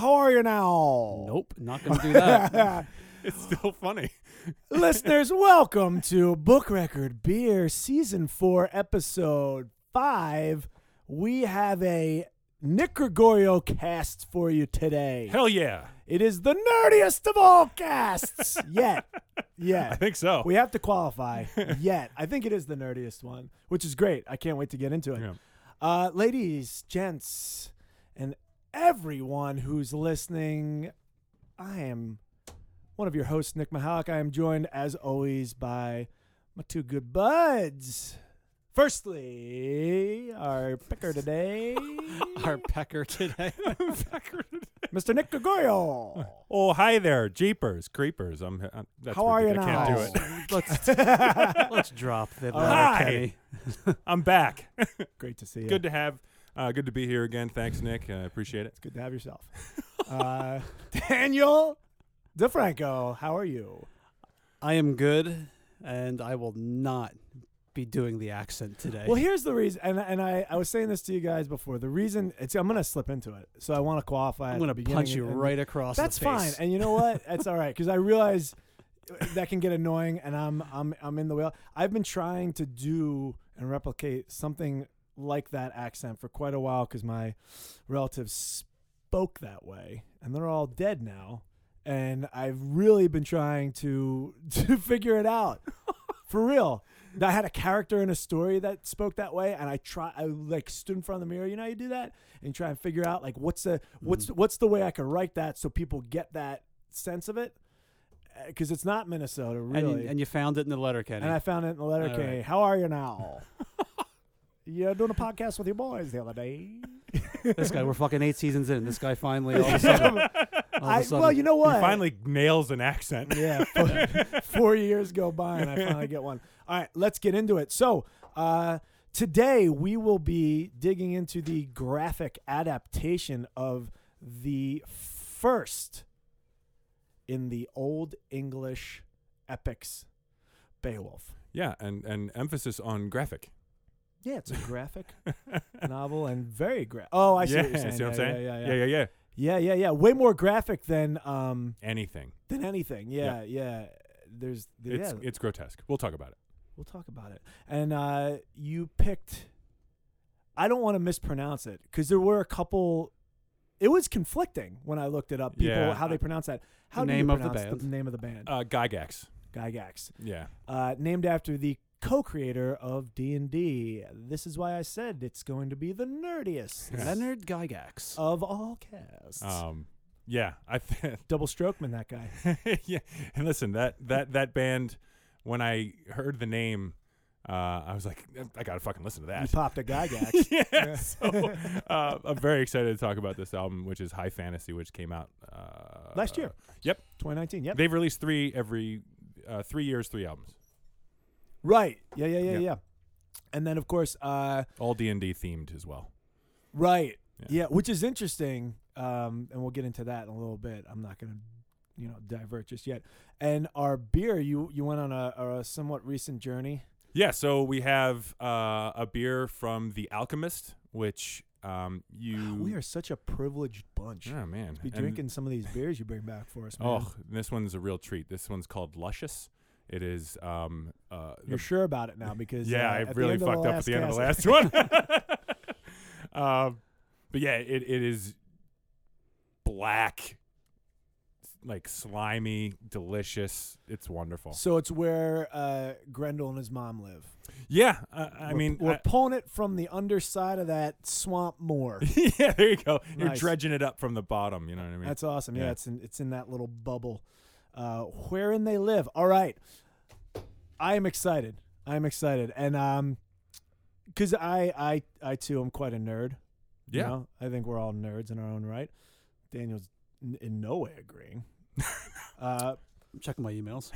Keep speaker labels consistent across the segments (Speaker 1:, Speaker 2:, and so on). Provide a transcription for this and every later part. Speaker 1: lawyer now.
Speaker 2: Nope, not going to do that.
Speaker 3: It's still funny.
Speaker 1: Listeners, welcome to Book Record Beer Season 4, Episode 5. We have a Nick Gregorio cast for you today.
Speaker 3: Hell yeah.
Speaker 1: It is the nerdiest of all casts yet.
Speaker 3: I
Speaker 1: Yet.
Speaker 3: think so.
Speaker 1: We have to qualify yet. I think it is the nerdiest one, which is great. I can't wait to get into it.
Speaker 3: Yeah.
Speaker 1: Uh, ladies, gents, and everyone who's listening, I am one of your hosts, Nick Mahalik. I am joined, as always, by my two good buds. Firstly, our picker today,
Speaker 2: Our pecker today.
Speaker 1: Mr. Nick Gregorio.
Speaker 3: oh, hi there, Jeepers, Creepers. I'm. I'm that's
Speaker 1: How are you
Speaker 3: ridiculous. I can't do it.
Speaker 2: let's let's drop the
Speaker 3: Hi.
Speaker 2: letter, Kenny.
Speaker 3: I'm back.
Speaker 1: Great to see you.
Speaker 3: Good to have. Uh, good to be here again. Thanks, Nick. I appreciate it.
Speaker 1: It's good to have yourself. Uh, Daniel DeFranco, how are you?
Speaker 2: I am good, and I will not be doing the accent today.
Speaker 1: Well, here's the reason, and and I, I was saying this to you guys before. The reason it's I'm gonna slip into it, so I want to qualify.
Speaker 2: I'm
Speaker 1: at
Speaker 2: going
Speaker 1: the
Speaker 2: to
Speaker 1: beginning
Speaker 2: punch you
Speaker 1: and-
Speaker 2: right across
Speaker 1: That's
Speaker 2: the face.
Speaker 1: fine, and you know what? That's all right because I realize that can get annoying, and I'm I'm I'm in the wheel. I've been trying to do and replicate something like that accent for quite a while because my relatives spoke that way, and they're all dead now, and I've really been trying to to figure it out for real. I had a character in a story that spoke that way, and I try, I like stood in front of the mirror. You know, how you do that and try and figure out like what's the
Speaker 2: Mm-hmm.
Speaker 1: what's what's the way I could write that so people get that sense of it, because it's not Minnesota
Speaker 2: And,
Speaker 1: really.
Speaker 2: you, and you found it in the letter, Kenny.
Speaker 1: And I found it in the letter
Speaker 2: All
Speaker 1: K.
Speaker 2: right.
Speaker 1: How are you now? You're doing a podcast with your boys the other day.
Speaker 2: this guy, we're fucking eight seasons in. This guy finally, all of a sudden,
Speaker 1: I,
Speaker 2: all of a sudden
Speaker 1: well, you know what?
Speaker 3: He finally nails an accent.
Speaker 1: Yeah, four, four years go by and I finally get one. All right, let's get into it. So, uh, today we will be digging into the graphic adaptation of the first in the Old English epics, Beowulf.
Speaker 3: Yeah, and and emphasis on graphic.
Speaker 1: Yeah, it's a graphic novel and very graphic. Oh, I see
Speaker 3: yeah,
Speaker 1: what you're saying.
Speaker 3: see what I'm
Speaker 1: yeah,
Speaker 3: saying?
Speaker 1: Yeah, yeah,
Speaker 3: yeah,
Speaker 1: yeah,
Speaker 3: yeah, yeah.
Speaker 1: yeah, yeah, yeah. Way more graphic than um
Speaker 3: Anything.
Speaker 1: than anything. Yeah, yeah. There's
Speaker 3: It's
Speaker 1: yeah.
Speaker 3: it's grotesque. We'll talk about it.
Speaker 1: We'll talk about it. And uh, you picked. I don't want to mispronounce it because there were a couple. It was conflicting when I looked it up. People,
Speaker 3: Yeah.
Speaker 1: how they pronounce that. How do
Speaker 2: name
Speaker 1: you
Speaker 2: of the
Speaker 1: pronounce
Speaker 2: band.
Speaker 1: name of the band?
Speaker 3: Uh, Gygax.
Speaker 1: Gygax,
Speaker 3: Yeah.
Speaker 1: uh, named after the co-creator of D and D. This is why I said it's going to be the nerdiest
Speaker 2: Leonard Gygax.
Speaker 1: of all casts.
Speaker 3: Um. Yeah. I. Th-
Speaker 1: Double Strokeman, that guy.
Speaker 3: yeah, and listen, that that that band, when I heard the name, uh, I was like, I gotta fucking listen to
Speaker 1: You
Speaker 3: that.
Speaker 1: popped a Gygax.
Speaker 3: yeah, so uh, I'm very excited to talk about this album, which is High Fantasy, which came out uh,
Speaker 1: Last year.
Speaker 3: Yep,
Speaker 1: 2019. Yep.
Speaker 3: they've released three every uh, three years, three albums,
Speaker 1: Right. Yeah. Yeah. Yeah.
Speaker 3: Yeah.
Speaker 1: Yeah. And then of course. Uh,
Speaker 3: all D and D themed as well.
Speaker 1: Right.
Speaker 3: Yeah.
Speaker 1: Yeah. which is interesting. Um, and we'll get into that in a little bit. I'm not gonna, you know, divert just yet. And our beer, you you went on a, a somewhat recent journey.
Speaker 3: Yeah, so we have uh, a beer from The Alchemist, which um, you
Speaker 1: Ah, We are such a privileged bunch.
Speaker 3: oh man,
Speaker 1: Be
Speaker 3: And-
Speaker 1: drinking some of these beers you bring back for us. Man.
Speaker 3: Oh, this one's a real treat. This one's called Luscious. It is um uh the-
Speaker 1: you're sure about it now because
Speaker 3: yeah,
Speaker 1: uh,
Speaker 3: I
Speaker 1: at the
Speaker 3: really
Speaker 1: end of
Speaker 3: fucked up at the end of the last one. um, but yeah, it, it is black, like slimy, delicious. It's wonderful.
Speaker 1: So it's where uh, Grendel and his mom live.
Speaker 3: Yeah, uh, I
Speaker 1: We're-
Speaker 3: mean,
Speaker 1: we're
Speaker 3: I-
Speaker 1: pulling it from the underside of that swamp moor.
Speaker 3: yeah, there you go. You're
Speaker 1: Nice.
Speaker 3: dredging it up from the bottom. You know what I mean?
Speaker 1: That's awesome. Yeah,
Speaker 3: Yeah.
Speaker 1: it's in it's in that little bubble. Uh, wherein they live. All right. I am excited. I am excited. And um because I I I too am quite a nerd. you
Speaker 3: yeah,
Speaker 1: know? I think we're all nerds in our own right. Daniel's n- in no way agreeing. uh
Speaker 2: I'm checking my emails.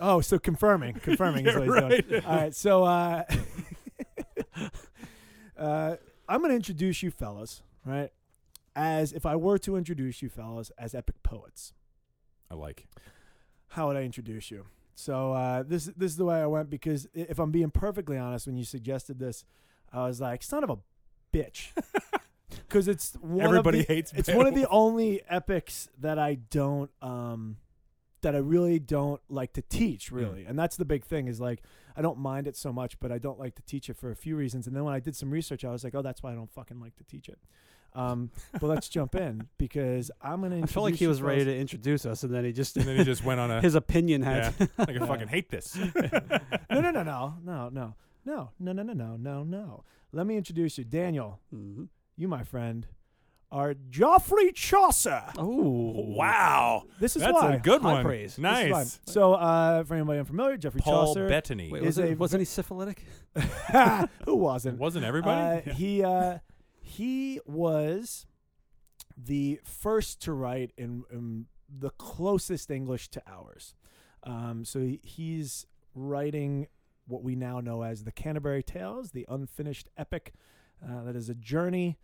Speaker 1: oh, so confirming. Confirming is
Speaker 3: Yeah,
Speaker 1: what he's doing. All right, so uh uh I'm gonna introduce you fellas, right? As if I were to introduce you fellas as epic poets.
Speaker 3: I like.
Speaker 1: how would I introduce you? So uh, this this is the way I went because i- if I'm being perfectly honest, when you suggested this, I was like, son of a bitch. because it's one
Speaker 3: Everybody
Speaker 1: of the,
Speaker 3: hates
Speaker 1: It's
Speaker 3: Beowulf.
Speaker 1: one of the only epics that I don't um that I really don't like to teach really. And that's the big thing is like I don't mind it so much, but I don't like to teach it for a few reasons. And then when I did some research, I was like, "Oh, that's why I don't fucking like to teach it." Um, but let's jump in because I'm gonna.
Speaker 2: I felt like
Speaker 1: introduce
Speaker 2: he
Speaker 1: you
Speaker 2: was ready
Speaker 1: fellas-
Speaker 2: to introduce us, and then he just
Speaker 3: and then he just went on a
Speaker 2: his opinion had.
Speaker 3: yeah, like I fucking hate this.
Speaker 1: No, no, no, no, no, no, no, no, no, no, no, no, no. Let me introduce you, Daniel.
Speaker 2: Mhm.
Speaker 1: You, my friend, are Joffrey Chaucer.
Speaker 2: Oh
Speaker 3: wow,
Speaker 1: This is
Speaker 3: that's
Speaker 1: why.
Speaker 3: a good
Speaker 2: High
Speaker 3: one.
Speaker 2: praise. This is
Speaker 1: This is why.
Speaker 3: Nice.
Speaker 1: So, uh, for anybody unfamiliar, Jeffrey
Speaker 3: Paul
Speaker 1: Chaucer.
Speaker 3: Bettany.
Speaker 2: Wait,
Speaker 1: Is
Speaker 2: was
Speaker 1: a-
Speaker 2: it, wasn't he syphilitic?
Speaker 1: who wasn't?
Speaker 3: Wasn't everybody?
Speaker 1: Uh, he uh, he was the first to write in, in the closest English to ours. Um, so he, he's writing what we now know as the Canterbury Tales, the unfinished epic uh, that is a journey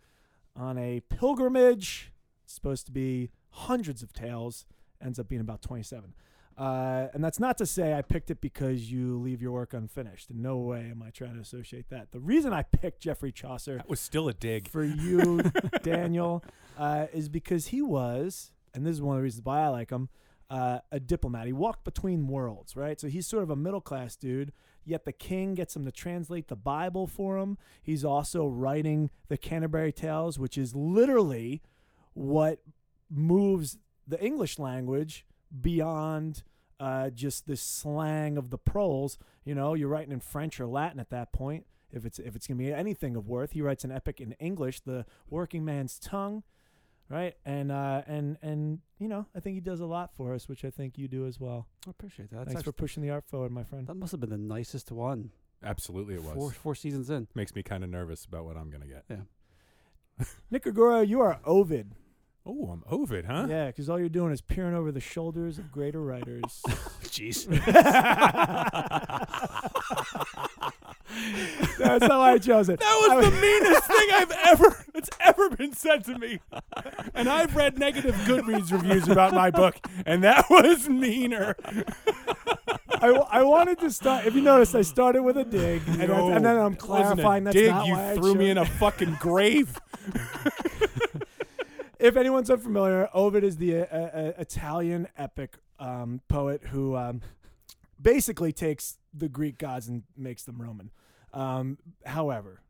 Speaker 1: on a pilgrimage. It's supposed to be hundreds of tales, ends up being about 27. Uh, and that's not to say I picked it because you leave your work unfinished. In no way am I trying to associate that. The reason I picked Geoffrey Chaucer
Speaker 3: that was still a dig.
Speaker 1: for you, Daniel, uh, is because he was, and this is one of the reasons why I like him, uh, a diplomat. He walked between worlds, right? So he's sort of a middle class dude, yet the king gets him to translate the Bible for him. He's also writing the Canterbury Tales, which is literally what moves the English language beyond. Uh, just the slang of the proles, you know, you're writing in French or Latin at that point if it's if it's gonna be anything of worth. He writes an epic in English, the working man's tongue, right? And uh, and and you know, I think he does a lot for us, which I think you do as well.
Speaker 2: I appreciate that. That's
Speaker 1: Thanks for
Speaker 2: actually-
Speaker 1: pushing the art forward, my friend.
Speaker 2: that must have been the nicest one.
Speaker 3: Absolutely, it was.
Speaker 2: Four four seasons in.
Speaker 3: Makes me kind of nervous about what I'm gonna get.
Speaker 1: Nicaragua, you are Ovid,
Speaker 3: Oh, I'm Ovid, huh?
Speaker 1: Yeah, 'cause yeah, because all you're doing is peering over the shoulders of greater writers.
Speaker 2: Jeez.
Speaker 1: That's how I chose it.
Speaker 3: That was the meanest thing I've ever that's ever been said to me. And I've read negative Goodreads reviews about my book, and that was meaner.
Speaker 1: I, I wanted to start. If you noticed, I started with a dig, and, that's- and then I'm
Speaker 3: It wasn't a
Speaker 1: clarifying that's
Speaker 3: dig.
Speaker 1: not
Speaker 3: you
Speaker 1: why I
Speaker 3: threw me
Speaker 1: chose-
Speaker 3: in a fucking grave.
Speaker 1: if anyone's unfamiliar, Ovid is the uh, uh, Italian epic um, poet who um, basically takes the Greek gods and makes them Roman. Um, however,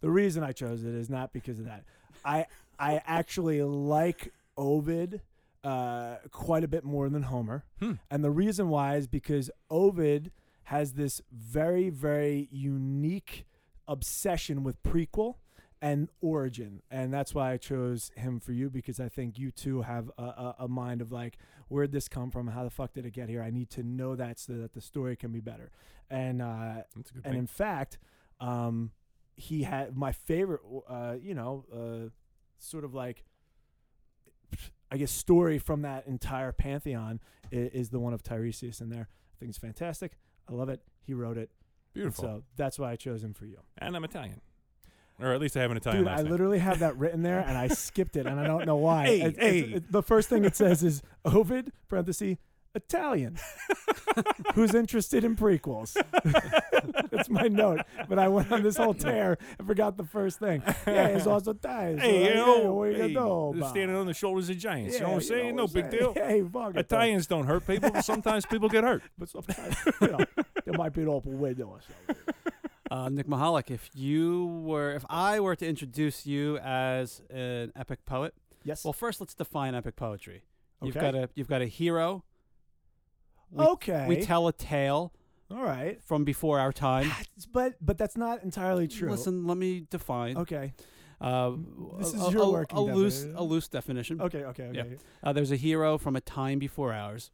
Speaker 1: the reason I chose it is not because of that. I I actually like Ovid uh, quite a bit more than Homer,
Speaker 3: Hmm.
Speaker 1: and the reason why is because Ovid has this very very unique obsession with prequel and origin and that's why i chose him for you because i think you too have a, a, a mind of like where'd this come from how the fuck did it get here i need to know that so that the story can be better and uh
Speaker 3: That's a good
Speaker 1: and in fact, um, he had my favorite, uh, you know, uh, sort of like, I guess, story from that entire pantheon is, is the one of Tiresias in there. I think it's fantastic. I love it. He wrote it.
Speaker 3: Beautiful.
Speaker 1: So that's why I chose him for you.
Speaker 3: And I'm Italian. Or at least I have an Italian
Speaker 1: Dude,
Speaker 3: last
Speaker 1: I
Speaker 3: name.
Speaker 1: literally have that written there and I skipped it and I don't know why.
Speaker 3: Hey,
Speaker 1: It's- it's-
Speaker 3: hey.
Speaker 1: it- the first thing it says is Ovid, parenthesis, Italian, who's interested in prequels. That's my note. But I went on this whole tear and forgot the first thing. Yeah, it's also Italian.
Speaker 3: Hey,
Speaker 1: so,
Speaker 3: you
Speaker 1: yeah,
Speaker 3: know,
Speaker 1: what you gonna
Speaker 3: hey,
Speaker 1: do
Speaker 3: they're
Speaker 1: about it?
Speaker 3: standing on the shoulders of giants. you know what I'm
Speaker 1: Yeah,
Speaker 3: saying?
Speaker 1: what
Speaker 3: no big
Speaker 1: I'm
Speaker 3: deal.
Speaker 1: saying? Hey, fuck it, though.
Speaker 3: Italians don't hurt people, but sometimes people get hurt.
Speaker 1: But sometimes, you know, there might be an open window or something.
Speaker 2: Uh, Nick Mahalik, if you were, if I were to introduce you as an epic poet,
Speaker 1: Yes.
Speaker 2: well, first let's define epic poetry. You've
Speaker 1: Okay.
Speaker 2: got a, you've got a hero. We,
Speaker 1: okay.
Speaker 2: We tell a tale
Speaker 1: All right.
Speaker 2: from before our time.
Speaker 1: But but that's not entirely true.
Speaker 2: Listen, let me define.
Speaker 1: Okay.
Speaker 2: Uh,
Speaker 1: This
Speaker 2: a-
Speaker 1: is
Speaker 2: a,
Speaker 1: your
Speaker 2: a,
Speaker 1: working
Speaker 2: a loose,
Speaker 1: definition.
Speaker 2: a loose definition.
Speaker 1: Okay. Okay. Okay.
Speaker 2: Yeah. Uh, there's a hero from a time before ours,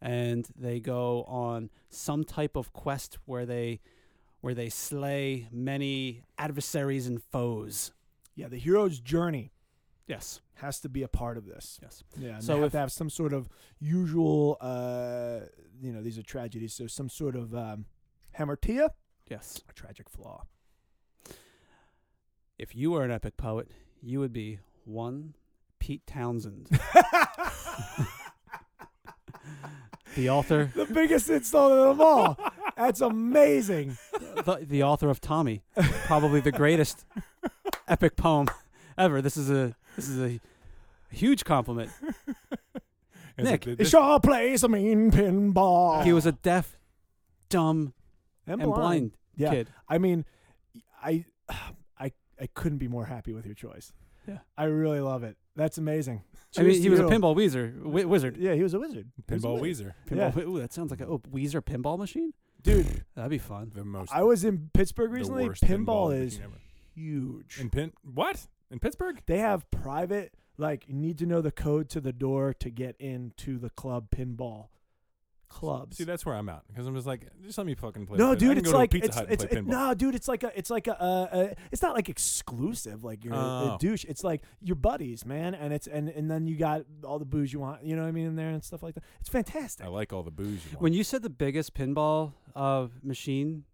Speaker 2: and they go on some type of quest where they, where they slay many adversaries and foes.
Speaker 1: Yeah, the hero's journey
Speaker 2: Yes.
Speaker 1: has to be a part of this.
Speaker 2: Yes.
Speaker 1: Yeah, and
Speaker 2: So
Speaker 1: they have
Speaker 2: if-
Speaker 1: to have some sort of usual, uh, you know, these are tragedies, so some sort of um, hamartia,
Speaker 2: Yes.
Speaker 1: a tragic flaw.
Speaker 2: If you were an epic poet, you would be one Pete Townsend, the author,
Speaker 1: the biggest insult of them all. That's amazing.
Speaker 2: the, the author of Tommy, probably the greatest epic poem ever. This is a this is a huge compliment.
Speaker 3: It's
Speaker 2: Nick,
Speaker 3: th-
Speaker 1: It
Speaker 3: this-
Speaker 1: sure plays a mean pinball.
Speaker 2: He was a deaf, dumb,
Speaker 1: Oh. and
Speaker 2: and blind
Speaker 1: Yeah.
Speaker 2: kid.
Speaker 1: I mean, I, I, I couldn't be more happy with your choice.
Speaker 2: Yeah.
Speaker 1: I really love it. That's amazing.
Speaker 2: I mean,
Speaker 1: Cheers
Speaker 2: he
Speaker 1: to
Speaker 2: was a
Speaker 1: you.
Speaker 2: pinball weezer, wi- wizard.
Speaker 1: Yeah, he was a wizard. He was a
Speaker 3: pinball
Speaker 1: wizard.
Speaker 3: Weezer,
Speaker 2: Pinball, Ooh, that sounds like a oh, Weezer pinball machine.
Speaker 1: dude.
Speaker 2: That'd be fun.
Speaker 3: the most.
Speaker 1: I was in Pittsburgh
Speaker 3: the
Speaker 1: recently.
Speaker 3: worst
Speaker 1: Pinball,
Speaker 3: pinball
Speaker 1: is
Speaker 3: machine ever.
Speaker 1: huge.
Speaker 3: in pin. What in Pittsburgh?
Speaker 1: they have private, like, you need to know the code to the door to get into the club pinball clubs.
Speaker 3: See, that's where I'm out because I'm just like, just let me fucking play.
Speaker 1: No,
Speaker 3: pin- I
Speaker 1: dude,
Speaker 3: can
Speaker 1: it's
Speaker 3: go to a
Speaker 1: like
Speaker 3: Pizza
Speaker 1: it's,
Speaker 3: Hut and
Speaker 1: it's
Speaker 3: play
Speaker 1: it-
Speaker 3: pinball.
Speaker 1: no, dude, it's like a it's like a, uh, uh it's not like exclusive like you're a
Speaker 3: Oh.
Speaker 1: douche. It's like your buddies, man, and it's and and then you got all the booze you want, you know what I mean, in there and stuff like that. It's fantastic.
Speaker 3: I like all the booze. You want.
Speaker 2: When you said the biggest pinball uh, machine,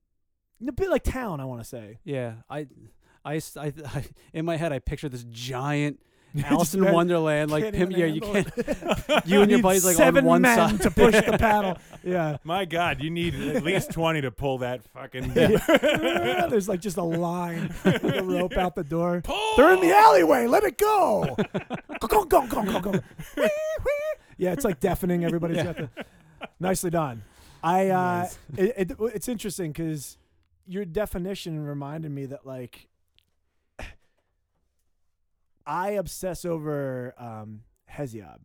Speaker 1: A bit like town, I want to say.
Speaker 2: yeah, I, I, s- I- I- in my head I picture this giant
Speaker 1: Just
Speaker 2: Alice in
Speaker 1: that-
Speaker 2: Wonderland like
Speaker 1: can't
Speaker 2: pimp.
Speaker 1: even
Speaker 2: Yeah, you
Speaker 1: handle
Speaker 2: can't. You and your
Speaker 1: Need
Speaker 2: buddies like
Speaker 1: seven
Speaker 2: on one
Speaker 1: men
Speaker 2: side
Speaker 1: to push the paddle. Yeah.
Speaker 3: My God, you need at least twenty to pull that fucking.
Speaker 1: There's like just a line, a rope out the door.
Speaker 3: Pull!
Speaker 1: They're in the alleyway. Let it go. go, go, go, go, go, go. Whee, whee. yeah, it's like deafening. Everybody's got the nicely done. I uh,
Speaker 2: Nice.
Speaker 1: it, it, it's interesting because your definition reminded me that like I obsess over um, Hesiod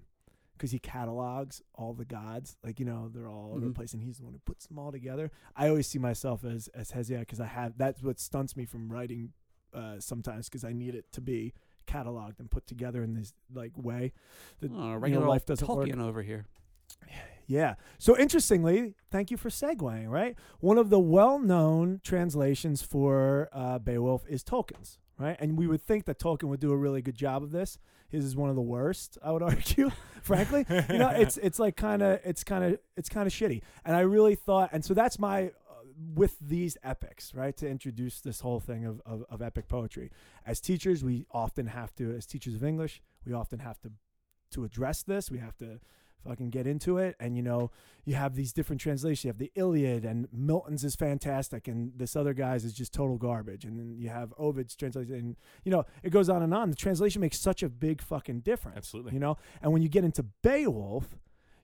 Speaker 1: because he catalogs all the gods. Like you know, they're all over the
Speaker 2: Mhm.
Speaker 1: place, and he's the one who puts them all together. I always see myself as as Hesiod because I have that's what stunts me from writing uh, sometimes because I need it to be cataloged and put together in this like way. The,
Speaker 2: Oh,
Speaker 1: you know,
Speaker 2: regular
Speaker 1: life
Speaker 2: life
Speaker 1: doesn't work.
Speaker 2: Tolkien over here.
Speaker 1: Yeah. So interestingly, thank you for segueing. Right, one of the well-known translations for uh, Beowulf is Tolkien's. Right, and we would think that Tolkien would do a really good job of this. His is one of the worst, I would argue, frankly. You know, it's it's like kind of it's kind of it's kind of shitty. And I really thought, and so that's my uh, with these epics, right, to introduce this whole thing of, of, of epic poetry. As teachers, we often have to, as teachers of English, we often have to to address this. We have to fucking get into it. And you know, you have these different translations. You have the Iliad, and Milton's is fantastic, and this other guy's is just total garbage. And then you have Ovid's translation, and you know, it goes on and on. The translation makes such a big fucking difference.
Speaker 3: Absolutely.
Speaker 1: You know, and when you get into Beowulf,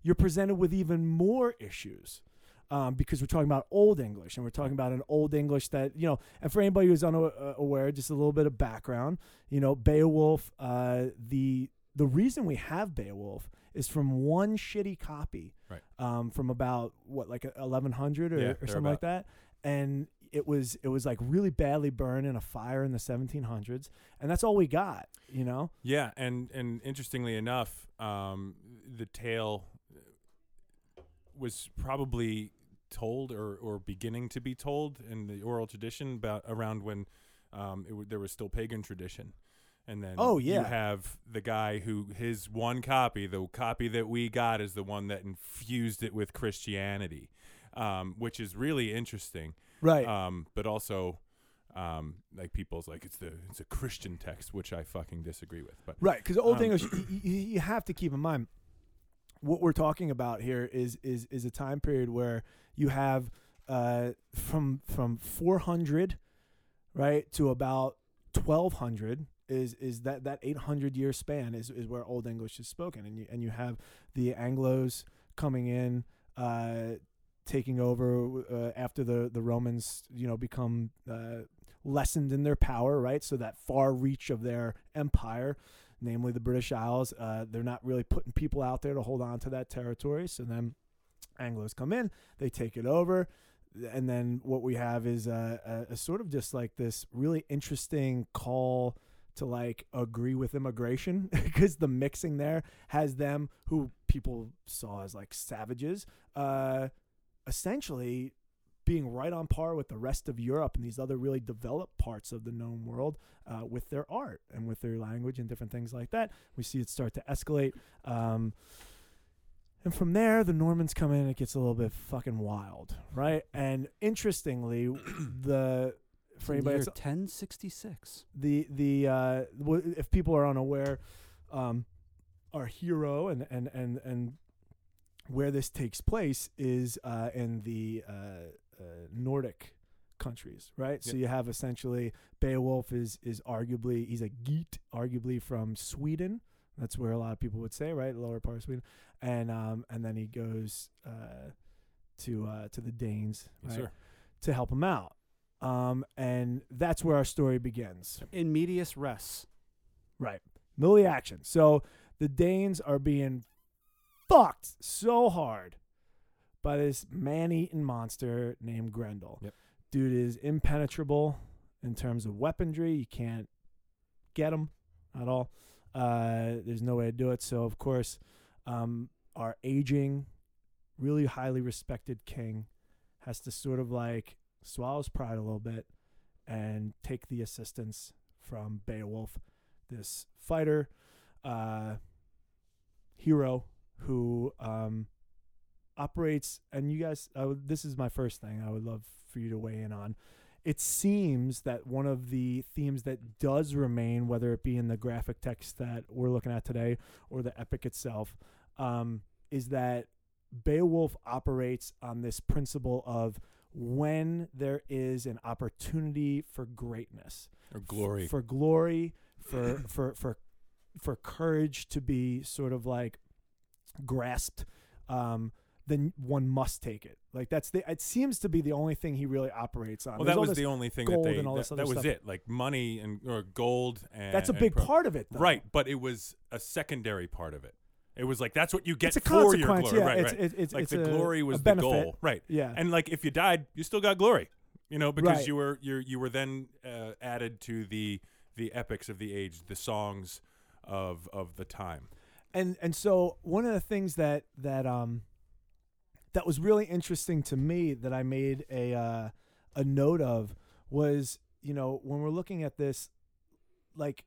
Speaker 1: you're presented with even more issues. Um, because we're talking about Old English, and we're talking about an Old English that you know. And for anybody who's unaware, just a little bit of background. You know, Beowulf. Uh, the the reason we have Beowulf is from one shitty copy
Speaker 3: Right.
Speaker 1: um, from about what like 1100 or,
Speaker 3: Yeah,
Speaker 1: or something like that and it was it was like really badly burned in a fire in the 1700s and that's all we got you know
Speaker 3: Yeah, and and interestingly enough, um, the tale was probably told or, or beginning to be told in the oral tradition about around when um, it w- there was still pagan tradition. And then
Speaker 1: Oh,
Speaker 3: you
Speaker 1: yeah.
Speaker 3: have the guy who his one copy, the copy that we got, is the one that infused it with Christianity, um, which is really interesting
Speaker 1: right
Speaker 3: um, but also um, like people's like it's the it's a Christian text, which I fucking disagree with. But
Speaker 1: right because old
Speaker 3: um,
Speaker 1: english y- y- y- you have to keep in mind what we're talking about here is is is a time period where you have uh from from 400 right to about 1200 is is that that 800 year span is is where old english is spoken and you and you have the anglos coming in uh taking over uh, after the the romans you know become uh lessened in their power right so that far reach of their empire namely the british isles uh they're not really putting people out there to hold on to that territory so then anglos come in they take it over and then what we have is uh, a, a, a sort of just like this really interesting call to like agree with immigration because the mixing there has them who people saw as like savages uh essentially being right on par with the rest of Europe and these other really developed parts of the known world uh, with their art and with their language and different things like that. We see it start to escalate. Um, and from there, the Normans come in and it gets a little bit fucking wild, right? And interestingly, the. For
Speaker 2: In the
Speaker 1: anybody
Speaker 2: year
Speaker 1: that's
Speaker 2: 1066.
Speaker 1: the the uh, w- if people are unaware, um, our hero and and and and where this takes place is uh, in the uh, uh, Nordic countries, right? So you have essentially Beowulf is is arguably he's a geat, arguably from Sweden. That's where a lot of people would say, right, lower part of Sweden, and um, and then he goes uh, to uh, to the Danes
Speaker 3: Yes,
Speaker 1: right,
Speaker 3: sir.
Speaker 1: to help him out, um, and that's where our story begins.
Speaker 2: in medias res.
Speaker 1: Middle of the action. So the Danes are being fucked so hard by this man eating monster named Grendel.
Speaker 3: Yep.
Speaker 1: Dude is impenetrable in terms of weaponry. You can't get him at all. Uh, there's no way to do it. So, of course, um, our aging, really highly respected king has to sort of like swallow his pride a little bit and take the assistance from Beowulf, this fighter, uh, hero who um, operates. And you guys, I would, this is my first thing I would love for you to weigh in on. It seems that one of the themes that does remain, whether it be in the graphic text that we're looking at today or the epic itself, um, is that Beowulf operates on this principle of when there is an opportunity for greatness
Speaker 3: Or glory.
Speaker 1: for glory for for for for courage to be sort of like grasped um then one must take it like that's the it seems to be the only thing he really operates on
Speaker 3: well,
Speaker 1: There's
Speaker 3: that
Speaker 1: all
Speaker 3: was
Speaker 1: this-
Speaker 3: the only thing
Speaker 1: gold
Speaker 3: that they.
Speaker 1: and all
Speaker 3: that
Speaker 1: this other
Speaker 3: that was
Speaker 1: stuff.
Speaker 3: it. Like money and or gold and.
Speaker 1: that's a
Speaker 3: and
Speaker 1: big
Speaker 3: pro-
Speaker 1: part of it though.
Speaker 3: Right, but it was a secondary part of it. It was like that's what you get
Speaker 1: it's a
Speaker 3: for your
Speaker 1: consequence
Speaker 3: glory.
Speaker 1: yeah
Speaker 3: right,
Speaker 1: it's,
Speaker 3: right.
Speaker 1: it's, it's,
Speaker 3: like
Speaker 1: it's
Speaker 3: the
Speaker 1: a-
Speaker 3: glory was
Speaker 1: a
Speaker 3: the
Speaker 1: benefit.
Speaker 3: goal, right?
Speaker 1: yeah
Speaker 3: And like if you died, you still got glory, you know, because
Speaker 1: Right.
Speaker 3: you were you you were then uh, added to the the epics of the age, the songs of of the time.
Speaker 1: and and so one of the things that that um that was really interesting to me that I made a uh, a note of was you know when we're looking at this like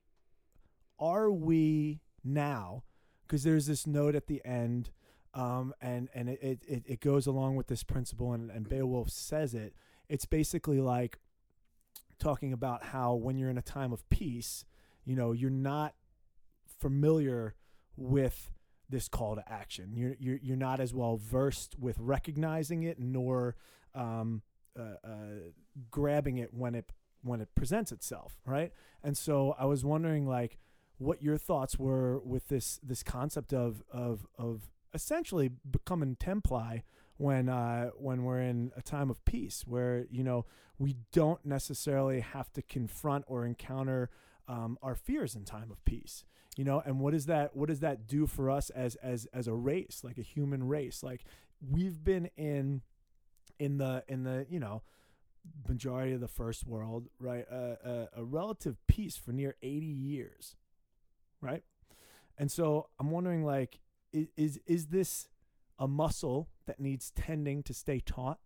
Speaker 1: are we now because there's this note at the end um, and and it, it- it, it goes along with this principle and, and Beowulf says it it's basically like talking about how when you're in a time of peace you know you're not familiar with this call to action. You're you're, you're not as well versed with recognizing it nor um, uh, uh, grabbing it when it when it presents itself, right? And so I was wondering like what your thoughts were with this this concept of of of essentially becoming Templi when uh, when we're in a time of peace where you know we don't necessarily have to confront or encounter um, our fears in time of peace you know and what is that what does that do for us as as as a race like a human race like we've been in in the in the you know majority of the first world right uh, uh, a relative peace for near 80 years right and so i'm wondering like is is, is this a muscle that needs tending to stay taut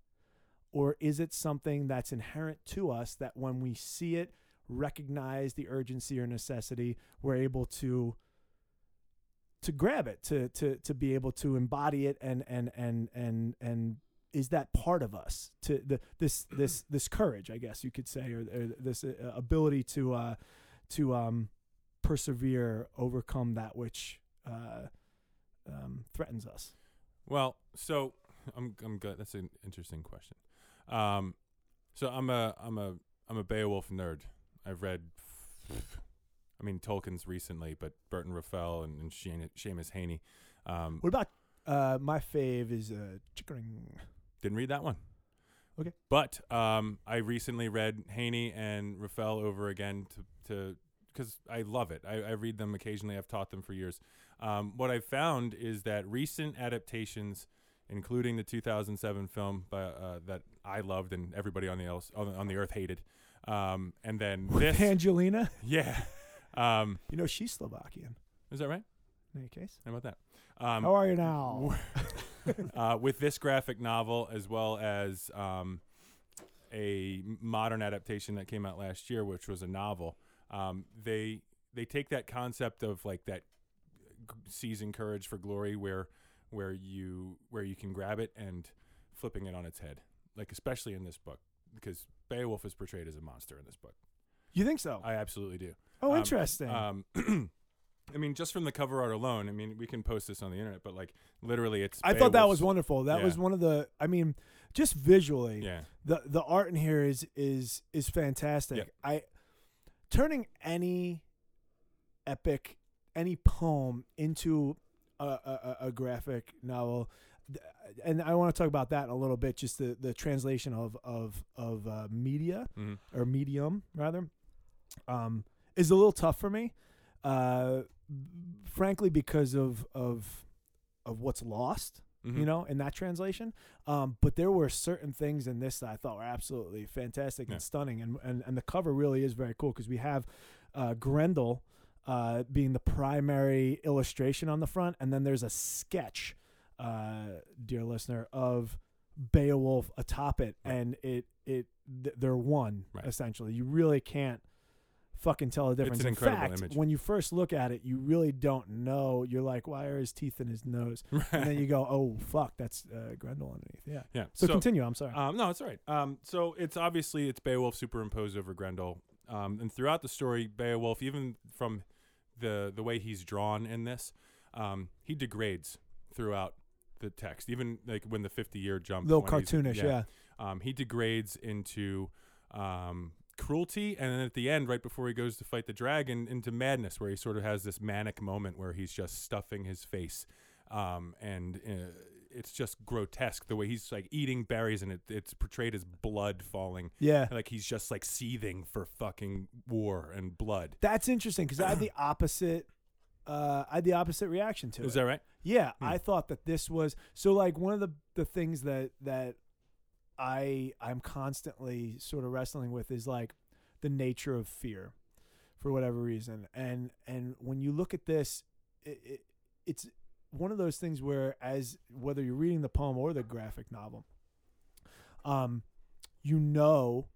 Speaker 1: or is it something that's inherent to us that when we see it recognize the urgency or necessity we're able to to grab it to to to be able to embody it and and and and and is that part of us to the this this this courage i guess you could say or, or this uh, ability to uh to um persevere overcome that which uh um threatens us
Speaker 3: Well, so I'm I'm glad that's an interesting question. Um, so I'm a I'm a I'm a Beowulf nerd. I've read, I mean Tolkien's recently, but Burton Raffel and, and Shane, Seamus Haney. Um,
Speaker 1: what about uh my fave is uh chickering
Speaker 3: Didn't read that one.
Speaker 1: Okay.
Speaker 3: But um, I recently read Haney and Raphael over again to to because I love it. I, I read them occasionally. I've taught them for years. Um, what I've found is that recent adaptations, including the 2007 film by, uh, that I loved and everybody on the else on, on the earth hated, um, and then this,
Speaker 1: angelina
Speaker 3: yeah, um,
Speaker 1: you know she's slovakian
Speaker 3: is that right?
Speaker 1: in any case
Speaker 3: How about that? Um,
Speaker 1: how are you now
Speaker 3: uh, with this graphic novel as well as um, a modern adaptation that came out last year, which was a novel. Um, they they take that concept of like that g- season courage for glory, where where you where you can grab it and flipping it on its head, like especially in this book because Beowulf is portrayed as a monster in this book.
Speaker 1: you think so
Speaker 3: I absolutely do.
Speaker 1: oh
Speaker 3: Um,
Speaker 1: interesting
Speaker 3: Um, I mean, just from the cover art alone, I mean, we can post this on the internet, but like literally, it's.
Speaker 1: I thought that
Speaker 3: Beowulf's-
Speaker 1: was wonderful. That was
Speaker 3: Yeah.
Speaker 1: one of the. I mean, just visually,
Speaker 3: Yeah,
Speaker 1: the the art in here is is is fantastic.
Speaker 3: Yeah.
Speaker 1: I turning any epic, any poem into a a, a- a graphic novel, th- and I want to talk about that in a little bit. Just the the translation of of of uh, media
Speaker 3: hmm
Speaker 1: or medium rather, um, is a little tough for me. Uh, frankly, because of of of what's lost,
Speaker 3: Mm-hmm.
Speaker 1: you know, in that translation. Um, but there were certain things in this that I thought were absolutely fantastic
Speaker 3: Yeah.
Speaker 1: and stunning, and, and and the cover really is very cool because we have uh, Grendel. Uh, being the primary illustration on the front, and then there's a sketch, uh, dear listener, of Beowulf atop it,
Speaker 3: Right.
Speaker 1: and it it th- they're one
Speaker 3: Right.
Speaker 1: essentially. You really can't fucking tell the difference.
Speaker 3: an
Speaker 1: in
Speaker 3: incredible
Speaker 1: fact,
Speaker 3: image.
Speaker 1: when you first look at it, you really don't know. You're like, why are his teeth in his nose? and then you go, oh fuck, that's uh, Grendel underneath. Yeah.
Speaker 3: yeah.
Speaker 1: So, continue. I'm sorry.
Speaker 3: Um, no, it's all right. Um, so it's obviously it's Beowulf superimposed over Grendel, um, and throughout the story, Beowulf, even from the the way he's drawn in this, um, he degrades throughout the text. Even like when the fifty year jump,
Speaker 1: Little
Speaker 3: when he's-
Speaker 1: cartoonish. Yeah.
Speaker 3: um, he degrades into um, cruelty, and then at the end, right before he goes to fight the dragon, into madness, where he sort of has this manic moment where he's just stuffing his face, um, and uh, it's just grotesque the way he's like eating berries, and it, it's portrayed as blood falling,
Speaker 1: Yeah.
Speaker 3: like he's just like seething for fucking war and blood.
Speaker 1: That's interesting because I had the opposite. Uh, I had the opposite reaction to it.
Speaker 3: Is that right?
Speaker 1: Yeah,
Speaker 3: Hmm.
Speaker 1: I thought that this was so like one of the the things that that I I'm constantly sort of wrestling with is like the nature of fear for whatever reason. And and when you look at this it, it, it's one of those things where as whether you're reading the poem or the graphic novel um you know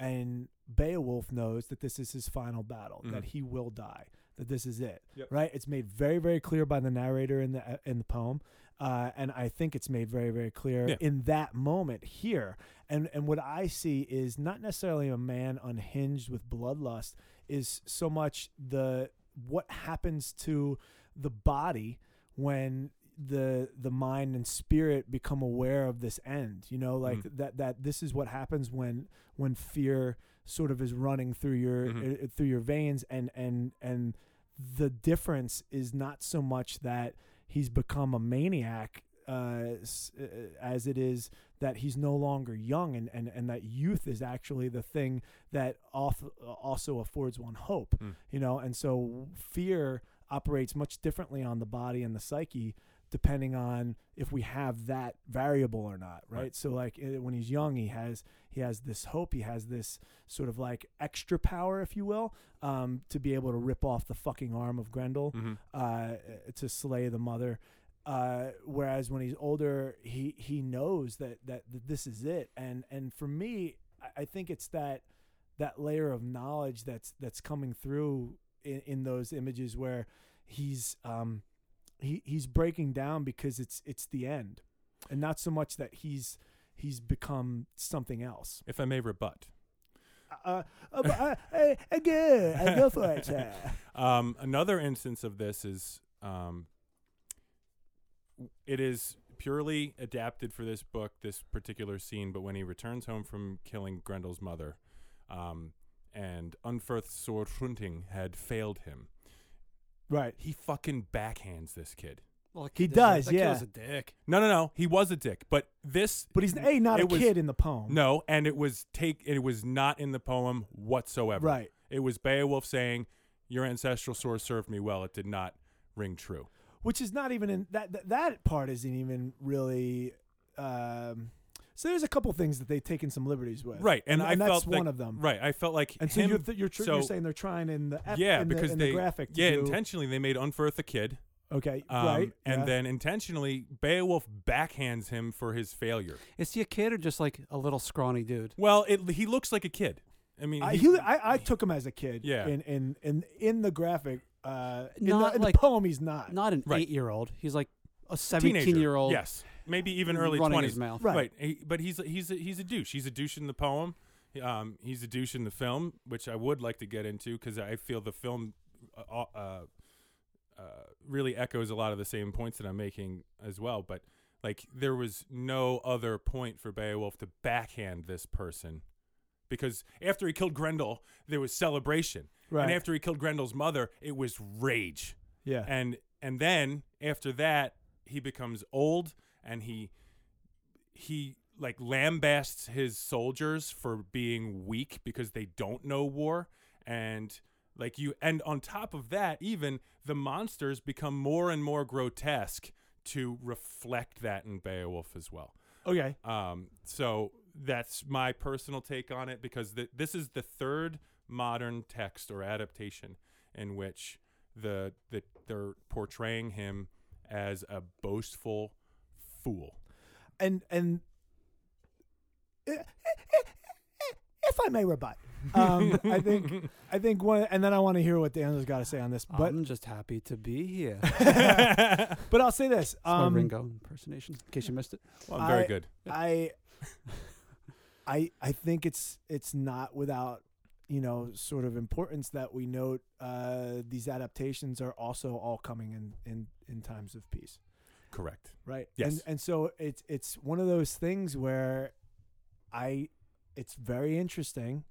Speaker 1: and Beowulf knows that this is his final battle,
Speaker 3: Mhm.
Speaker 1: that he will die, that this is it
Speaker 3: Yep.
Speaker 1: right? It's made very, very clear by the narrator in the in the poem, uh, and I think it's made very, very clear
Speaker 3: Yeah.
Speaker 1: in that moment here. And and what I see is not necessarily a man unhinged with bloodlust, is so much the what happens to the body when the the mind and spirit become aware of this end you know like
Speaker 3: Mm.
Speaker 1: that that this is what happens when when fear sort of is running through your
Speaker 3: Mhm.
Speaker 1: uh, through your veins and and and the difference is not so much that he's become a maniac uh, s- uh, as it is that he's no longer young and, and, and that youth is actually the thing that off, also affords one hope
Speaker 3: Mm.
Speaker 1: you know and so fear operates much differently on the body and the psyche depending on if we have that variable or not right,
Speaker 3: Right.
Speaker 1: so like uh, when he's young he has he has this hope he has this sort of like extra power if you will um, to be able to rip off the fucking arm of grendel
Speaker 3: Mm-hmm.
Speaker 1: uh, to slay the mother. Uh, whereas when he's older, he he knows that, that that this is it. And and for me, I- I think it's that that layer of knowledge that's that's coming through in, in those images where he's um he he's breaking down because it's it's the end, and not so much that he's he's become something else.
Speaker 3: If I may rebut.
Speaker 1: Uh, uh, but I, I, I go, I go for it. sir.
Speaker 3: Um, another instance of this is um, it is purely adapted for this book, this particular scene. But when he returns home from killing Grendel's mother, um, and Unferth Sword Hrunting had failed him,
Speaker 1: Right.
Speaker 3: he fucking backhands this kid.
Speaker 2: Well, that
Speaker 1: He
Speaker 2: kid doesn't-
Speaker 1: does,
Speaker 2: That kid
Speaker 1: yeah.
Speaker 2: was a dick.
Speaker 3: No, no, no. He was a dick, but this.
Speaker 1: But he's a not a
Speaker 3: it was-
Speaker 1: kid in the poem.
Speaker 3: No, and it was take. It was not in the poem whatsoever.
Speaker 1: Right.
Speaker 3: It was Beowulf saying, "Your ancestral sword served me well. It did not ring true."
Speaker 1: which is not even in that that, that part isn't even really um so there's a couple things that they've taken some liberties with
Speaker 3: Right, and, I
Speaker 1: that's
Speaker 3: felt
Speaker 1: one
Speaker 3: like-
Speaker 1: of them
Speaker 3: Right, I felt like
Speaker 1: and so
Speaker 3: him,
Speaker 1: you're, th- you're, tr-
Speaker 3: so-
Speaker 1: you're saying they're trying in the ep-
Speaker 3: yeah
Speaker 1: in the,
Speaker 3: because
Speaker 1: in
Speaker 3: they
Speaker 1: the graphic to
Speaker 3: yeah
Speaker 1: do-
Speaker 3: intentionally they made Unferth a kid,
Speaker 1: okay
Speaker 3: um,
Speaker 1: right
Speaker 3: and
Speaker 1: yeah.
Speaker 3: then intentionally Beowulf backhands him for his failure.
Speaker 2: Is he a kid or just like a little scrawny dude?
Speaker 3: Well, it, he looks like a kid. I mean,
Speaker 1: I,
Speaker 3: he-
Speaker 1: he, I, I took him as a kid
Speaker 3: Yeah.
Speaker 1: in in in, in the graphic uh in,
Speaker 2: Not
Speaker 1: the, in
Speaker 2: like-
Speaker 1: the poem he's not
Speaker 2: Not an
Speaker 3: Right.
Speaker 2: eight-year-old. He's like a
Speaker 3: teenager,
Speaker 2: seventeen-year-old.
Speaker 3: Yes, maybe even early
Speaker 2: running his
Speaker 3: twenties.
Speaker 2: mouth.
Speaker 1: Right.
Speaker 3: He, but he's he's a, he's a douche. He's a douche in the poem. Um, he's a douche in the film, which I would like to get into because I feel the film uh, uh, uh, really echoes a lot of the same points that I'm making as well. But like, there was no other point for Beowulf to backhand this person because after he killed Grendel, there was celebration,
Speaker 1: Right.
Speaker 3: and after he killed Grendel's mother, it was rage
Speaker 1: Yeah.
Speaker 3: and and then after that he becomes old and he he like lambasts his soldiers for being weak because they don't know war and like you and on top of that even the monsters become more and more grotesque to reflect that in Beowulf as well
Speaker 1: okay.
Speaker 3: um, so that's my personal take on it because th- this is the third modern text or adaptation in which the, the they're portraying him as a boastful fool.
Speaker 1: and and if I may rebut, um, I think I think one, and then I want to hear what Daniel's got to say on this. But
Speaker 2: I'm just happy to be here.
Speaker 1: but I'll say this.
Speaker 2: That's my
Speaker 1: Um,
Speaker 2: Ringo impersonation, in case you missed it.
Speaker 3: Well, I'm very
Speaker 1: I-
Speaker 3: good.
Speaker 1: I I I think it's it's not without you know sort of importance that we note uh, these adaptations are also all coming in in in times of peace.
Speaker 3: Correct.
Speaker 1: Right.
Speaker 3: Yes.
Speaker 1: And and so it's it's one of those things where I it's very interesting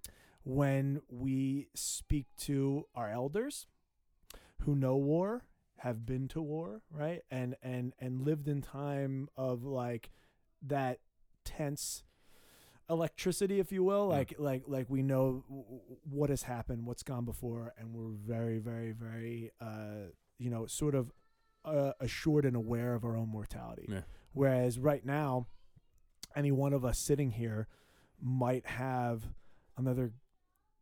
Speaker 1: when we speak to our elders who know war, have been to war, right? And and and lived in time of like that tense electricity if you will
Speaker 3: Mm.
Speaker 1: like like like we know w- w- what has happened what's gone before and we're very very very uh you know sort of uh, assured and aware of our own mortality
Speaker 3: Yeah.
Speaker 1: whereas right now any one of us sitting here might have another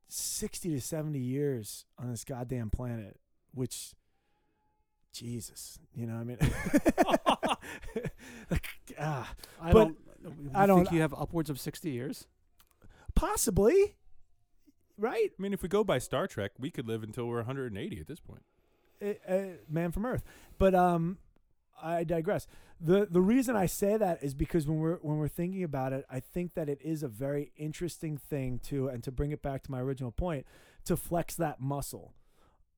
Speaker 1: 60 to 70 years on this goddamn planet which jesus you know what i mean like, ah,
Speaker 2: I
Speaker 1: But
Speaker 2: don't.
Speaker 1: I
Speaker 2: I
Speaker 1: don't-
Speaker 2: think you have upwards of 60 years.
Speaker 1: possibly right
Speaker 3: I mean, if we go by Star Trek, we could live until we're 180 at this point.
Speaker 1: uh, uh, man from Earth. But um, I digress. the The reason I say that is because when we're when we're thinking about it, I think that it is a very interesting thing to and to bring it back to my original point to flex that muscle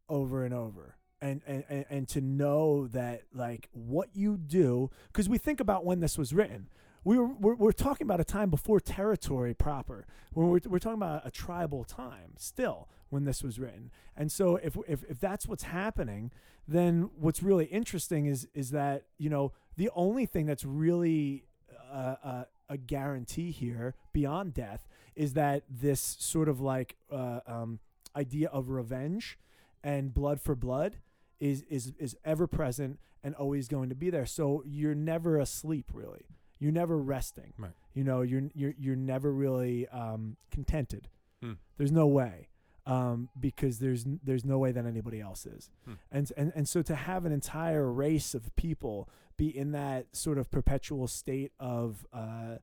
Speaker 1: over and over. And, and, and- and to know that like what you do because we think about when this was written we were, we're, we're talking about a time before territory proper when we're, we're talking about a tribal time still when this was written and so if, if, if that's what's happening then what's really interesting is is that you know the only thing that's really uh, uh, a guarantee here beyond death is that this sort of like uh, um, idea of revenge and blood for blood is is is ever present and always going to be there. So you're never asleep, really. You're never resting.
Speaker 3: Right.
Speaker 1: You know, you're you're you're never really um, contented.
Speaker 3: Hmm.
Speaker 1: There's no way um, because there's n- there's no way that anybody else is.
Speaker 3: Hmm.
Speaker 1: And, and and so to have an entire race of people be in that sort of perpetual state of uh, uh,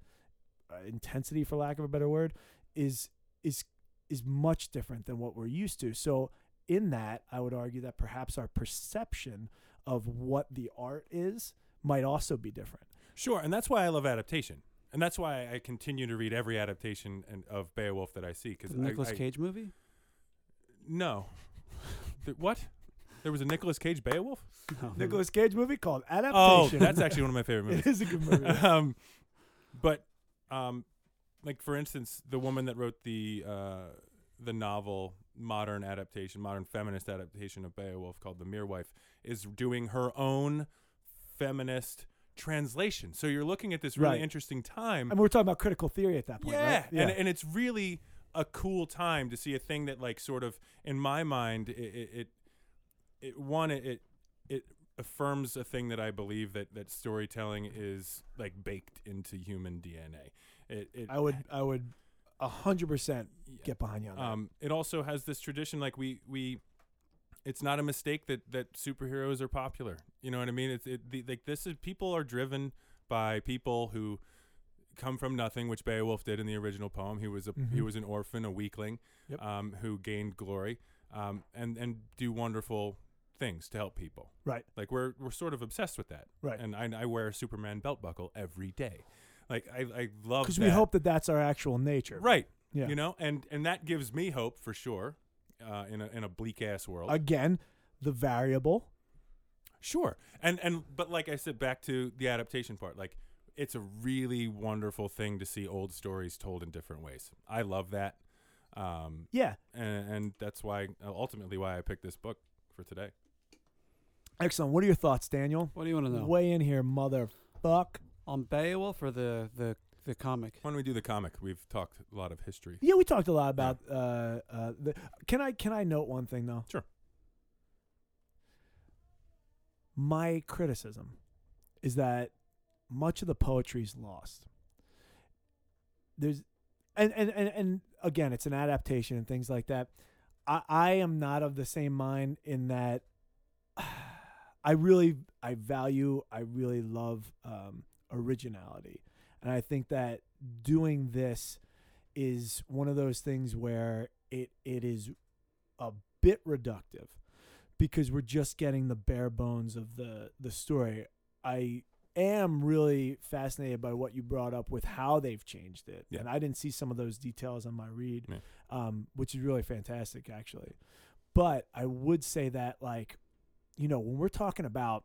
Speaker 1: intensity, for lack of a better word, is is is much different than what we're used to. So in that, I would argue that perhaps our perception of what the art is might also be different.
Speaker 3: Sure, and that's why I love adaptation, and that's why I continue to read every adaptation and, of Beowulf that I see because
Speaker 2: The Nicolas Cage movie?
Speaker 3: No. Th- what? There was a Nicolas Cage Beowulf?
Speaker 2: No.
Speaker 1: Nicholas Cage movie called
Speaker 3: Uh-huh. Oh,
Speaker 1: Adaptation.
Speaker 3: that's actually one of my favorite
Speaker 1: it is
Speaker 3: movies.
Speaker 1: a good movie.
Speaker 3: um, but um, like for instance, the woman that wrote the uh, the novel modern adaptation, modern feminist adaptation of Beowulf called The Mere Wife is doing her own feminist translation. So you're looking at this really
Speaker 1: Right.
Speaker 3: interesting time
Speaker 1: and we're talking about critical theory at that point,
Speaker 3: yeah.
Speaker 1: right? Yeah.
Speaker 3: And, and it's really a cool time to see a thing that, like, sort of, in my mind, it, it, it, it one, it, it, it affirms a thing that I believe that, that storytelling is, like, baked into human DNA. It, it,
Speaker 1: I would I would hundred percent
Speaker 3: Yeah.
Speaker 1: get behind you on that.
Speaker 3: um, it also has this tradition like we we it's not a mistake that that superheroes are popular you know what i mean it's it, the, like this is people are driven by people who come from nothing which beowulf did in the original poem he was a he
Speaker 1: Mhm.
Speaker 3: was an orphan a weakling
Speaker 1: Yep.
Speaker 3: um, who gained glory um, and and do wonderful things to help people
Speaker 1: Right.
Speaker 3: like we're we're sort of obsessed with that
Speaker 1: Right.
Speaker 3: and i, I wear a superman belt buckle every day like i, I love
Speaker 1: Because
Speaker 3: because
Speaker 1: we hope that that's our actual nature.
Speaker 3: right
Speaker 1: Yeah.
Speaker 3: you know, and and that gives me hope for sure. Uh, in a in a bleak ass world,
Speaker 1: Again, the variable
Speaker 3: Sure. And and but like I said, back to the adaptation part, like it's a really wonderful thing to see old stories told in different ways. I love that. Um,
Speaker 1: Yeah,
Speaker 3: and, and that's why uh, ultimately why I picked this book for today.
Speaker 1: excellent. What are your thoughts, Daniel?
Speaker 2: What do you want to know?
Speaker 1: Way in here, motherfuck.
Speaker 2: On Beowulf or the the the comic?
Speaker 3: When we do the comic, we've talked a lot of history.
Speaker 1: Yeah, we talked a lot about. Uh, uh, the, can I can I note one thing though?
Speaker 3: Sure.
Speaker 1: My criticism is that much of the poetry's lost. There's, and and and and again, it's an adaptation and things like that. I I am not of the same mind in that. I really I value I really love um, originality, and I think that doing this is one of those things where it it is a bit reductive because we're just getting the bare bones of the the story. I am really fascinated by what you brought up with how they've changed it,
Speaker 3: Yeah.
Speaker 1: and I didn't see some of those details on my read,
Speaker 3: Yeah.
Speaker 1: um, which is really fantastic actually. But I would say that like, you know, when we're talking about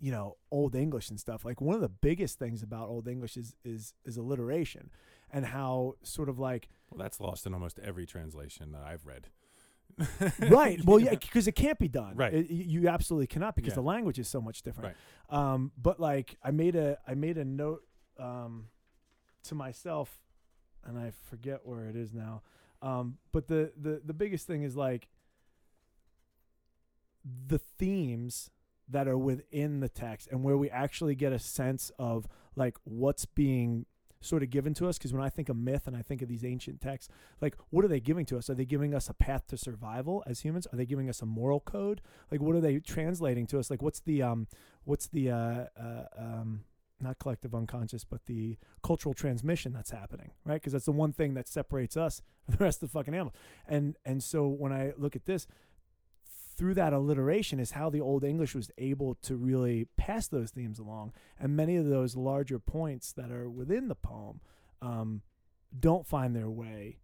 Speaker 1: you know old english and stuff like one of the biggest things about old english is is is alliteration and how sort of like
Speaker 3: Well, that's lost in almost every translation that I've read.
Speaker 1: right well yeah because it can't be done
Speaker 3: Right.
Speaker 1: It- you you absolutely cannot because
Speaker 3: Yeah.
Speaker 1: the language is so much different um but like i made a i made a note um to myself and i forget where it is now um but the the the biggest thing is like the themes that are within the text and where we actually get a sense of like what's being sort of given to us because when i think of myth and i think of these ancient texts like what are they giving to us are they giving us a path to survival as humans are they giving us a moral code like what are they translating to us like what's the um what's the uh, uh um not collective unconscious but the cultural transmission that's happening right because that's the one thing that separates us from the rest of the fucking animals and and so when i look at this through that alliteration is how the old english was able to really pass those themes along and many of those larger points that are within the poem um, don't find their way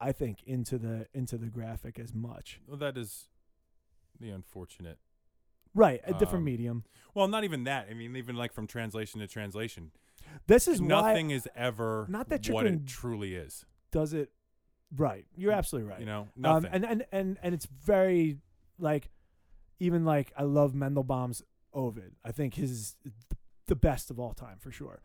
Speaker 1: i think into the into the graphic as much
Speaker 3: Well, that is the unfortunate
Speaker 1: right a different
Speaker 3: Um,
Speaker 1: medium
Speaker 3: Well, not even that. I mean, even like from translation to translation,
Speaker 1: this is why
Speaker 3: nothing is ever
Speaker 1: Not that you're
Speaker 3: what
Speaker 1: gonna-
Speaker 3: it truly is.
Speaker 1: does it right you're absolutely right
Speaker 3: Mm, You know, nothing.
Speaker 1: Um, and, and and and it's very like even like I love Mendelbaum's Ovid. I think his is the best of all time for sure.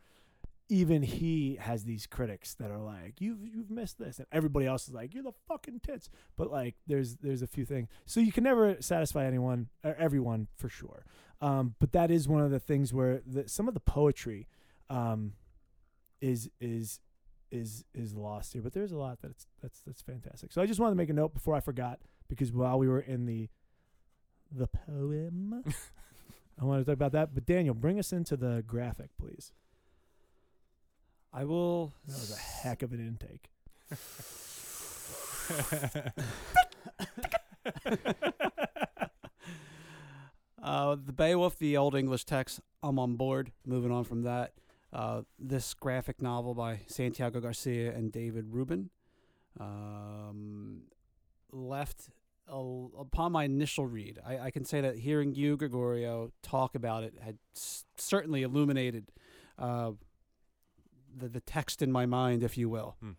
Speaker 1: Even he has these critics that are like, "You've you've missed this," and everybody else is like, "You're the fucking tits." But like, there's there's a few things, so you can never satisfy anyone or everyone for sure. Um, but that is one of the things where the, some of the poetry um, is is is is lost here, but there's a lot that's that's that's fantastic. So I just wanted to make a note before I forgot because while we were in the the poem, I wanted to talk about that. But Daniel, bring us into the graphic, please.
Speaker 2: I will.
Speaker 1: That was a heck of an intake.
Speaker 2: uh, the Beowulf, the Old English text. I'm on board. Moving on from that, uh, this graphic novel by Santiago Garcia and David Rubin um, left a, upon my initial read. I, I can say that hearing you, Gregorio, talk about it had s- certainly illuminated uh, the the text in my mind, if you will.
Speaker 3: Hmm.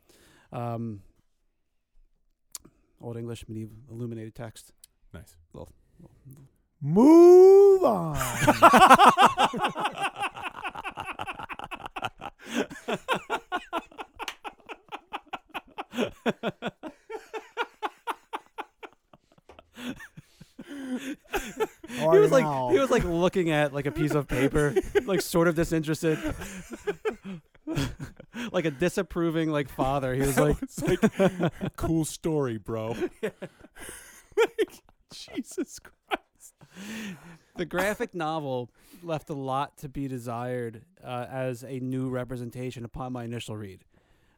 Speaker 2: Um, Old English, medieval, illuminated text.
Speaker 3: nice.
Speaker 1: Move on.
Speaker 2: He was like he was like looking at like a piece of paper, like sort of disinterested, like a disapproving like father. He was like,
Speaker 3: it's like cool story, bro.
Speaker 2: Jesus Christ. The graphic novel left a lot to be desired uh, as a new representation upon my initial read.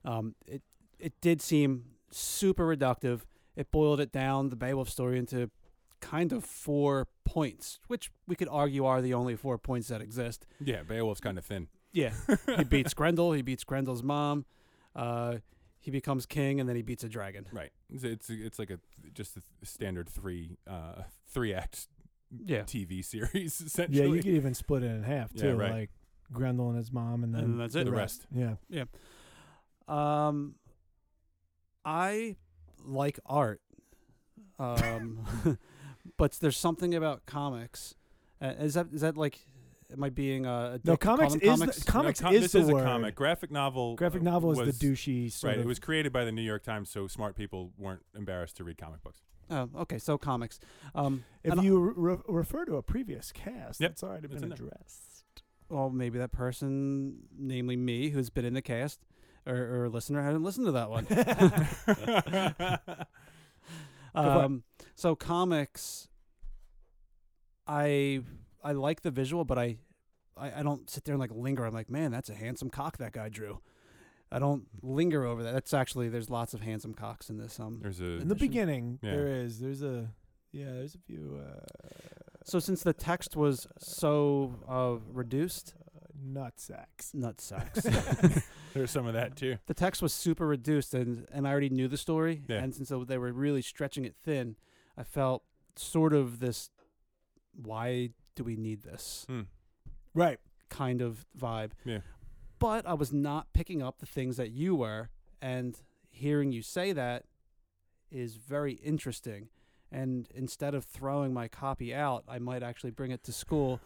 Speaker 2: Um, it it did seem super reductive. It boiled it down the Beowulf story into kind of four points, which we could argue are the only four points that exist.
Speaker 3: Yeah, Beowulf's kind of thin.
Speaker 2: Yeah, he beats Grendel. He beats Grendel's mom. Uh, he becomes king, and then he beats a dragon.
Speaker 3: Right. It's it's, it's like a just a standard three uh three act
Speaker 2: Yeah.
Speaker 3: TV series
Speaker 1: Yeah,
Speaker 3: essentially.
Speaker 1: you could even split it in half
Speaker 3: Yeah,
Speaker 1: too,
Speaker 3: right.
Speaker 1: like Grendel and his mom, and then
Speaker 2: And that's it.
Speaker 1: The
Speaker 3: The
Speaker 1: rest. Yeah,
Speaker 2: Um, I like art. Um, but there's something about comics. Uh, is that is that like am I being uh, a
Speaker 1: no,
Speaker 2: dick to call
Speaker 1: comics
Speaker 2: them
Speaker 1: is
Speaker 2: comics?
Speaker 1: The, comics
Speaker 3: No, com-
Speaker 1: is
Speaker 3: this
Speaker 1: the
Speaker 3: is
Speaker 1: word.
Speaker 3: a comic. Graphic novel.
Speaker 1: Graphic
Speaker 3: uh,
Speaker 1: novel is
Speaker 3: was,
Speaker 1: the douchey sort
Speaker 3: Right.
Speaker 1: of.
Speaker 3: It was created by the New York Times, so smart people weren't embarrassed to read comic books.
Speaker 2: oh, okay, so comics. Um,
Speaker 1: if
Speaker 2: and-
Speaker 1: you re- refer to a previous cast,
Speaker 3: Yep,
Speaker 1: that's already
Speaker 3: it's
Speaker 1: been
Speaker 3: in there.
Speaker 1: addressed.
Speaker 2: well, maybe that person, namely me, who's been in the cast or, or listener, I didn't listen to that one.
Speaker 1: point.
Speaker 2: Um, so comics, I I like the visual, but I, I I don't sit there and like linger. I'm like, man, that's a handsome cock that guy drew. I don't linger over that. That's actually there's lots of handsome cocks in this. Um,
Speaker 3: There's a
Speaker 1: In the
Speaker 2: Edition.
Speaker 1: beginning,
Speaker 3: Yeah.
Speaker 1: there is. There's a. Yeah, there's a few. Uh,
Speaker 2: so since the text was so uh, reduced,
Speaker 1: uh, nut sacks.
Speaker 2: nut sacks.
Speaker 3: there's some of that too.
Speaker 2: the text was super reduced, and and I already knew the story,
Speaker 3: Yeah.
Speaker 2: and since they were really stretching it thin, I felt sort of this. Why do we need this?
Speaker 3: Hmm.
Speaker 1: Right.
Speaker 2: kind of vibe.
Speaker 3: Yeah.
Speaker 2: But I was not picking up the things that you were, and hearing you say that is very interesting. And instead of throwing my copy out, I might actually bring it to school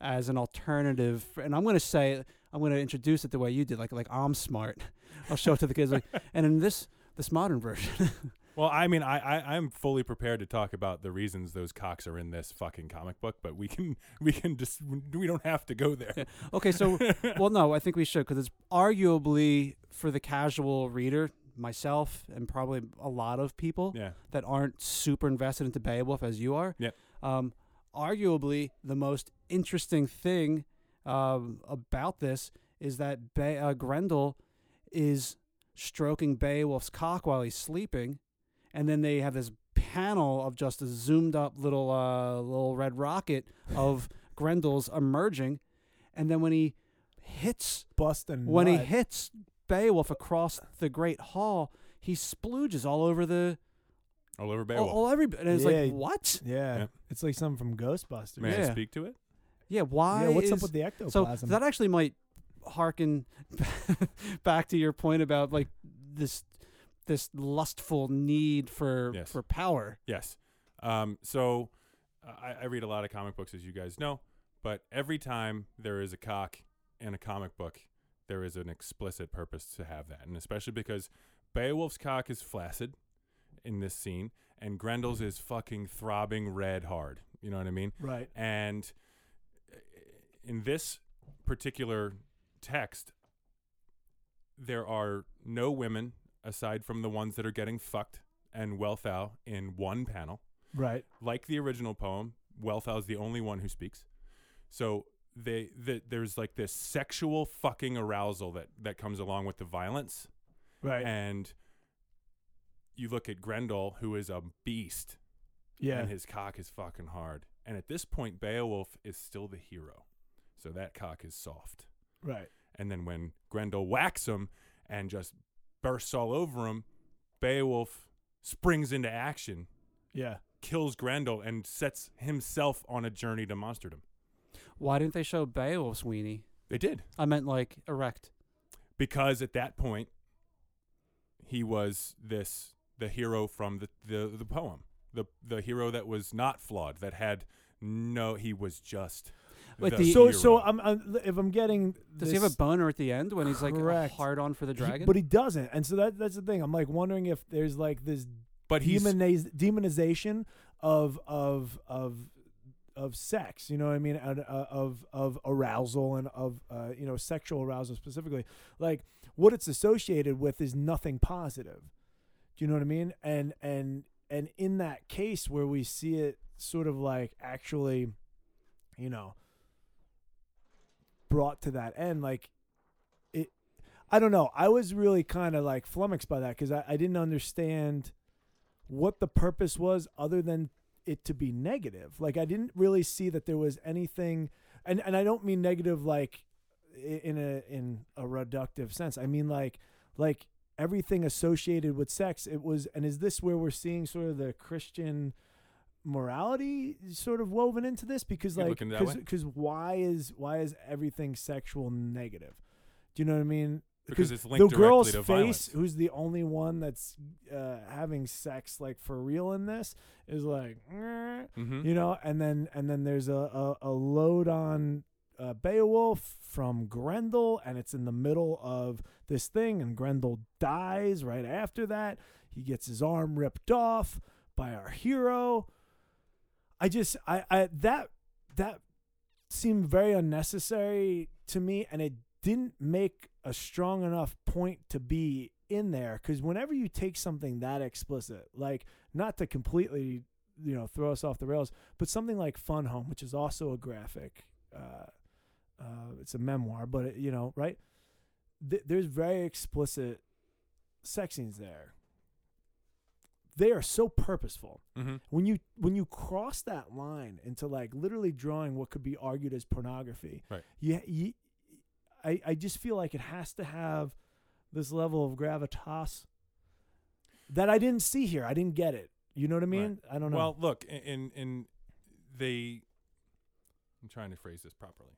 Speaker 2: as an alternative. And I'm going to say I'm going to introduce it the way you did, like like I'm smart. I'll show it to the kids, like, and in this this modern version,
Speaker 3: Well, I mean, I, I I'm fully prepared to talk about the reasons those cocks are in this fucking comic book, but we can we can just we don't have to go there.
Speaker 2: okay. So well, no, I think we should because it's arguably for the casual reader, myself, and probably a lot of people.
Speaker 3: yeah.
Speaker 2: that aren't super invested into Beowulf as you are.
Speaker 3: Yep.
Speaker 2: Um, arguably, the most interesting thing um, about this is that Be- uh, Grendel is stroking Beowulf's cock while he's sleeping, and then they have this panel of just a zoomed up little uh, little red rocket of Grendel's emerging, and then when he hits
Speaker 1: Bust and
Speaker 2: when he
Speaker 1: nut.
Speaker 2: hits Beowulf across the Great Hall, he splooges all over the
Speaker 3: All over
Speaker 2: all,
Speaker 3: Beowulf.
Speaker 2: all everybody. And it's
Speaker 1: Yeah.
Speaker 2: like, what?
Speaker 1: Yeah.
Speaker 3: Yeah.
Speaker 1: It's like something from Ghostbusters.
Speaker 3: May I
Speaker 2: Yeah.
Speaker 3: speak to it?
Speaker 2: Yeah, why?
Speaker 1: Yeah, what's up
Speaker 2: is-
Speaker 1: with the
Speaker 2: so
Speaker 1: ectoplasm?
Speaker 2: that actually might harken back to your point about like this this lustful need for
Speaker 3: Yes.
Speaker 2: for power.
Speaker 3: Yes. Um, so I, I read a lot of comic books, as you guys know, but every time there is a cock in a comic book, there is an explicit purpose to have that. And especially because Beowulf's cock is flaccid in this scene, and Grendel's is fucking throbbing red hard. You know what I mean?
Speaker 1: right.
Speaker 3: And in this particular text, there are no women aside from the ones that are getting fucked and Wealthow in one panel.
Speaker 1: Right.
Speaker 3: Like the original poem, Wealthow is the only one who speaks. So they the, there's like this sexual fucking arousal that that comes along with the violence
Speaker 1: Right.
Speaker 3: and you look at Grendel who is a beast
Speaker 1: yeah.
Speaker 3: and his cock is fucking hard. And at this point, Beowulf is still the hero, so that cock is soft.
Speaker 1: Right.
Speaker 3: And then when Grendel whacks him and just bursts all over him, Beowulf springs into action,
Speaker 1: Yeah.
Speaker 3: kills Grendel, and sets himself on a journey to monsterdom.
Speaker 2: Why didn't they show Beowulf's weenie?
Speaker 3: They did
Speaker 2: I meant like erect.
Speaker 3: because at that point, he was this the hero from the the, the poem, the the hero that was not flawed, that had no, he was just.
Speaker 2: Like
Speaker 3: the
Speaker 2: the-
Speaker 1: So
Speaker 3: hero.
Speaker 1: so I'm, I'm if I'm getting this-
Speaker 2: Does he have a boner at the end when he's like
Speaker 1: Correct.
Speaker 2: hard on for the
Speaker 1: he-
Speaker 2: dragon?
Speaker 1: but he doesn't, and so that that's the thing. I'm like wondering if there's like this
Speaker 3: but he's
Speaker 1: demoniz- demonization of of of of sex you know what i mean and, uh, of of arousal and of uh, you know sexual arousal specifically like what it's associated with is nothing positive do you know what i mean and and and in that case where we see it sort of like actually you know brought to that end like it i don't know i was really kind of like flummoxed by that because I, I didn't understand what the purpose was other than it to be negative. Like I didn't really see that there was anything and and I don't mean negative like i- in a in a reductive sense. I mean like like everything associated with sex. It was and is this where we're seeing sort of the Christian morality sort of woven into this because
Speaker 3: You're
Speaker 1: like
Speaker 3: looking that
Speaker 1: cause,
Speaker 3: way?
Speaker 1: 'cause why is why is everything sexual negative do you know what i mean
Speaker 3: Because it's
Speaker 1: the
Speaker 3: linked directly
Speaker 1: girl's
Speaker 3: to
Speaker 1: face
Speaker 3: violence.
Speaker 1: who's the only one that's uh, having sex like for real in this is like "Meh,"
Speaker 3: Mm-hmm.
Speaker 1: you know and then and then there's a a, a load on uh, beowulf from grendel and it's in the middle of this thing and grendel dies right after that he gets his arm ripped off by our hero i just i, I that that seemed very unnecessary to me and it didn't make a strong enough point to be in there because whenever you take something that explicit like not to completely you know throw us off the rails but something like fun home which is also a graphic uh, uh, it's a memoir but it, you know right Th- there's very explicit sex scenes there they are so purposeful
Speaker 3: Mm-hmm.
Speaker 1: when you when you cross that line into like literally drawing what could be argued as pornography
Speaker 3: Right.
Speaker 1: you, you I, I just feel like it has to have this level of gravitas that i didn't see here i didn't get it you know what i mean i don't know
Speaker 3: Well, look, i- in in they, I'm trying to phrase this properly.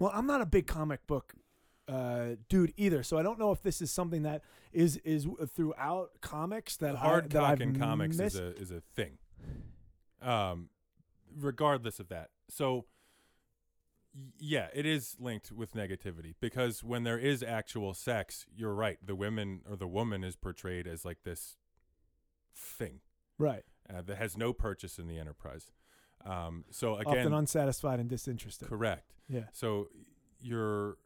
Speaker 1: Well, I'm not a big comic book uh, dude either, so I don't know if this is something that is is throughout comics that I,
Speaker 3: Hard
Speaker 1: that
Speaker 3: cock
Speaker 1: I've
Speaker 3: in comics
Speaker 1: missed.
Speaker 3: is a is a thing. Um, regardless of that, so y- yeah, it is linked with negativity because when there is actual sex, you're right. The women or the woman is portrayed as like this thing
Speaker 1: right,
Speaker 3: uh, that has no purchase in the enterprise. Um, so
Speaker 1: often
Speaker 3: again,
Speaker 1: unsatisfied and disinterested.
Speaker 3: correct.
Speaker 1: Yeah,
Speaker 3: So you're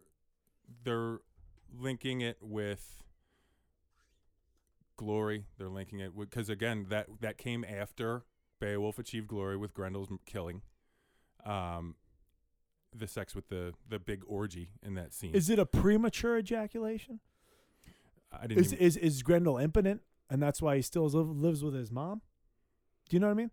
Speaker 3: they're linking it with glory. They're linking it because again that that came after Beowulf achieved glory with Grendel's m- killing. Um, the sex with the the big orgy in that scene.
Speaker 1: is it a premature ejaculation?
Speaker 3: I didn't.
Speaker 1: Is
Speaker 3: even,
Speaker 1: is is Grendel impotent, and that's why he still live, lives with his mom? Do you know what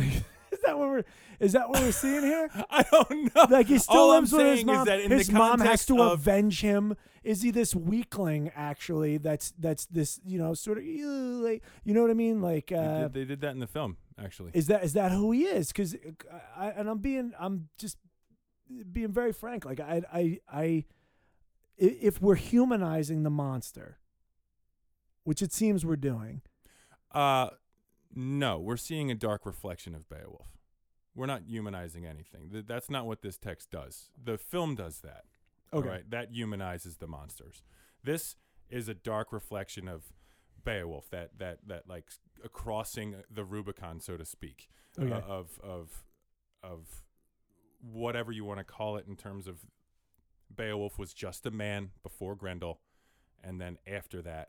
Speaker 1: I mean? Like, is that what we're is that what we're seeing here?
Speaker 3: I don't know.
Speaker 1: Like he still
Speaker 3: All I'm
Speaker 1: lives with his
Speaker 3: saying is
Speaker 1: mom.
Speaker 3: that in the
Speaker 1: his mom has
Speaker 3: context
Speaker 1: to
Speaker 3: of-
Speaker 1: avenge him. Is he this weakling actually? That's that's this you know sort of "Ew," like you know what I mean? Like
Speaker 3: They
Speaker 1: uh,
Speaker 3: did, they did that in the film actually.
Speaker 1: is that is that who he is? Because I and I'm being I'm just being very frank. Like I I I i- if we're humanizing the monster, which it seems we're doing.
Speaker 3: Uh, no, we're seeing a dark reflection of Beowulf. We're not humanizing anything. Th- that's not what this text does. The film does that. all
Speaker 1: Okay.
Speaker 3: right? That humanizes the monsters. This is a dark reflection of Beowulf. That that that like s- a crossing uh, the Rubicon, so to speak, uh,
Speaker 1: Okay.
Speaker 3: of of of whatever you want to call it in terms of Beowulf was just a man before Grendel, and then after that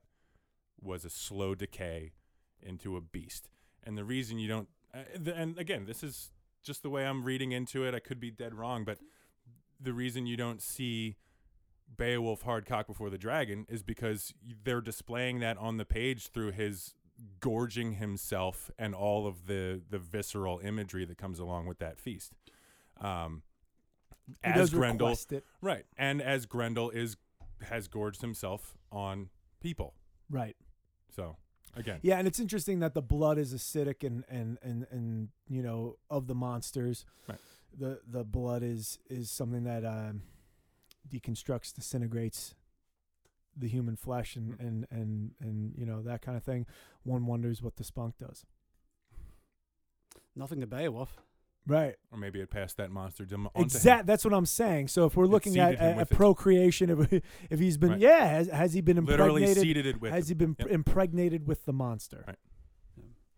Speaker 3: was a slow decay into a beast. And the reason you don't, uh, th- and again, this is just the way I'm reading into it. I could be dead wrong, but the reason you don't see Beowulf Hardcock before the dragon is because y- they're displaying that on the page through his gorging himself and all of the the visceral imagery that comes along with that feast. Um,
Speaker 1: He
Speaker 3: as
Speaker 1: does
Speaker 3: Grendel,
Speaker 1: request it.
Speaker 3: right, and as Grendel is has gorged himself on people.
Speaker 1: right?
Speaker 3: So again,
Speaker 1: Yeah, and it's interesting that the blood is acidic and and and and you know of the monsters,
Speaker 3: Right.
Speaker 1: the the blood is is something that um, deconstructs, disintegrates the human flesh, and
Speaker 3: Mm.
Speaker 1: and and and you know that kind of thing. One wonders what the spunk does.
Speaker 2: Nothing to Beowulf.
Speaker 1: Right.
Speaker 3: or maybe it passed that monster dim- onto him.
Speaker 1: Exact. That's what I'm saying. So if we're
Speaker 3: It
Speaker 1: looking at,
Speaker 3: seeded him
Speaker 1: at,
Speaker 3: with it.
Speaker 1: procreation, if, if he's been
Speaker 3: Right.
Speaker 1: yeah, has, has he been
Speaker 3: Literally
Speaker 1: impregnated?
Speaker 3: seeded it with.
Speaker 1: Has
Speaker 3: him.
Speaker 1: he been
Speaker 3: Yep.
Speaker 1: impregnated with the monster?
Speaker 3: Right.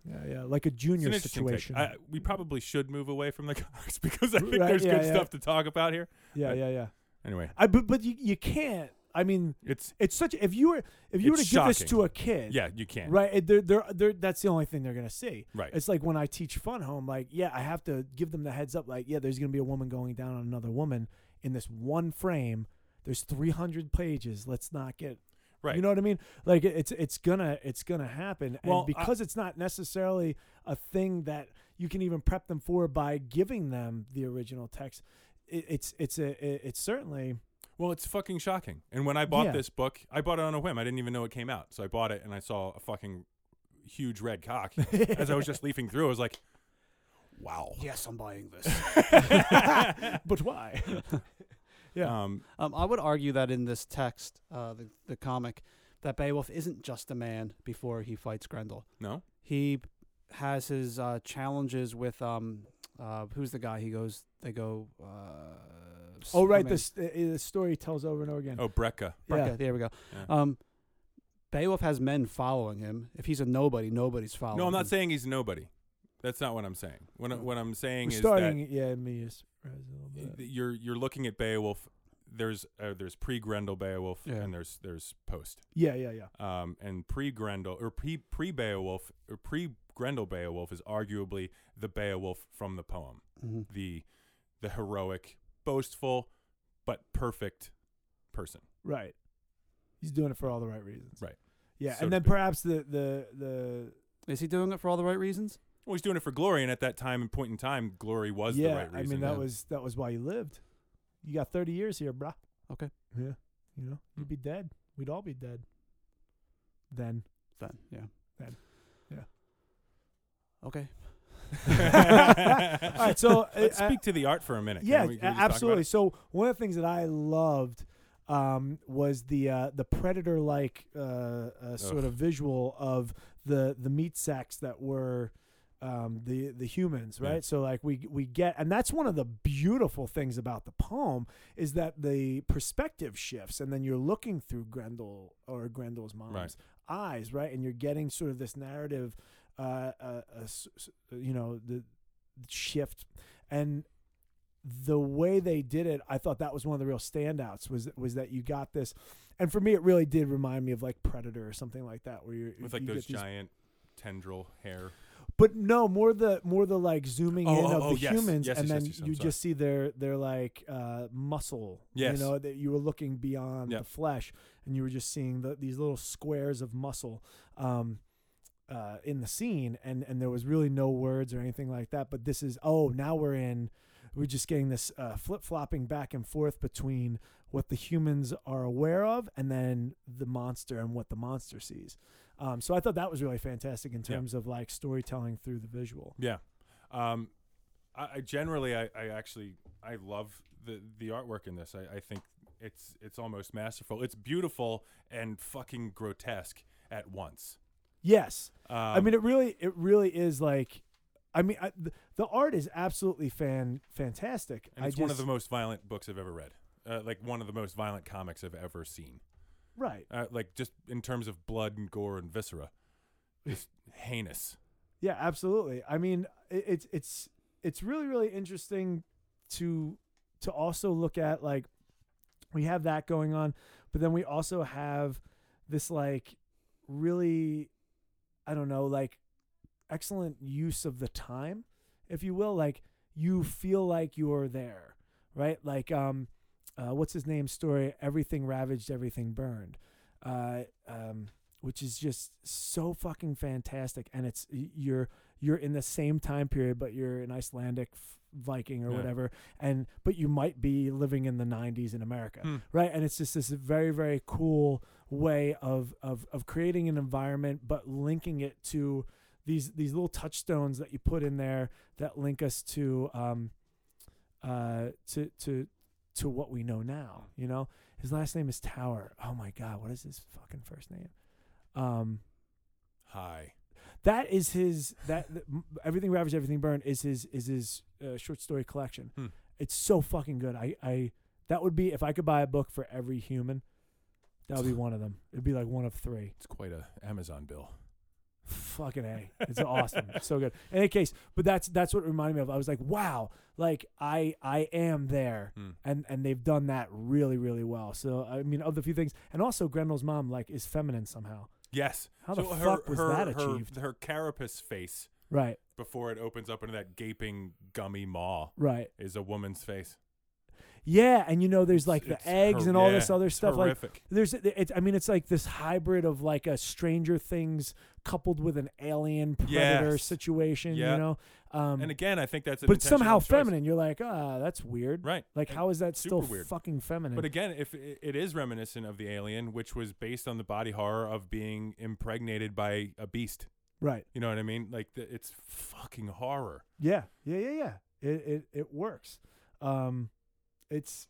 Speaker 1: Yeah, yeah, like a
Speaker 3: It's an
Speaker 1: junior
Speaker 3: interesting take.
Speaker 1: situation.
Speaker 3: I, we probably should move away from the comics because I think
Speaker 1: Right,
Speaker 3: there's
Speaker 1: yeah,
Speaker 3: good
Speaker 1: yeah.
Speaker 3: stuff to talk about here.
Speaker 1: yeah,
Speaker 3: but-
Speaker 1: yeah, yeah.
Speaker 3: Anyway,
Speaker 1: I but, but you, you can't. I mean,
Speaker 3: it's
Speaker 1: it's such if you were if you were to
Speaker 3: It's
Speaker 1: give this
Speaker 3: shocking.
Speaker 1: to a kid,
Speaker 3: yeah, you can't.
Speaker 1: right? it- They're, they're, they're, that's the only thing they're gonna see.
Speaker 3: Right.
Speaker 1: It's like when I teach fun home, like yeah, I have to give them the heads up, like yeah, there's gonna be a woman going down on another woman in this one frame. There's 300 pages. Let's not get
Speaker 3: Right.
Speaker 1: You know what I mean? Like it- it's it's gonna it's gonna happen.
Speaker 3: Well, I-
Speaker 1: and because it's not necessarily a thing that you can even prep them for by giving them the original text, it, it's it's a it- it's certainly
Speaker 3: Well, it's fucking shocking. And when I bought
Speaker 1: Yeah.
Speaker 3: this book, I bought it on a whim. I didn't even know it came out. So I bought it and I saw a fucking huge red cock. As I was just leafing through, I was like, wow.
Speaker 2: Yes, I'm buying this.
Speaker 1: but why? Yeah.
Speaker 3: Um,
Speaker 2: um, I would argue that in this text, uh, the, the comic, that Beowulf isn't just a man before he fights Grendel.
Speaker 3: no?
Speaker 2: He has his uh, challenges with um, uh, who's the guy? He goes, they go. Uh,
Speaker 1: Oh, right.
Speaker 2: Superman-
Speaker 1: This uh, uh, story tells over and over again.
Speaker 3: Oh, Brecca.
Speaker 1: yeah.
Speaker 2: Breca, There we go.
Speaker 3: Yeah.
Speaker 2: Um, Beowulf has men following him. If he's a nobody, nobody's following.
Speaker 3: No, I'm
Speaker 2: him.
Speaker 3: not saying he's nobody. That's not what I'm saying. What, I- what I'm saying
Speaker 1: We're
Speaker 3: is that
Speaker 1: starting. yeah, me is surprised a little bit.
Speaker 3: you're you're looking at Beowulf. There's uh, there's pre Grendel Beowulf
Speaker 2: Yeah.
Speaker 3: and there's there's post.
Speaker 1: Yeah, yeah, yeah.
Speaker 3: Um, and pre Grendel or pre pre Beowulf or pre Grendel Beowulf is arguably the Beowulf from the poem,
Speaker 2: Mhm.
Speaker 3: the the heroic, boastful, but perfect person.
Speaker 1: Right. He's doing it for all the right reasons.
Speaker 3: Right.
Speaker 1: Yeah,
Speaker 3: So
Speaker 1: and then
Speaker 3: to be.
Speaker 1: perhaps the the the
Speaker 2: Is he doing it for all the right reasons?
Speaker 3: Well, he's doing it for glory, and at that time and point in time, glory was
Speaker 1: yeah.
Speaker 3: the right
Speaker 1: I mean,
Speaker 3: reason.
Speaker 1: that
Speaker 2: yeah.
Speaker 1: was that was why you lived. You got thirty years here, bruh.
Speaker 2: Okay.
Speaker 1: Yeah. You know,
Speaker 3: Hmm.
Speaker 1: you'd be dead. We'd all be dead. Then.
Speaker 2: Then, yeah.
Speaker 1: Then, yeah.
Speaker 2: Okay.
Speaker 1: All right, so, uh,
Speaker 3: let's
Speaker 1: uh,
Speaker 3: speak to the art for a minute. Can
Speaker 1: yeah, a-
Speaker 3: we- can we just talk about
Speaker 1: absolutely.
Speaker 3: it?
Speaker 1: So one of the things that I loved um, was the uh, the predator like uh, uh, sort
Speaker 3: Ugh.
Speaker 1: of visual of the the meat sacks that were um, the the humans,
Speaker 3: Yeah.
Speaker 1: right? So like we we get, and that's one of the beautiful things about the poem is that the perspective shifts, and then you're looking through Grendel or Grendel's mom's
Speaker 3: Right.
Speaker 1: eyes, right? And you're getting sort of this narrative, uh, uh, uh, s- s- you know, the shift and the way they did it, I thought that was one of the real standouts. Was was that you got this, and for me, it really did remind me of like Predator or something like that, where you're
Speaker 3: with like
Speaker 1: you get
Speaker 3: those
Speaker 1: these-
Speaker 3: giant tendril hair.
Speaker 1: But no, more the more the like zooming
Speaker 3: Oh,
Speaker 1: in
Speaker 3: oh,
Speaker 1: of
Speaker 3: oh,
Speaker 1: the
Speaker 3: yes.
Speaker 1: humans,
Speaker 3: Yes,
Speaker 1: and
Speaker 3: yes,
Speaker 1: then
Speaker 3: yes, yes, I'm
Speaker 1: you
Speaker 3: sorry.
Speaker 1: just see their their like uh, muscle.
Speaker 3: Yes.
Speaker 1: you know that you were looking beyond
Speaker 3: Yep.
Speaker 1: the flesh, and you were just seeing the, these little squares of muscle. Um, uh, in the scene, and and there was really no words or anything like that. But this is oh now we're in, we're just getting this uh, flip flopping back and forth between what the humans are aware of and then the monster and what the monster sees. Um, so I thought that was really fantastic in
Speaker 3: Yeah.
Speaker 1: terms of like storytelling through the visual.
Speaker 3: Yeah. Um, I, I generally, I, I actually, I love the the artwork in this. I, I think it's it's almost masterful. It's beautiful and fucking grotesque at once.
Speaker 1: Yes,
Speaker 3: Um,
Speaker 1: I mean it really it really is like. I mean, I, th- the art is absolutely fan fantastic.
Speaker 3: and
Speaker 1: I
Speaker 3: it's
Speaker 1: just,
Speaker 3: one of the most violent books I've ever read. Uh, like one of the most violent comics I've ever seen.
Speaker 1: right.
Speaker 3: Uh, like just in terms of blood and gore and viscera, just heinous.
Speaker 1: Yeah, absolutely. I mean, it, it's it's it's really really interesting to to also look at like we have that going on, but then we also have this like really I don't know, like excellent use of the time, if you will, like you feel like you're there, right? Like um uh, what's his name's story? Everything ravaged, everything burned. Uh, um, which is just so fucking fantastic. And it's y- you're you're in the same time period, but you're an Icelandic f- Viking or
Speaker 3: Yeah.
Speaker 1: whatever, and but you might be living in the '90s in America,
Speaker 3: Hmm.
Speaker 1: right? And it's just this very very cool way of of of creating an environment, but linking it to these these little touchstones that you put in there that link us to um uh to to to what we know now. You know, his last name is Tower. Oh my god, what is his fucking first name? Um,
Speaker 3: High.
Speaker 1: that is his that th- m- everything ravaged, everything burned is his is his uh, short story collection.
Speaker 3: Hmm.
Speaker 1: It's so fucking good. I I that would be if I could buy a book for every human, that would be one of them. It'd be like one of three.
Speaker 3: It's quite a Amazon bill.
Speaker 1: Fucking a, it's awesome, It's so good. In any case, but that's that's what it reminded me of. I was like, wow, like I I am there,
Speaker 3: Hmm.
Speaker 1: and and they've done that really really well. So I mean, of the few things, and also Grendel's mom like is feminine somehow.
Speaker 3: Yes.
Speaker 1: How the fuck was that
Speaker 3: her-
Speaker 1: achieved?
Speaker 3: Her carapace face
Speaker 1: Right,
Speaker 3: before it opens up into that gaping gummy maw
Speaker 1: right.
Speaker 3: is a woman's face.
Speaker 1: Yeah, and you know, there's
Speaker 3: It's-
Speaker 1: like the
Speaker 3: it's
Speaker 1: eggs
Speaker 3: hor-
Speaker 1: and all
Speaker 3: yeah,
Speaker 1: this other
Speaker 3: it's
Speaker 1: stuff. Like
Speaker 3: horrific.
Speaker 1: there's, it's, I mean, it's like this hybrid of like a Stranger Things coupled with an alien predator
Speaker 3: Yes.
Speaker 1: situation.
Speaker 3: Yeah.
Speaker 1: You know, um,
Speaker 3: and again, I think that's an
Speaker 1: but somehow
Speaker 3: intentional choice.
Speaker 1: feminine. You're like, ah, that's weird.
Speaker 3: right?
Speaker 1: Like, how is that still
Speaker 3: super weird.
Speaker 1: fucking feminine?
Speaker 3: But again, if it, it is reminiscent of the Alien, which was based on the body horror of being impregnated by a beast,
Speaker 1: Right.
Speaker 3: You know what I mean? Like the, it's fucking horror.
Speaker 1: Yeah, yeah, yeah, yeah. It it it works. Um, it's,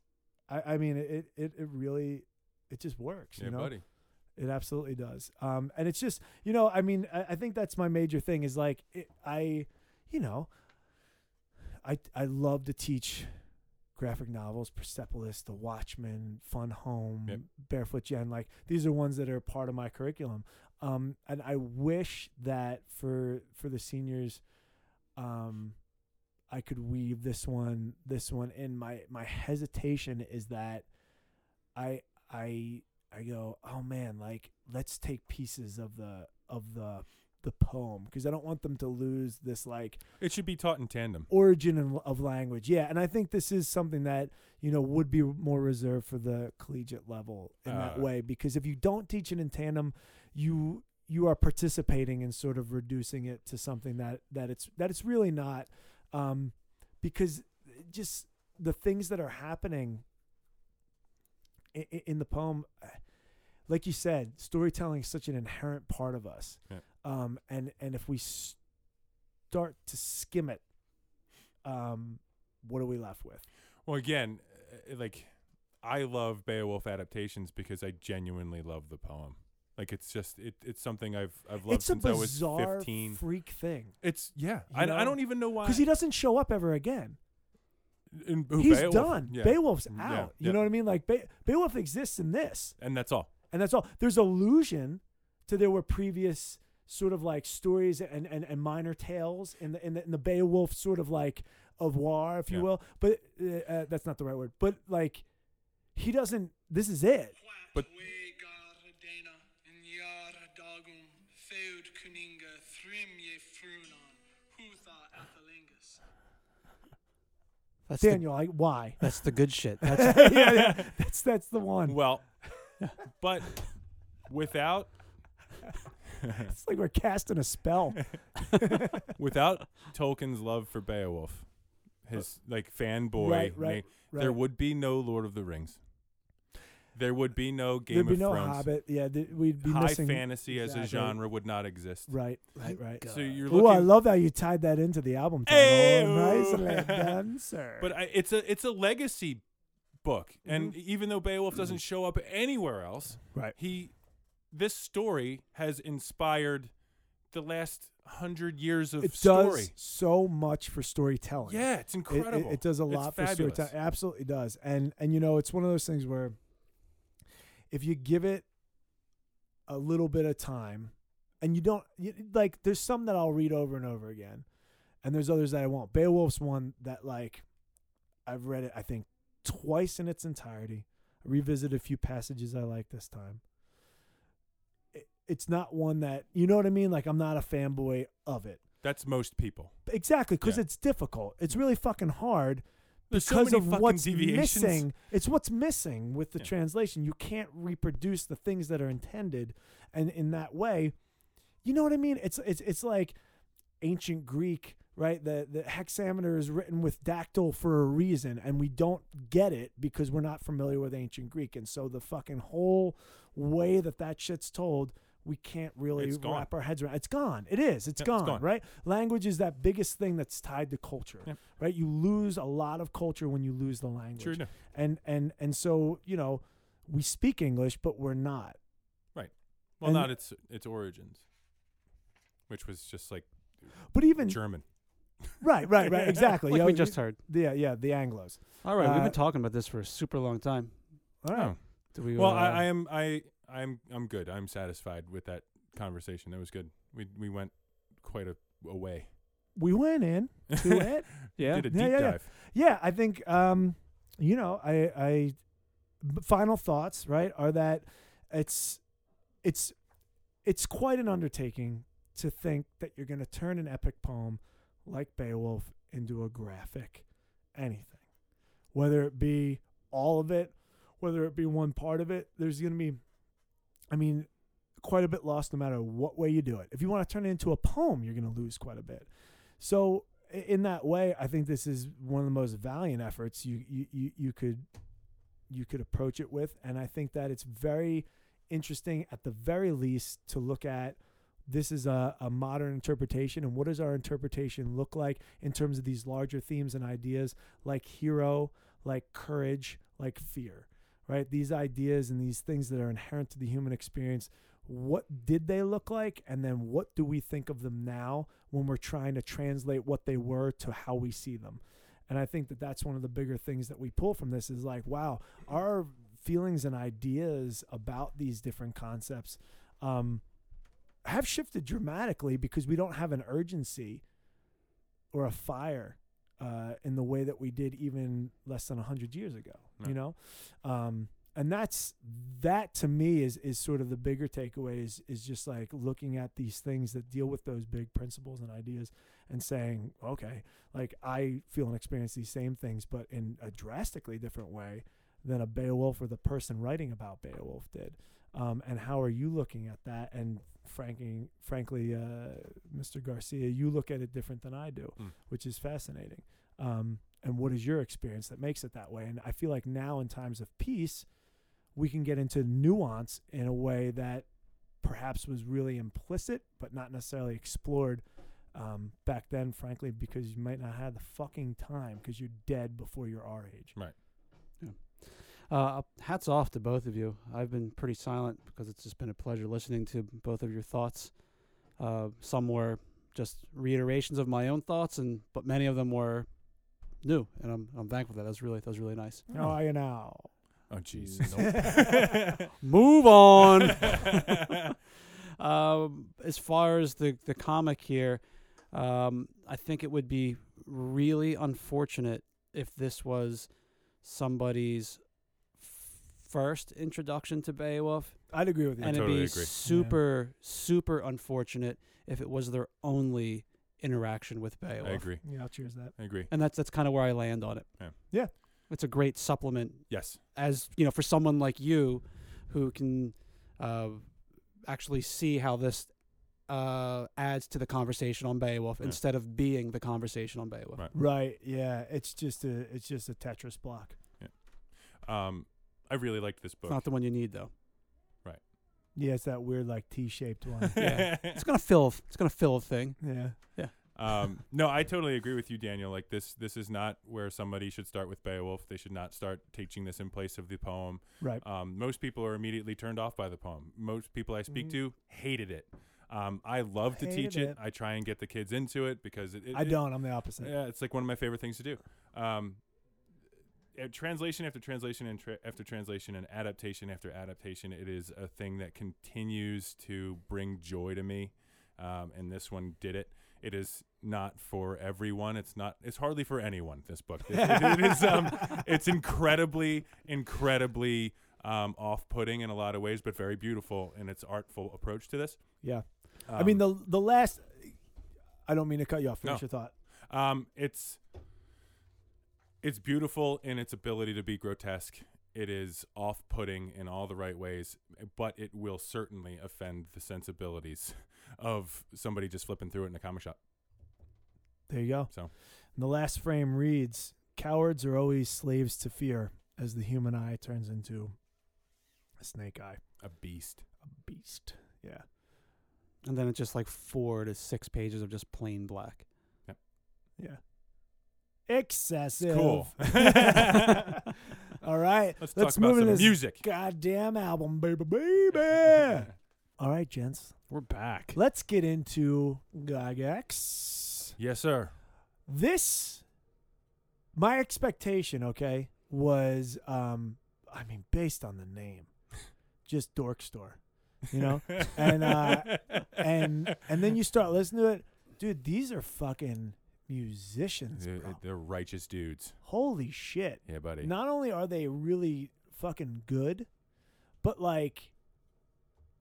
Speaker 1: I I mean it it it really, it just works.
Speaker 3: Yeah,
Speaker 1: you know,
Speaker 3: buddy.
Speaker 1: it absolutely does. Um, and it's just you know I mean I, I think that's my major thing is like it, I, you know. I I love to teach. Graphic novels, Persepolis, The Watchmen, Fun Home,
Speaker 3: Yep.
Speaker 1: Barefoot Gen, like these are ones that are part of my curriculum. Um, and I wish that for for the seniors, um, I could weave this one this one in. My my hesitation is that I I I go, oh man, like let's take pieces of the of the the poem because I don't want them to lose this like
Speaker 3: It should be taught in tandem.
Speaker 1: origin of, of language. Yeah, and I think this is something that you know would be more reserved for the collegiate level in that
Speaker 3: Uh,
Speaker 1: way because if you don't teach it in tandem, you you are participating in sort of reducing it to something that that it's that it's really not um because just the things that are happening in, in the poem uh, like you said storytelling is such an inherent part of us
Speaker 3: Yeah.
Speaker 1: um and and if we start to skim it um, what are we left with?
Speaker 3: Well, again, uh, like I love Beowulf adaptations because I genuinely love the poem. Like it's just it, it's something I've I've loved
Speaker 1: it's a
Speaker 3: since I was
Speaker 1: bizarre
Speaker 3: fifteen.
Speaker 1: freak thing
Speaker 3: It's yeah.
Speaker 1: You
Speaker 3: I,
Speaker 1: know?
Speaker 3: I don't even know why.
Speaker 1: because he doesn't show up ever again.
Speaker 3: in, who,
Speaker 1: He's
Speaker 3: Beowulf?
Speaker 1: done.
Speaker 3: Yeah. Mm,
Speaker 1: Beowulf's out.
Speaker 3: Yeah,
Speaker 1: You
Speaker 3: yeah.
Speaker 1: know what I mean? Like Be- Beowulf exists in this,
Speaker 3: and that's all.
Speaker 1: and that's all. There's allusion to there were previous sort of like stories and and, and minor tales in the, in the in the Beowulf sort of like of war, if you
Speaker 3: Yeah.
Speaker 1: will. But uh, uh, that's not the right word. But like he doesn't. This is it.
Speaker 3: But-
Speaker 4: But Dana and Yara Dagum Feud Kuninga Thrim Ye Frunon Hutha Athelingus.
Speaker 2: That's
Speaker 1: Daniel, like why?
Speaker 2: The, that's the good shit. That's
Speaker 1: yeah, yeah, that's that's the one.
Speaker 3: Well, but without
Speaker 1: It's like we're casting a spell.
Speaker 3: without Tolkien's love for Beowulf, his like fanboy,
Speaker 1: Right, right,
Speaker 3: na- there
Speaker 1: right.
Speaker 3: would be no Lord of the Rings. There would be no Game
Speaker 1: There'd be
Speaker 3: of
Speaker 1: no
Speaker 3: Thrones.
Speaker 1: Hobbit. Yeah, th- we'd be
Speaker 3: High
Speaker 1: missing.
Speaker 3: fantasy as a
Speaker 1: Exactly.
Speaker 3: genre would not exist.
Speaker 1: Right, right, right.
Speaker 2: God.
Speaker 3: So you're
Speaker 1: Oh, I
Speaker 3: looking,
Speaker 1: love how you tied that into the album title.
Speaker 3: Ayo.
Speaker 1: Nicely done, sir.
Speaker 3: but uh, I, it's a it's a legacy book, and
Speaker 1: Mm-hmm.
Speaker 3: even though Beowulf doesn't show up anywhere else,
Speaker 1: right,
Speaker 3: he this story has inspired the last hundred years of
Speaker 1: it
Speaker 3: story.
Speaker 1: does so much for storytelling.
Speaker 3: Yeah, it's
Speaker 1: It- it-
Speaker 3: incredible.
Speaker 1: It, does a
Speaker 3: It's
Speaker 1: lot for
Speaker 3: fabulous.
Speaker 1: storytelling. It absolutely does. And and you know, it's one of those things where if you give it a little bit of time, and you don't you, like, there's some that I'll read over and over again, and there's others that I won't. Beowulf's one that like I've read it I think twice in its entirety. I revisited a few passages I like this time. It, it's not one that you know what I mean. Like I'm not a fanboy of it.
Speaker 3: That's most people.
Speaker 1: Exactly, because
Speaker 3: Yeah.
Speaker 1: it's difficult. It's really fucking hard
Speaker 3: There's so
Speaker 1: because
Speaker 3: many
Speaker 1: of
Speaker 3: fucking
Speaker 1: what's
Speaker 3: deviations.
Speaker 1: missing. It's what's missing with the
Speaker 3: Yeah.
Speaker 1: translation. You can't reproduce the things that are intended, and in that way, you know what I mean. It's it's it's like ancient Greek, right? The the hexameter is written with dactyl for a reason, and we don't get it because we're not familiar with ancient Greek, and so the fucking whole way that that shit's told. We can't really
Speaker 3: It's gone.
Speaker 1: wrap our heads around. It's gone. It is. It's
Speaker 3: Yeah, it's
Speaker 1: gone.
Speaker 3: gone.
Speaker 1: Right? Language is that biggest thing that's tied to culture
Speaker 3: Yep.
Speaker 1: right? You lose a lot of culture when you lose the language.
Speaker 3: Sure enough.
Speaker 1: And and and so you know, we speak English, but we're not.
Speaker 3: Well,
Speaker 1: And-
Speaker 3: not its its origins, which was just like
Speaker 1: But even
Speaker 3: German.
Speaker 1: right, right, right, exactly.
Speaker 2: like
Speaker 1: yeah,
Speaker 2: we just heard.
Speaker 1: yeah, yeah, the Anglo's.
Speaker 2: All right, we've
Speaker 1: Uh,
Speaker 2: been talking about this for a super long time.
Speaker 1: All right.
Speaker 3: Oh.
Speaker 2: Do we?
Speaker 3: Well,
Speaker 2: uh,
Speaker 3: I, I am I I'm I'm good. I'm satisfied with that conversation. That was good. We we went quite a, a way.
Speaker 1: We went in to it.
Speaker 2: yeah.
Speaker 3: Did a deep
Speaker 1: Yeah, yeah, yeah.
Speaker 3: dive.
Speaker 1: Yeah, I think um, you know, I I b- final thoughts, right, are that it's it's it's quite an undertaking to think that you're going to turn an epic poem like Beowulf into a graphic anything. Whether it be all of it, whether it be one part of it, there's going to be I mean quite a bit lost no matter what way you do it. If you want to turn it into a poem, you're going to lose quite a bit. So i- in that way, I think this is one of the most valiant efforts you you you, you could you could approach it with, and I think that it's very interesting at the very least to look at this is a, a modern interpretation and what does our interpretation look like in terms of these larger themes and ideas like hero like courage like fear right these ideas and these things that are inherent to the human experience what did they look like and then what do we think of them now when we're trying to translate what they were to how we see them and i think that that's one of the bigger things that we pull from this is like wow our feelings and ideas about these different concepts um, have shifted dramatically because we don't have an urgency or a fire uh, in the way that we did even less than 100 years ago
Speaker 3: No.
Speaker 1: you know um, and that's that to me is is sort of the bigger takeaway is, is just like looking at these things that deal with those big principles and ideas and saying okay like i feel and experience these same things but in a drastically different way than a beowulf or the person writing about beowulf did um, and how are you looking at that and franking, frankly, uh, Mr. Garcia, you look at it different than I do,
Speaker 3: Hmm.
Speaker 1: which is fascinating. Um, and what is your experience that makes it that way? And I feel like now, in times of peace, we can get into nuance in a way that perhaps was really implicit, but not necessarily explored um, back then, frankly, because you might not have the fucking time because you're dead before you're our age.
Speaker 2: Uh, hats off to both of you. I've been pretty silent because it's just been a pleasure listening to both of your thoughts. Uh, some were just reiterations of my own thoughts, and but many of them were new, and I'm I'm thankful for that. That was really that was really nice.
Speaker 1: How are you now?
Speaker 3: Oh, jeez.
Speaker 2: Move on. um, as far as the the comic here, um, I think it would be really unfortunate if this was somebody's f- first introduction to Beowulf
Speaker 1: I'd agree with you.
Speaker 2: and
Speaker 3: totally
Speaker 2: it'd be
Speaker 3: agree. Yeah.
Speaker 2: super super unfortunate if it was their only interaction with Beowulf.
Speaker 3: I agree.
Speaker 1: yeah, I'll cheers that.
Speaker 3: I agree.
Speaker 2: And that's that's kind of where I land on it.
Speaker 3: Yeah.
Speaker 1: Yeah.
Speaker 2: It's a great supplement
Speaker 3: Yes.
Speaker 2: as you know for someone like you who can uh, actually see how this uh, adds to the conversation on Beowulf
Speaker 3: Yeah.
Speaker 2: instead of being the conversation on Beowulf.
Speaker 3: Right.
Speaker 1: Right. Yeah. It's just a it's just a Tetris block.
Speaker 3: Um, I really liked this
Speaker 2: It's
Speaker 3: book.
Speaker 2: not the one you need though.
Speaker 1: Yeah, it's that weird like T shaped one.
Speaker 2: yeah. It's gonna fill. It's gonna fill a thing.
Speaker 1: yeah.
Speaker 3: um, no, I totally agree with you, Daniel. Like this, this is not where somebody should start with Beowulf. They should not start teaching this in place of the poem.
Speaker 1: Right.
Speaker 3: Um, most people are immediately turned off by the poem. Most people I speak
Speaker 1: Mhm.
Speaker 3: to hated it. Um, I love to teach
Speaker 1: Hated
Speaker 3: it.
Speaker 1: it.
Speaker 3: I try and get the kids into it because it, it-
Speaker 1: I
Speaker 3: it-
Speaker 1: don't. I'm the opposite.
Speaker 3: yeah, it's like one of my favorite things to do. Um, uh, translation after translation and tra- after translation and adaptation after adaptation, it is a thing that continues to bring joy to me. Um, and this one did it. It is not for everyone. It's not. It's hardly for anyone. This book. It- it- it is. Um, it's incredibly, incredibly um, off-putting in a lot of ways, but very beautiful in its artful approach to this.
Speaker 1: Yeah.
Speaker 3: Um,
Speaker 1: I mean the the last. I don't mean to cut you off.
Speaker 3: No.
Speaker 1: Finish your thought.
Speaker 3: Um, it's it's beautiful in its ability to be grotesque. It is off-putting in all the right ways, but it will certainly offend the sensibilities of somebody just flipping through it in a comic shop.
Speaker 1: There you go.
Speaker 3: So.
Speaker 1: And the last frame reads: Cowards are always slaves to fear, as the human eye turns into a snake eye,
Speaker 3: A beast.
Speaker 1: a beast. Yeah.
Speaker 2: And then it's just like four to six pages of just plain black.
Speaker 1: Yeah. Excessive.
Speaker 3: Cool.
Speaker 1: All right.
Speaker 3: Let's,
Speaker 1: Let's
Speaker 3: talk about
Speaker 1: move
Speaker 3: some
Speaker 1: into this
Speaker 3: music.
Speaker 1: Goddamn album, baby, baby. All right, gents.
Speaker 2: We're back.
Speaker 1: Let's get into Gygax.
Speaker 3: yes, sir.
Speaker 1: This, my expectation, okay, was, um, I mean, based on the name, just dork store, you know. And, uh, and and then you start listening to it, dude. These are fucking musicians,
Speaker 3: They're,
Speaker 1: bro.
Speaker 3: they're righteous dudes.
Speaker 1: Holy shit!
Speaker 3: Yeah, buddy.
Speaker 1: Not only are they really fucking good, but like,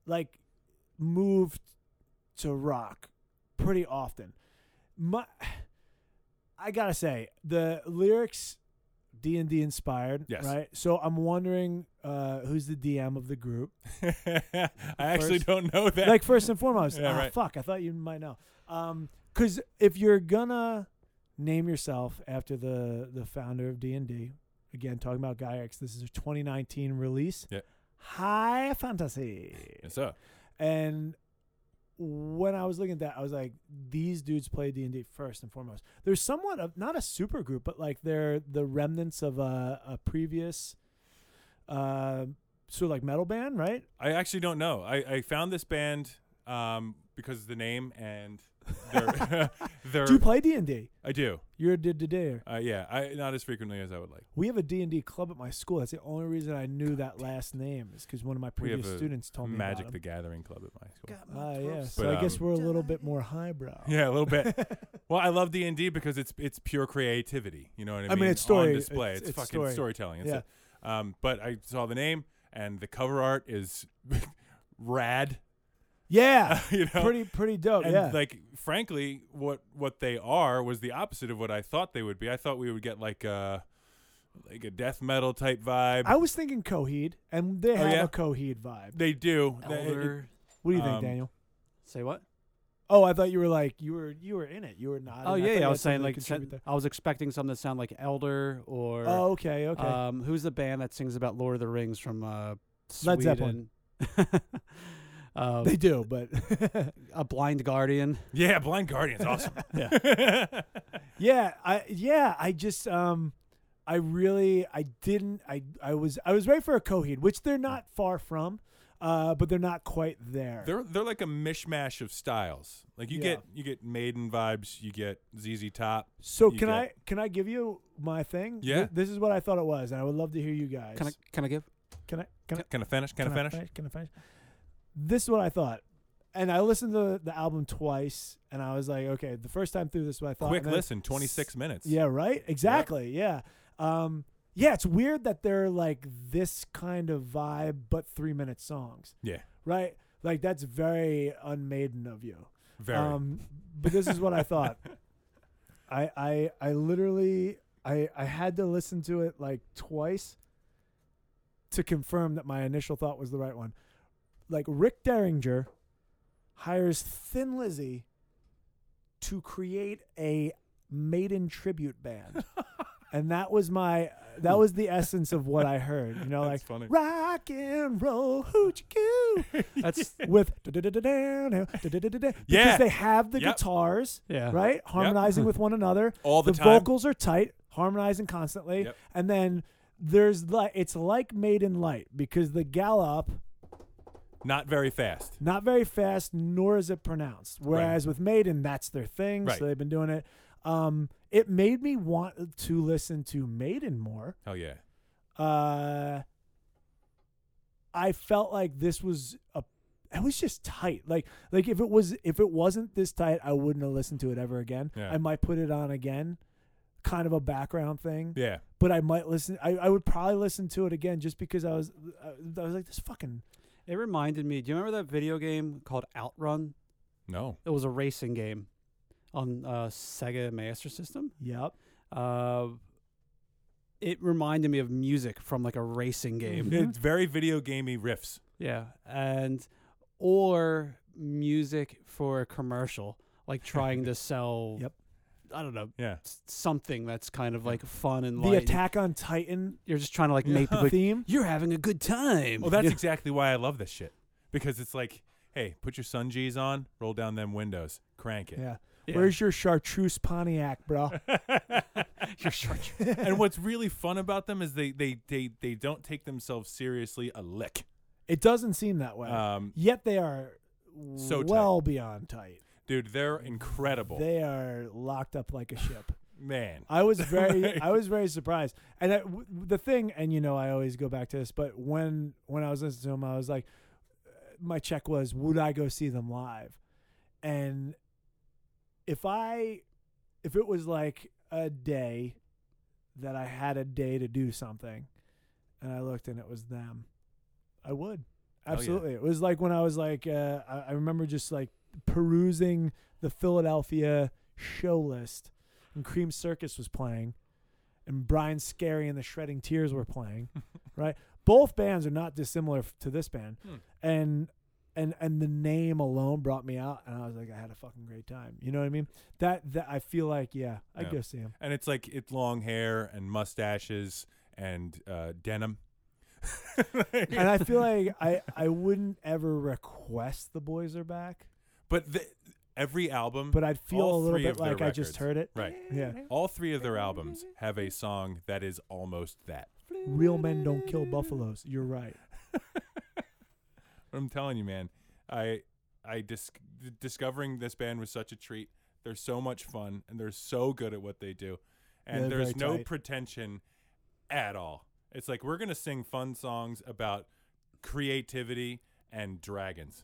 Speaker 1: like moved to rock pretty often. My, I gotta say the lyrics, D and D inspired,
Speaker 3: Yes.
Speaker 1: right? So I'm wondering uh, who's the DM of the group.
Speaker 3: I actually
Speaker 1: First-
Speaker 3: don't know that.
Speaker 1: like first and foremost,
Speaker 3: Yeah,
Speaker 1: ah,
Speaker 3: right.
Speaker 1: fuck, I thought you might know. Um, because if you're gonna name yourself after the the founder of D and D, again talking about Gygax, this is a 2019 release.
Speaker 3: Yep.
Speaker 1: High fantasy.
Speaker 3: yes, sir.
Speaker 1: And when I was looking at that, I was like, these dudes play D and D first and foremost. They're somewhat of not a super group, but like they're the remnants of a, a previous, uh, sort of like metal band, right?
Speaker 3: I actually don't know. I, I found this band um, because of the name and they're, they're
Speaker 1: Do you play D and D?
Speaker 3: I do.
Speaker 1: You're a D-D-D-er.
Speaker 3: Uh, yeah, I not as frequently as I would like.
Speaker 1: We have a D and D club at my school. That's the only reason I knew that last name is because one of my
Speaker 3: We have
Speaker 1: previous
Speaker 3: a
Speaker 1: students told me
Speaker 3: Magic
Speaker 1: about
Speaker 3: the
Speaker 1: him.
Speaker 3: Gathering club at my school.
Speaker 2: Uh,
Speaker 1: Ah, yeah. So
Speaker 3: But,
Speaker 1: I guess
Speaker 3: um,
Speaker 1: we're a little bit more highbrow.
Speaker 3: Yeah, a little bit. well, I love D and D because it's it's pure creativity. You know what I mean?
Speaker 1: I mean, it's
Speaker 3: on
Speaker 1: story-
Speaker 3: display.
Speaker 1: it's-
Speaker 3: It's,
Speaker 1: it's
Speaker 3: fucking
Speaker 1: story.
Speaker 3: storytelling. It's
Speaker 1: Yeah.
Speaker 3: a- um, but I saw the name and the cover art is rad.
Speaker 1: Yeah.
Speaker 3: you know,
Speaker 1: pretty pretty dope.
Speaker 3: and
Speaker 1: Oh, yeah.
Speaker 3: like frankly, what what they are was the opposite of what I thought they would be. I thought we would get like a like a death metal type vibe.
Speaker 1: I was thinking Coheed, and they have
Speaker 3: Oh, yeah?
Speaker 1: a Coheed vibe.
Speaker 3: they do. They-
Speaker 2: Elder.
Speaker 1: What do you think,
Speaker 3: Um,
Speaker 1: Daniel?
Speaker 2: Say what?
Speaker 1: Oh, I thought you were like you were you were in it. You were not.
Speaker 2: Oh yeah, yeah. I was saying like sen- I was expecting something to sound like Elder or
Speaker 1: Oh okay, okay.
Speaker 2: um, who's the band that sings about Lord of the Rings from uh, Sweden?
Speaker 1: Led Zeppelin.
Speaker 2: um,
Speaker 1: they do, but
Speaker 2: a blind guardian.
Speaker 3: Yeah, Blind Guardian's awesome.
Speaker 1: yeah, I yeah, I just um, I really I didn't I I was I was ready for a Coheed, which they're not far from, uh, but they're not quite there.
Speaker 3: They're they're like a mishmash of styles. Like you
Speaker 1: Yeah.
Speaker 3: get you get Maiden vibes, you get ZZ Top.
Speaker 1: so
Speaker 3: you
Speaker 1: can
Speaker 3: get-
Speaker 1: I can I give you my thing?
Speaker 3: Yeah.
Speaker 1: Th- this is what I thought it was, and I would love to hear you guys.
Speaker 2: Can I can I give?
Speaker 1: Can I? Can I?
Speaker 3: Can I finish? Can, I finish?
Speaker 1: Can I finish? This is what I thought. And I listened to the album twice, and I was like, okay, the first time through, this is what I thought.
Speaker 3: Quick
Speaker 1: and then-
Speaker 3: listen, twenty six minutes.
Speaker 1: Yeah, right? Exactly. Yeah. Um, yeah, it's weird that they're like this kind of vibe, but three minute songs,
Speaker 3: Yeah.
Speaker 1: right? Like, that's very unmaiden of you.
Speaker 3: Very
Speaker 1: Um, but this is what I thought. I I I literally I I had to listen to it like twice to confirm that my initial thought was the right one. Like Rick Derringer hires Thin Lizzy to create a maiden tribute band. and that was my that was the essence of what I heard. You know,
Speaker 3: That's
Speaker 1: like
Speaker 3: funny.
Speaker 1: rock and roll hooch coo
Speaker 2: That's
Speaker 1: with da-da-da-da-da, da-da-da-da-da,
Speaker 3: Yeah.
Speaker 1: because they have the
Speaker 3: Yep.
Speaker 1: guitars
Speaker 2: yeah.
Speaker 1: right harmonizing with one another
Speaker 3: All the
Speaker 1: the,
Speaker 3: time.
Speaker 1: vocals are tight harmonizing constantly
Speaker 3: Yep.
Speaker 1: and then there's like it's like made in light because the gallop
Speaker 3: Not very fast.
Speaker 1: not very fast nor is it pronounced whereas with maiden that's their thing
Speaker 3: Right.
Speaker 1: so they've been doing it um it made me want to listen to maiden more
Speaker 3: Hell yeah.
Speaker 1: uh I felt like this was a it was just tight. Like like if it was if it wasn't this tight, I wouldn't have listened to it ever again.
Speaker 3: Yeah.
Speaker 1: I might put it on again. Kind of a background thing,
Speaker 3: Yeah.
Speaker 1: but I might listen. I, I would probably listen to it again just because I was I, I was like this fucking
Speaker 2: It reminded me. Do you remember that video game called Outrun?
Speaker 3: No.
Speaker 2: It was a racing game on uh, Sega Master System.
Speaker 1: yep.
Speaker 2: Uh, it reminded me of music from like a racing game.
Speaker 1: Mm-hmm.
Speaker 3: It's very video gamey riffs.
Speaker 2: Yeah, and or music for a commercial, like trying to sell.
Speaker 1: Yep.
Speaker 2: I don't know
Speaker 3: Yeah.
Speaker 2: s- something that's kind of like fun and
Speaker 1: The
Speaker 2: light.
Speaker 1: Attack on Titan
Speaker 2: You're just trying to like make people. Like,
Speaker 1: theme.
Speaker 2: You're having a good
Speaker 1: Oh,
Speaker 2: time.
Speaker 3: Well, Oh, that's
Speaker 2: You-
Speaker 3: exactly why I love this shit because it's like, hey, put your sun G's on, roll down them windows, crank it.
Speaker 1: Yeah.
Speaker 2: Yeah.
Speaker 1: Where's your chartreuse Pontiac, bro? Oh.
Speaker 2: You're short-
Speaker 3: and what's really fun about them is they they they they don't take themselves seriously a lick.
Speaker 1: it doesn't seem that way.
Speaker 3: Um,
Speaker 1: Yet they are
Speaker 3: So tight.
Speaker 1: well beyond tight.
Speaker 3: dude, they're incredible,
Speaker 1: They are locked up like a ship.
Speaker 3: man.
Speaker 1: I was very,
Speaker 3: Like-
Speaker 1: I was very surprised. And I, w- the thing, and you know, I always go back to this, but when when I was listening to him, I was like, uh, my check was, would I go see them live? And if I, if it was like a day that I had a day to do something, and I looked and it was them, I would
Speaker 3: Oh, yeah.
Speaker 1: absolutely. It was like when I was like, uh, I, I remember just like perusing the Philadelphia show list, and Cream Circus was playing, and Brian Scary and the Shredding Tears were playing, right? Both bands are not dissimilar f- to this band,
Speaker 3: Hmm.
Speaker 1: and and and the name alone brought me out, and I was like, I had a fucking great time. You know what I mean? That that I feel like, yeah, I'd
Speaker 3: Yeah.
Speaker 1: go see him.
Speaker 3: and it's like it's long hair and mustaches and uh, denim.
Speaker 1: and I feel like I I wouldn't ever request the boys are back.
Speaker 3: But the, every album,
Speaker 1: But I'd feel a
Speaker 3: all
Speaker 1: little
Speaker 3: three
Speaker 1: bit
Speaker 3: of their
Speaker 1: like I just
Speaker 3: records-
Speaker 1: heard it.
Speaker 3: Right.
Speaker 1: Yeah.
Speaker 3: All three of their albums have a song that is almost that.
Speaker 1: Real men don't kill buffaloes. You're right.
Speaker 3: I'm telling you, man. I I dis- discovering this band was such a treat. They're so much fun, and they're so good at what they do. And
Speaker 1: Yeah, they're
Speaker 3: there's
Speaker 1: very
Speaker 3: no
Speaker 1: tight.
Speaker 3: pretension at all. It's like we're gonna sing fun songs about creativity and dragons.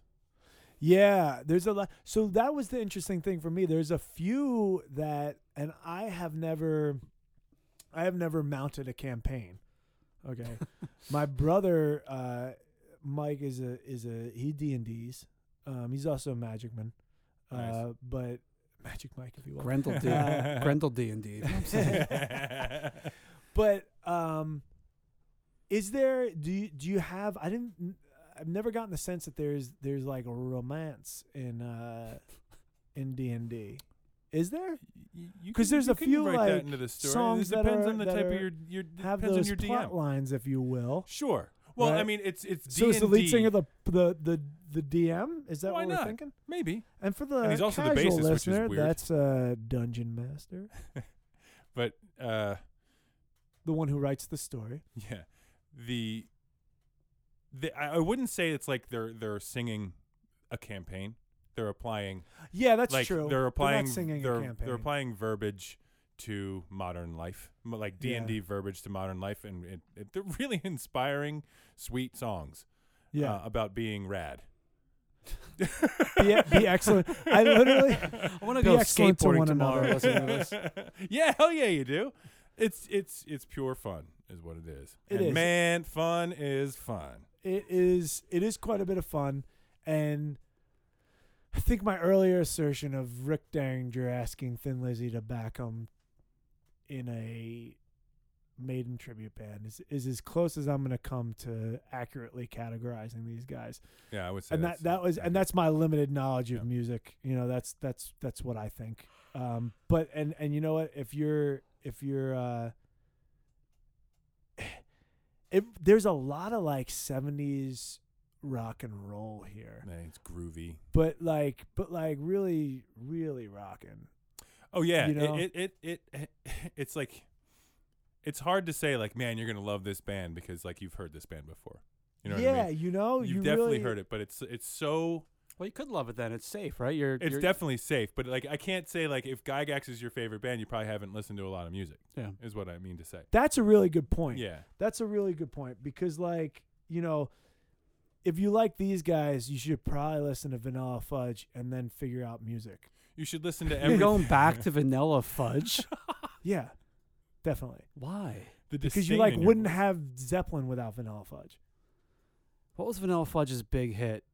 Speaker 1: Yeah, there's a lot. So that was the interesting thing for me. There's a few that, and I have never, I have never mounted a campaign. Okay, my brother uh, Mike is a is a he D and D's. Um, he's also a magic man, uh,
Speaker 3: Nice.
Speaker 1: but magic Mike, if you will.
Speaker 2: Grendel D.
Speaker 1: Uh,
Speaker 2: Grendel D and D.
Speaker 1: But um, is there do you, do you have? I didn't. I've never gotten the sense that there's there's like a romance in uh in D and D. Is there?
Speaker 3: Because
Speaker 1: there's a few,
Speaker 3: write that
Speaker 1: like,
Speaker 3: into the story.
Speaker 1: songs
Speaker 3: it
Speaker 1: that
Speaker 3: depends
Speaker 1: are-
Speaker 3: on the
Speaker 1: that
Speaker 3: type
Speaker 1: are-
Speaker 3: of your your
Speaker 1: Have
Speaker 3: depends on
Speaker 1: those
Speaker 3: your
Speaker 1: plot
Speaker 3: DM.
Speaker 1: lines, if you will.
Speaker 3: Sure. Well, I
Speaker 1: Right?
Speaker 3: mean, it's it's
Speaker 1: So is the lead
Speaker 3: D&D.
Speaker 1: singer the the the the DM? Is that
Speaker 3: Why
Speaker 1: what we're
Speaker 3: not?
Speaker 1: thinking?
Speaker 3: maybe,
Speaker 1: And for the
Speaker 3: And he's also the
Speaker 1: casual
Speaker 3: bassist, which is
Speaker 1: listener,
Speaker 3: weird.
Speaker 1: that's uh, dungeon master,
Speaker 3: but uh,
Speaker 1: the one who writes the story.
Speaker 3: Yeah, the, the I I wouldn't say it's like they're they're singing a campaign. They're applying
Speaker 1: Yeah, that's
Speaker 3: like
Speaker 1: true.
Speaker 3: they're applying
Speaker 1: not singing a
Speaker 3: they're,
Speaker 1: campaign.
Speaker 3: they're applying verbiage to modern life, m- like D
Speaker 1: Yeah.
Speaker 3: and D verbiage to modern life, and it, it, they're really inspiring, sweet songs.
Speaker 1: yeah,
Speaker 3: uh, about being rad.
Speaker 1: be, be excellent. I literally.
Speaker 2: I want to
Speaker 1: be
Speaker 2: go
Speaker 1: excellent to
Speaker 2: skateboarding
Speaker 1: one
Speaker 2: tomorrow.
Speaker 1: another.
Speaker 2: Listen to this.
Speaker 3: yeah, hell yeah, you do. It's it's it's pure fun, is what it is.
Speaker 1: It
Speaker 3: and
Speaker 1: is.
Speaker 3: man, fun is fun.
Speaker 1: it is it is quite a bit of fun and I think my earlier assertion of Rick Derringer asking Thin Lizzy to back him in a maiden tribute band is, is as close as I'm gonna come to accurately categorizing these guys.
Speaker 3: Yeah, I would say.
Speaker 1: And
Speaker 3: that's,
Speaker 1: that that was and that's my limited knowledge of
Speaker 3: Yeah.
Speaker 1: music. You know, that's that's that's what I think. Um but and and you know what if you're if you're uh it, there's a lot of like 70s rock and roll here.
Speaker 3: Man, it's groovy.
Speaker 1: But like but like really really rocking.
Speaker 3: Oh yeah,
Speaker 1: You know?
Speaker 3: it, it, it it it's like it's hard to say like man you're gonna love this band because like you've heard this band before. You know what
Speaker 1: yeah,
Speaker 3: I mean?
Speaker 1: you know,
Speaker 3: You've
Speaker 1: you
Speaker 3: definitely
Speaker 1: really,
Speaker 3: heard it, but it's it's so
Speaker 2: Well, you could love it then. It's safe, right? You're.
Speaker 3: it's
Speaker 2: you're,
Speaker 3: definitely safe. But like I can't say like if Gygax is your favorite band, you probably haven't listened to a lot of music.
Speaker 2: Yeah.
Speaker 3: is what I mean to say.
Speaker 1: That's a really good point.
Speaker 3: Yeah,
Speaker 1: That's a really good point because like, you know, if you like these guys, you should probably listen to Vanilla Fudge and then figure out music.
Speaker 3: you should listen to
Speaker 2: You're
Speaker 3: every
Speaker 2: going back to vanilla fudge.
Speaker 1: Yeah. Definitely.
Speaker 2: Why?
Speaker 3: the
Speaker 1: Because you
Speaker 3: disdain
Speaker 1: like
Speaker 3: in your
Speaker 1: wouldn't
Speaker 3: voice.
Speaker 1: have Zeppelin without Vanilla Fudge.
Speaker 2: What was Vanilla Fudge's big hit?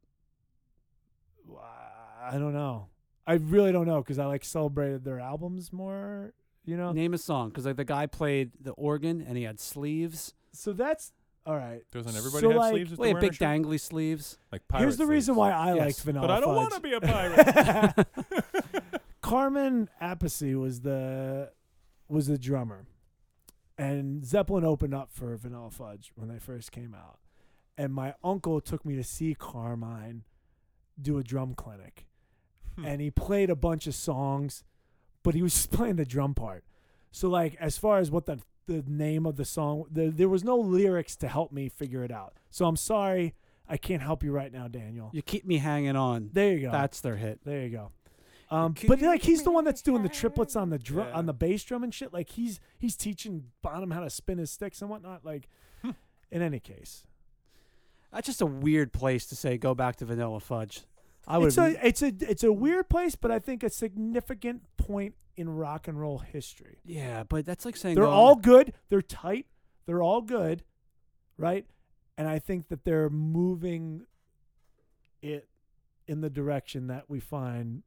Speaker 1: I don't know. I really don't know because I like celebrated their albums more, you know.
Speaker 2: Name a song, because like the guy played the organ and he had sleeves,
Speaker 1: So that's all right.
Speaker 3: Doesn't everybody
Speaker 1: so,
Speaker 3: have
Speaker 1: like-
Speaker 3: sleeves? With
Speaker 2: well, he
Speaker 3: the
Speaker 2: had big
Speaker 3: dang.
Speaker 2: dangly sleeves.
Speaker 3: Like
Speaker 1: Here's the
Speaker 3: pirate
Speaker 1: reason
Speaker 3: sleeves.
Speaker 1: why I
Speaker 2: Yes.
Speaker 1: liked Vanilla
Speaker 3: But I don't
Speaker 1: Fudge.
Speaker 3: want to be a pirate.
Speaker 1: Carmen Appice was the was the drummer, and Zeppelin opened up for Vanilla Fudge when they first came out, and my uncle took me to see Carmine do a drum clinic,
Speaker 3: Hmm.
Speaker 1: and he played a bunch of songs, but he was just playing the drum part. So like as far as what the the name of the song, there there was no lyrics to help me figure it out. So I'm sorry, I can't help you right now, Daniel.
Speaker 2: You keep me hanging on.
Speaker 1: There you go.
Speaker 2: That's their hit.
Speaker 1: There you go. Um,
Speaker 3: Could
Speaker 1: but
Speaker 3: you
Speaker 1: like he's the
Speaker 3: make
Speaker 1: one
Speaker 3: me
Speaker 1: that's doing the triplets on the drum,
Speaker 3: Yeah.
Speaker 1: on the bass drum and shit. Like he's he's teaching Bonham how to spin his sticks and whatnot. Like,
Speaker 3: Hmm.
Speaker 1: in any case,
Speaker 2: That's just a weird place to say go back to Vanilla Fudge. I would.
Speaker 1: it's a it's a it's a weird place, but I think a significant point in rock and roll history.
Speaker 2: yeah, but that's like saying
Speaker 1: They're
Speaker 2: go-
Speaker 1: all good. They're tight. They're all good, right? And I think that they're moving it in the direction that we find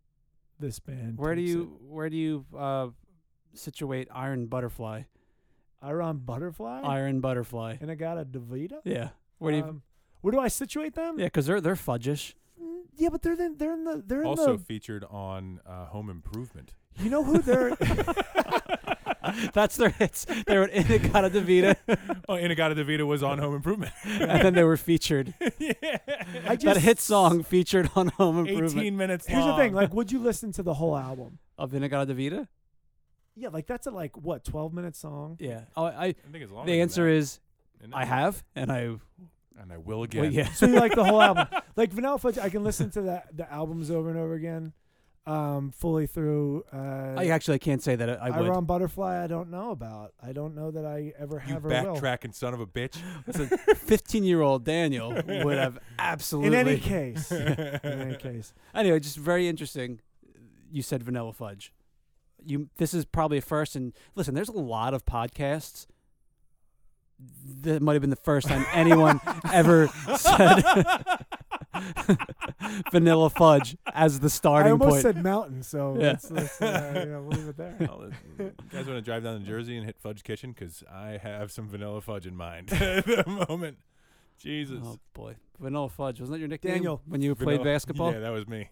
Speaker 1: this band.
Speaker 2: Where do
Speaker 1: takes
Speaker 2: you where do you uh, situate Iron Butterfly?
Speaker 1: it. Iron Butterfly?
Speaker 2: Iron Butterfly.
Speaker 1: and I got a Davida.
Speaker 2: Yeah. Where do you?
Speaker 1: Um, where do I situate them?
Speaker 2: Yeah, because they're they're fudgish.
Speaker 1: Mm, yeah, but they're in, they're in the they're in
Speaker 3: also
Speaker 1: the
Speaker 3: featured on uh, Home Improvement.
Speaker 1: you know who they're
Speaker 2: That's their hits. They were in Inagata Davita,
Speaker 3: Oh, Inagata DeVita was on Home Improvement.
Speaker 2: and then they were featured.
Speaker 3: yeah.
Speaker 1: I
Speaker 2: That
Speaker 1: just
Speaker 2: hit song featured on Home Improvement
Speaker 3: 18 minutes
Speaker 1: Here's the
Speaker 3: long.
Speaker 1: thing: like,
Speaker 2: Um.
Speaker 1: would you listen to the whole album?
Speaker 2: of Inagata Davita.
Speaker 1: Yeah, like that's a like what twelve minute song.
Speaker 2: Yeah. Oh, I.
Speaker 3: I think it's longer
Speaker 2: The answer is
Speaker 3: is
Speaker 2: I have, and I.
Speaker 3: and I will again.
Speaker 2: Well, yeah.
Speaker 1: So you like the whole album? Like Vanilla Fudge, I can listen to that the albums over and over again, um, fully through. Uh,
Speaker 2: I actually can't say that I, I would.
Speaker 1: Iron Butterfly, I don't know about. I don't know that I ever
Speaker 3: You
Speaker 1: have or will.
Speaker 3: backtracking son of a bitch.
Speaker 2: Fifteen-year-old Daniel would have absolutely.
Speaker 1: In any case, in any case,
Speaker 2: anyway, just very interesting. You said vanilla fudge. You this is probably a first and listen, there's a lot of podcasts. That might have been the first time anyone ever said vanilla fudge as the
Speaker 1: I
Speaker 2: starting
Speaker 1: almost
Speaker 2: point.
Speaker 1: said mountain, so
Speaker 2: Yeah.
Speaker 1: let's, let's uh, you know, we'll leave it there.
Speaker 3: Well, uh, you guys want to drive down to Jersey and hit Fudge Kitchen? Because I have some vanilla fudge in mind at the moment. Jesus.
Speaker 2: oh boy, vanilla fudge wasn't that your nickname
Speaker 1: Daniel.
Speaker 2: when you
Speaker 3: Vanilla-
Speaker 2: played basketball?
Speaker 3: Yeah, that was me.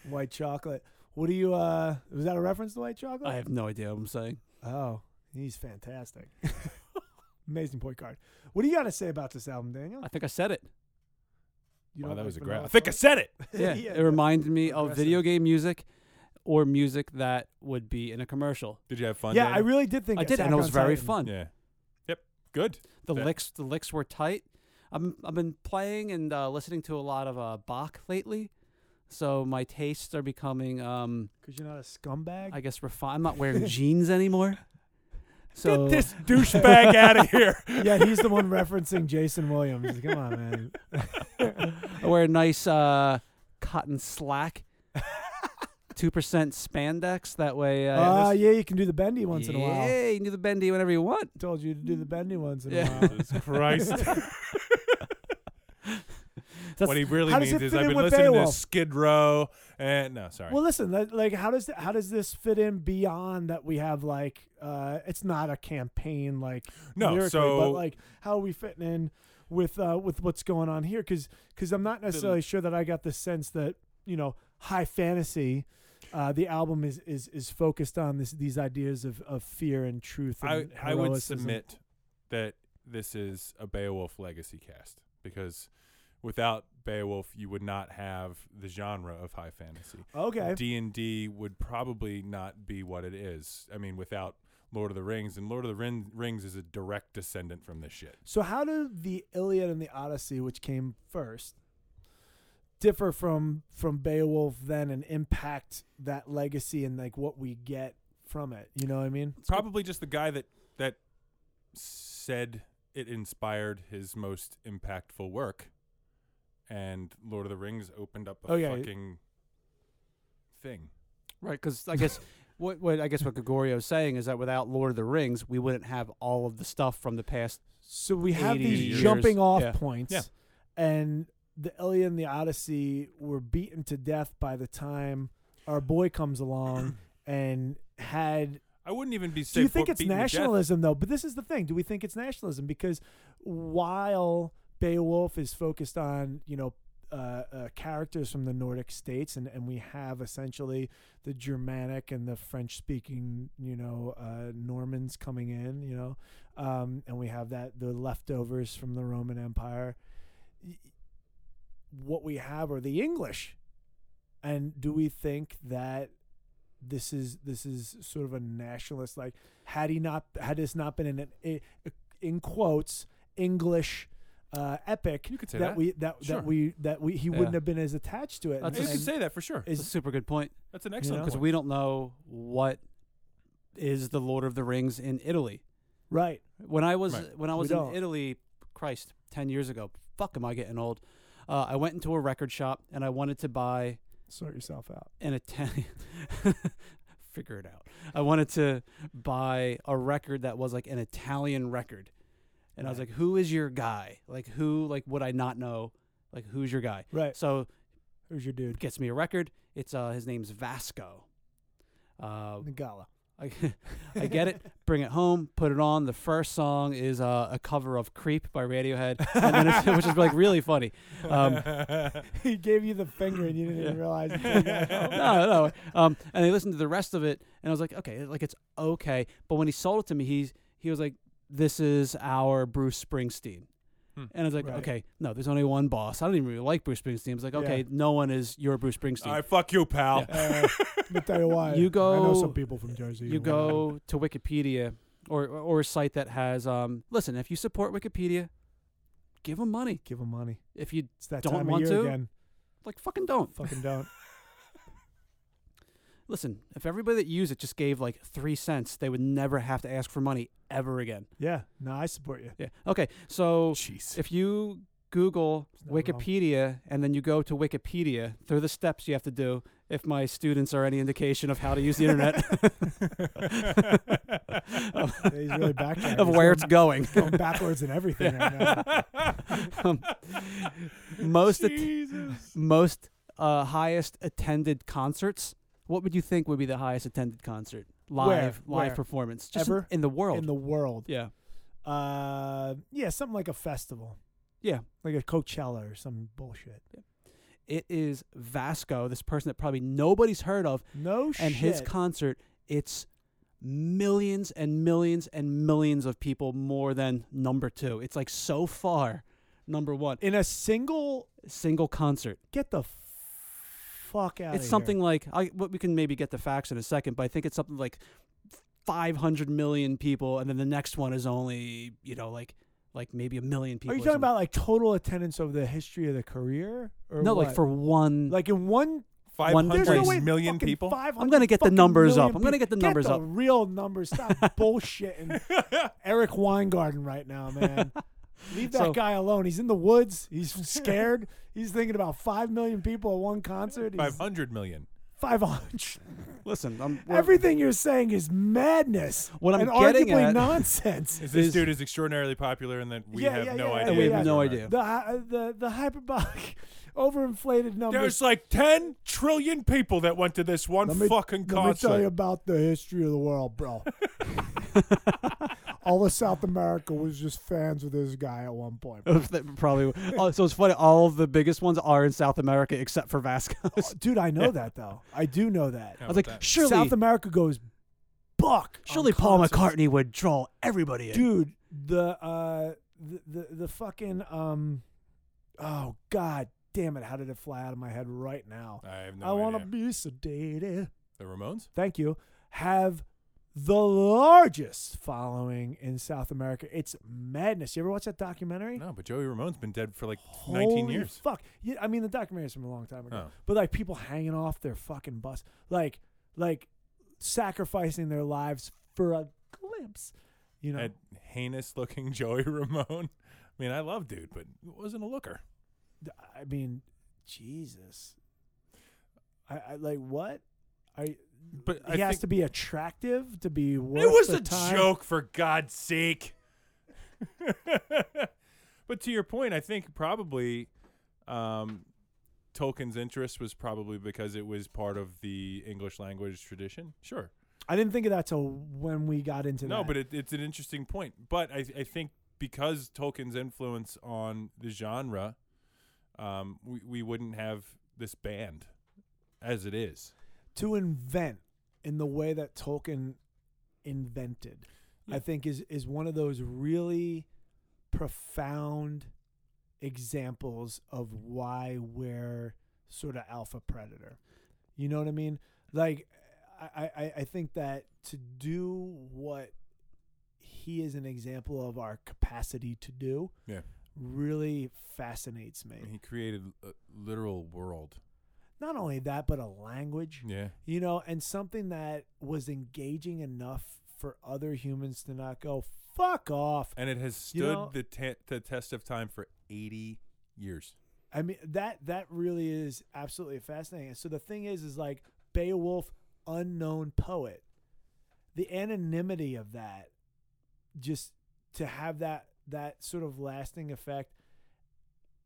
Speaker 1: White chocolate. What do you? uh Was that a reference to white chocolate?
Speaker 2: I have no idea what I'm saying.
Speaker 1: Oh, he's fantastic. Amazing point guard. What do you got to say about this album, Daniel?
Speaker 2: I Oh, think I said it.
Speaker 1: You
Speaker 3: wow,
Speaker 1: don't
Speaker 3: that
Speaker 1: like
Speaker 3: was a
Speaker 1: Vanilla
Speaker 3: grab. I think I
Speaker 1: Fudge?
Speaker 3: said it.
Speaker 2: Yeah,
Speaker 1: Yeah,
Speaker 2: it reminded me of
Speaker 1: aggressive.
Speaker 2: video game music or music that would be in a commercial.
Speaker 3: Did you have fun?
Speaker 1: yeah,
Speaker 3: Daniel?
Speaker 1: I really did think
Speaker 2: I did,
Speaker 1: Attack
Speaker 2: and it was
Speaker 1: on
Speaker 2: very
Speaker 1: Titan.
Speaker 2: fun.
Speaker 3: Yeah. Yep. Good.
Speaker 2: the
Speaker 3: That-
Speaker 2: licks the licks were tight. I'm I've been playing and uh, listening to a lot of uh, Bach lately, so my tastes are becoming um
Speaker 1: Cause you're not a scumbag.
Speaker 2: I guess refined. I'm not wearing jeans anymore. So
Speaker 3: Get this douchebag out of here.
Speaker 1: yeah, he's the one referencing Jason Williams. Come on, man.
Speaker 2: I wear a nice uh, cotton slack, two percent spandex. That way, uh,
Speaker 1: Uh,
Speaker 2: this-
Speaker 1: yeah, you can do the bendy once in a while.
Speaker 2: Yeah, you can do the bendy whenever you want.
Speaker 1: Told you to do the bendy once in
Speaker 2: Yeah.
Speaker 1: a while.
Speaker 3: Jesus Christ.
Speaker 2: That's-
Speaker 3: what he really
Speaker 1: How does
Speaker 3: means
Speaker 1: it
Speaker 3: is
Speaker 1: fit
Speaker 3: I've
Speaker 1: in
Speaker 3: been
Speaker 1: with
Speaker 3: listening to
Speaker 1: Beowulf?
Speaker 3: Skid Row and no, sorry.
Speaker 1: Well, listen, li- like, how does th- how does this fit in beyond that? We have like, uh, it's not a campaign like
Speaker 3: no,
Speaker 1: lyrically,
Speaker 3: so
Speaker 1: but like, how are we fitting in with uh, with what's going on here? Because I'm not necessarily sure that I got the sense that you know high fantasy. Uh, the album is, is is focused on this these ideas of, of fear and truth.
Speaker 3: I
Speaker 1: And
Speaker 3: I would
Speaker 1: heroism.
Speaker 3: submit that this is a Beowulf legacy cast because without Beowulf you would not have the genre of high fantasy.
Speaker 1: Okay.
Speaker 3: D and D would probably not be what it is. I mean, without Lord of the Rings, and Lord of the Rin- Rings is a direct descendant from this shit.
Speaker 1: So how do the Iliad and the Odyssey, which came first, differ from from Beowulf then and impact that legacy and like what we get from it? You know what I mean?
Speaker 3: probably just the guy that that said it inspired his most impactful work and lord of the rings opened up a
Speaker 1: Oh, yeah.
Speaker 3: fucking thing
Speaker 2: Right, because I guess what, what I guess what Gregorio is saying is that without Lord of the Rings, we wouldn't have all of the stuff from the past.
Speaker 1: So we have
Speaker 2: 80
Speaker 1: these
Speaker 3: years.
Speaker 1: jumping off
Speaker 2: Yeah.
Speaker 1: points,
Speaker 3: Yeah.
Speaker 1: and the Iliad and the Odyssey were beaten to death by the time our boy comes along and had
Speaker 3: i wouldn't even be
Speaker 1: Do you
Speaker 3: safe
Speaker 1: think it's nationalism though? But this is the thing. Do we think it's nationalism? Because while Beowulf is focused on you know uh, uh, characters from the Nordic states, and, and we have essentially the Germanic and the French speaking you know uh, Normans coming in, you know, um, and we have that the leftovers from the Roman Empire. Y- What we have are the English, and do we think that? This is this is sort of a nationalist like had he not had this not been an, in, in quotes English uh, epic
Speaker 3: You could say that.
Speaker 1: we that
Speaker 3: Sure.
Speaker 1: that we that we he
Speaker 2: Yeah.
Speaker 1: wouldn't have been as attached to it.
Speaker 2: That's-
Speaker 3: you
Speaker 1: And-
Speaker 3: could say that for sure
Speaker 2: It's a
Speaker 1: is-
Speaker 2: super good point
Speaker 3: that's an excellent
Speaker 1: know?
Speaker 2: because
Speaker 3: point.
Speaker 2: we don't know what is the Lord of the Rings in Italy.
Speaker 1: right.
Speaker 2: When I was
Speaker 3: Right.
Speaker 2: when I
Speaker 1: We
Speaker 2: was in
Speaker 1: don't.
Speaker 2: Italy, Christ, ten years ago. Fuck, am I getting old? Uh, I went into a record shop and I wanted to buy
Speaker 1: Sort yourself out.
Speaker 2: an Italian. figure it out. I wanted to buy a record that was like an Italian record, and I was
Speaker 1: Right.
Speaker 2: like, "Who is your guy? Like who? Like would I not know? Like who's your guy?"
Speaker 1: Right.
Speaker 2: So
Speaker 1: Who's your dude?
Speaker 2: gets me a record. It's uh his name's Vasco. Uh,
Speaker 1: Nagala.
Speaker 2: I, I get it. Bring it home. Put it on. The first song is uh, a cover of "Creep" by Radiohead, and then it's, which is like really funny. Um,
Speaker 1: he gave you the finger and you didn't even
Speaker 2: Yeah.
Speaker 1: realize. until you got home.
Speaker 2: no, no. Um, and I listened to the rest of it, and I was like, okay, like it's okay. But when he sold it to me, he's he was like, this is our Bruce Springsteen.
Speaker 3: Hmm.
Speaker 2: And I was like,
Speaker 1: Right.
Speaker 2: okay, no, there's only one boss. I don't even really like Bruce Springsteen. I was like, okay,
Speaker 1: Yeah.
Speaker 2: no one is your Bruce Springsteen.
Speaker 3: All right, fuck you, pal.
Speaker 1: Uh, let me tell you why.
Speaker 2: You
Speaker 1: I know
Speaker 2: go-
Speaker 1: some people from Jersey.
Speaker 2: you
Speaker 1: who are-
Speaker 2: go to Wikipedia or or a site that has um. Listen, if you support Wikipedia, give them money.
Speaker 1: Give them money.
Speaker 2: If you
Speaker 1: It's that
Speaker 2: Don't
Speaker 1: time
Speaker 2: want
Speaker 1: of year
Speaker 2: to?
Speaker 1: again.
Speaker 2: like, fucking don't.
Speaker 1: Fucking don't.
Speaker 2: Listen, if everybody that used it just gave like three cents, they would never have to ask for money ever again.
Speaker 1: Yeah. No, I support you.
Speaker 2: Yeah. Okay. So
Speaker 3: Jeez.
Speaker 2: if you Google
Speaker 1: It's not wrong.
Speaker 2: Wikipedia and then you go to Wikipedia, there are the steps you have to do. If my students are any indication of how to use the internet,
Speaker 1: Yeah, he's really backtracking.
Speaker 2: of
Speaker 1: He's going-
Speaker 2: where it's going,
Speaker 1: Going backwards and everything right now.
Speaker 2: um, most at-
Speaker 3: Jesus.
Speaker 2: most uh, highest attended concerts. What would you think would be the highest attended concert live
Speaker 1: Where?
Speaker 2: live
Speaker 1: Where?
Speaker 2: performance just in-
Speaker 1: Ever?
Speaker 2: in the world?
Speaker 1: in the world.
Speaker 2: yeah,
Speaker 1: Uh, yeah, something like a festival.
Speaker 2: Yeah.
Speaker 1: like a Coachella or some bullshit.
Speaker 2: it is Vasco, this person that probably nobody's heard of,
Speaker 1: No shit.
Speaker 2: and his concert it's millions and millions and millions of people more than number two it's like so far number one
Speaker 1: in a single.
Speaker 2: single concert
Speaker 1: Get the fuck out.
Speaker 2: it's something like I, what we can maybe get the facts in a second but i think it's something like 500 million people and then the next one is only you know like like maybe a million people
Speaker 1: Are you
Speaker 2: or
Speaker 1: talking
Speaker 2: something.
Speaker 1: about like total attendance over the history of the career? Or
Speaker 2: no
Speaker 1: what?
Speaker 2: like for one
Speaker 1: like in one.
Speaker 3: Five
Speaker 2: One
Speaker 1: There's
Speaker 3: hundred
Speaker 1: no
Speaker 2: place.
Speaker 1: way
Speaker 3: million people.
Speaker 1: Five
Speaker 2: I'm gonna get the numbers up. I'm gonna get the numbers
Speaker 1: the
Speaker 2: up.
Speaker 1: Real numbers. Stop bullshitting Eric Weingarten right now, man. Leave that
Speaker 2: So-
Speaker 1: guy alone. He's in the woods. He's scared. He's thinking about five million people at one concert.
Speaker 3: Five hundred million.
Speaker 1: Five hundred.
Speaker 2: listen I'm, we're-
Speaker 1: Everything you're saying is madness.
Speaker 2: What I'm
Speaker 1: and
Speaker 2: getting
Speaker 1: arguably
Speaker 2: at-
Speaker 1: nonsense.
Speaker 3: Is this
Speaker 2: Is-
Speaker 3: dude is extraordinarily popular, and that we
Speaker 1: Yeah,
Speaker 3: have
Speaker 1: yeah,
Speaker 3: no
Speaker 1: yeah,
Speaker 3: idea.
Speaker 1: yeah,
Speaker 2: we have
Speaker 1: yeah.
Speaker 2: no
Speaker 3: Right.
Speaker 2: idea
Speaker 1: the hy- the the hyperbolic, overinflated numbers.
Speaker 3: There's like ten trillion people that went to this one
Speaker 1: let me
Speaker 3: fucking
Speaker 1: tell you
Speaker 3: concert.
Speaker 1: about the history of the world, bro. All of South America was just fans of this guy at one point.
Speaker 2: Of the- probably. Oh, so it's funny. All of the biggest ones are in South America except for Vasco.
Speaker 1: Dude, I know that though. I do know that.
Speaker 3: How
Speaker 2: I was
Speaker 3: about
Speaker 2: like,
Speaker 3: that?
Speaker 2: surely,
Speaker 1: South America goes buck. on
Speaker 2: surely Paul
Speaker 1: concerts.
Speaker 2: McCartney would draw everybody in.
Speaker 1: dude the uh the, the the fucking um oh god damn it how did it fly out of my head right now
Speaker 3: I have no
Speaker 1: i want to
Speaker 3: idea.
Speaker 1: be sedated
Speaker 3: the Ramones.
Speaker 1: thank you have the largest following in south america it's madness you ever watch that documentary
Speaker 3: No, but Joey Ramone's been dead for like 19
Speaker 1: Holy
Speaker 3: years.
Speaker 1: Fuck. Yeah, I mean the documentary's from a long time ago.
Speaker 3: Oh.
Speaker 1: But like people hanging off their fucking bus, like like sacrificing their lives for a glimpse. You know,
Speaker 3: That heinous looking Joey Ramone. I mean, I love dude, but wasn't a looker.
Speaker 1: I mean, Jesus. I, I like what? I
Speaker 3: But I
Speaker 1: he has
Speaker 3: think-
Speaker 1: to be attractive to be worth
Speaker 3: It was
Speaker 1: the
Speaker 3: a
Speaker 1: time.
Speaker 3: joke, for God's sake. but to your point, I think probably um, Tolkien's interest was probably because it was part of the English language tradition. Sure.
Speaker 1: I didn't think of that till when we got into that.
Speaker 3: No, but it, it's an interesting point. But I, I think because Tolkien's influence on the genre, um, we, we wouldn't have this band as it is.
Speaker 1: to invent in the way that Tolkien invented,
Speaker 3: Yeah.
Speaker 1: I think is is one of those really profound examples of why we're sort of alpha predator. You know what I mean? Like, I I, I think that to do what he is an example of our capacity to do.
Speaker 3: Yeah.
Speaker 1: Really fascinates
Speaker 3: I mean,
Speaker 1: me.
Speaker 3: He created a literal world.
Speaker 1: Not only that, but a language
Speaker 3: Yeah.
Speaker 1: you know, and something that was engaging enough for other humans to not go fuck off.
Speaker 3: And it has stood
Speaker 1: You know-
Speaker 3: the, te- the test of time for 80 years.
Speaker 1: I mean that that really is absolutely fascinating. And so the thing is, is like Beowulf, unknown poet, the anonymity of that, just to have that that sort of lasting effect,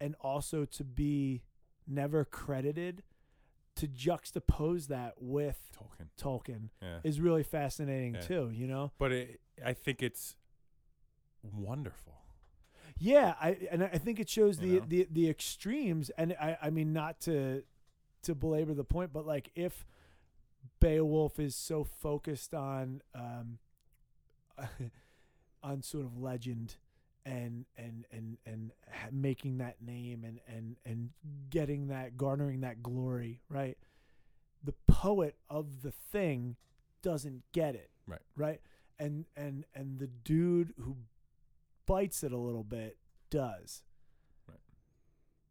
Speaker 1: and also to be never credited, to juxtapose that with
Speaker 3: Tolkien.
Speaker 1: Tolkien
Speaker 3: Yeah.
Speaker 1: is really fascinating
Speaker 3: Yeah.
Speaker 1: too. You know,
Speaker 3: But it, I think it's wonderful.
Speaker 1: yeah, I and I think it shows the
Speaker 3: You know?
Speaker 1: the the extremes, and I I mean not to to belabor the point, but like if Beowulf is so focused on um on sort of legend and and and and ha- making that name and and and getting that garnering that glory, right? The poet of the thing doesn't get it.
Speaker 3: Right.
Speaker 1: Right? And and and the dude who bites it a little bit does.
Speaker 3: Right.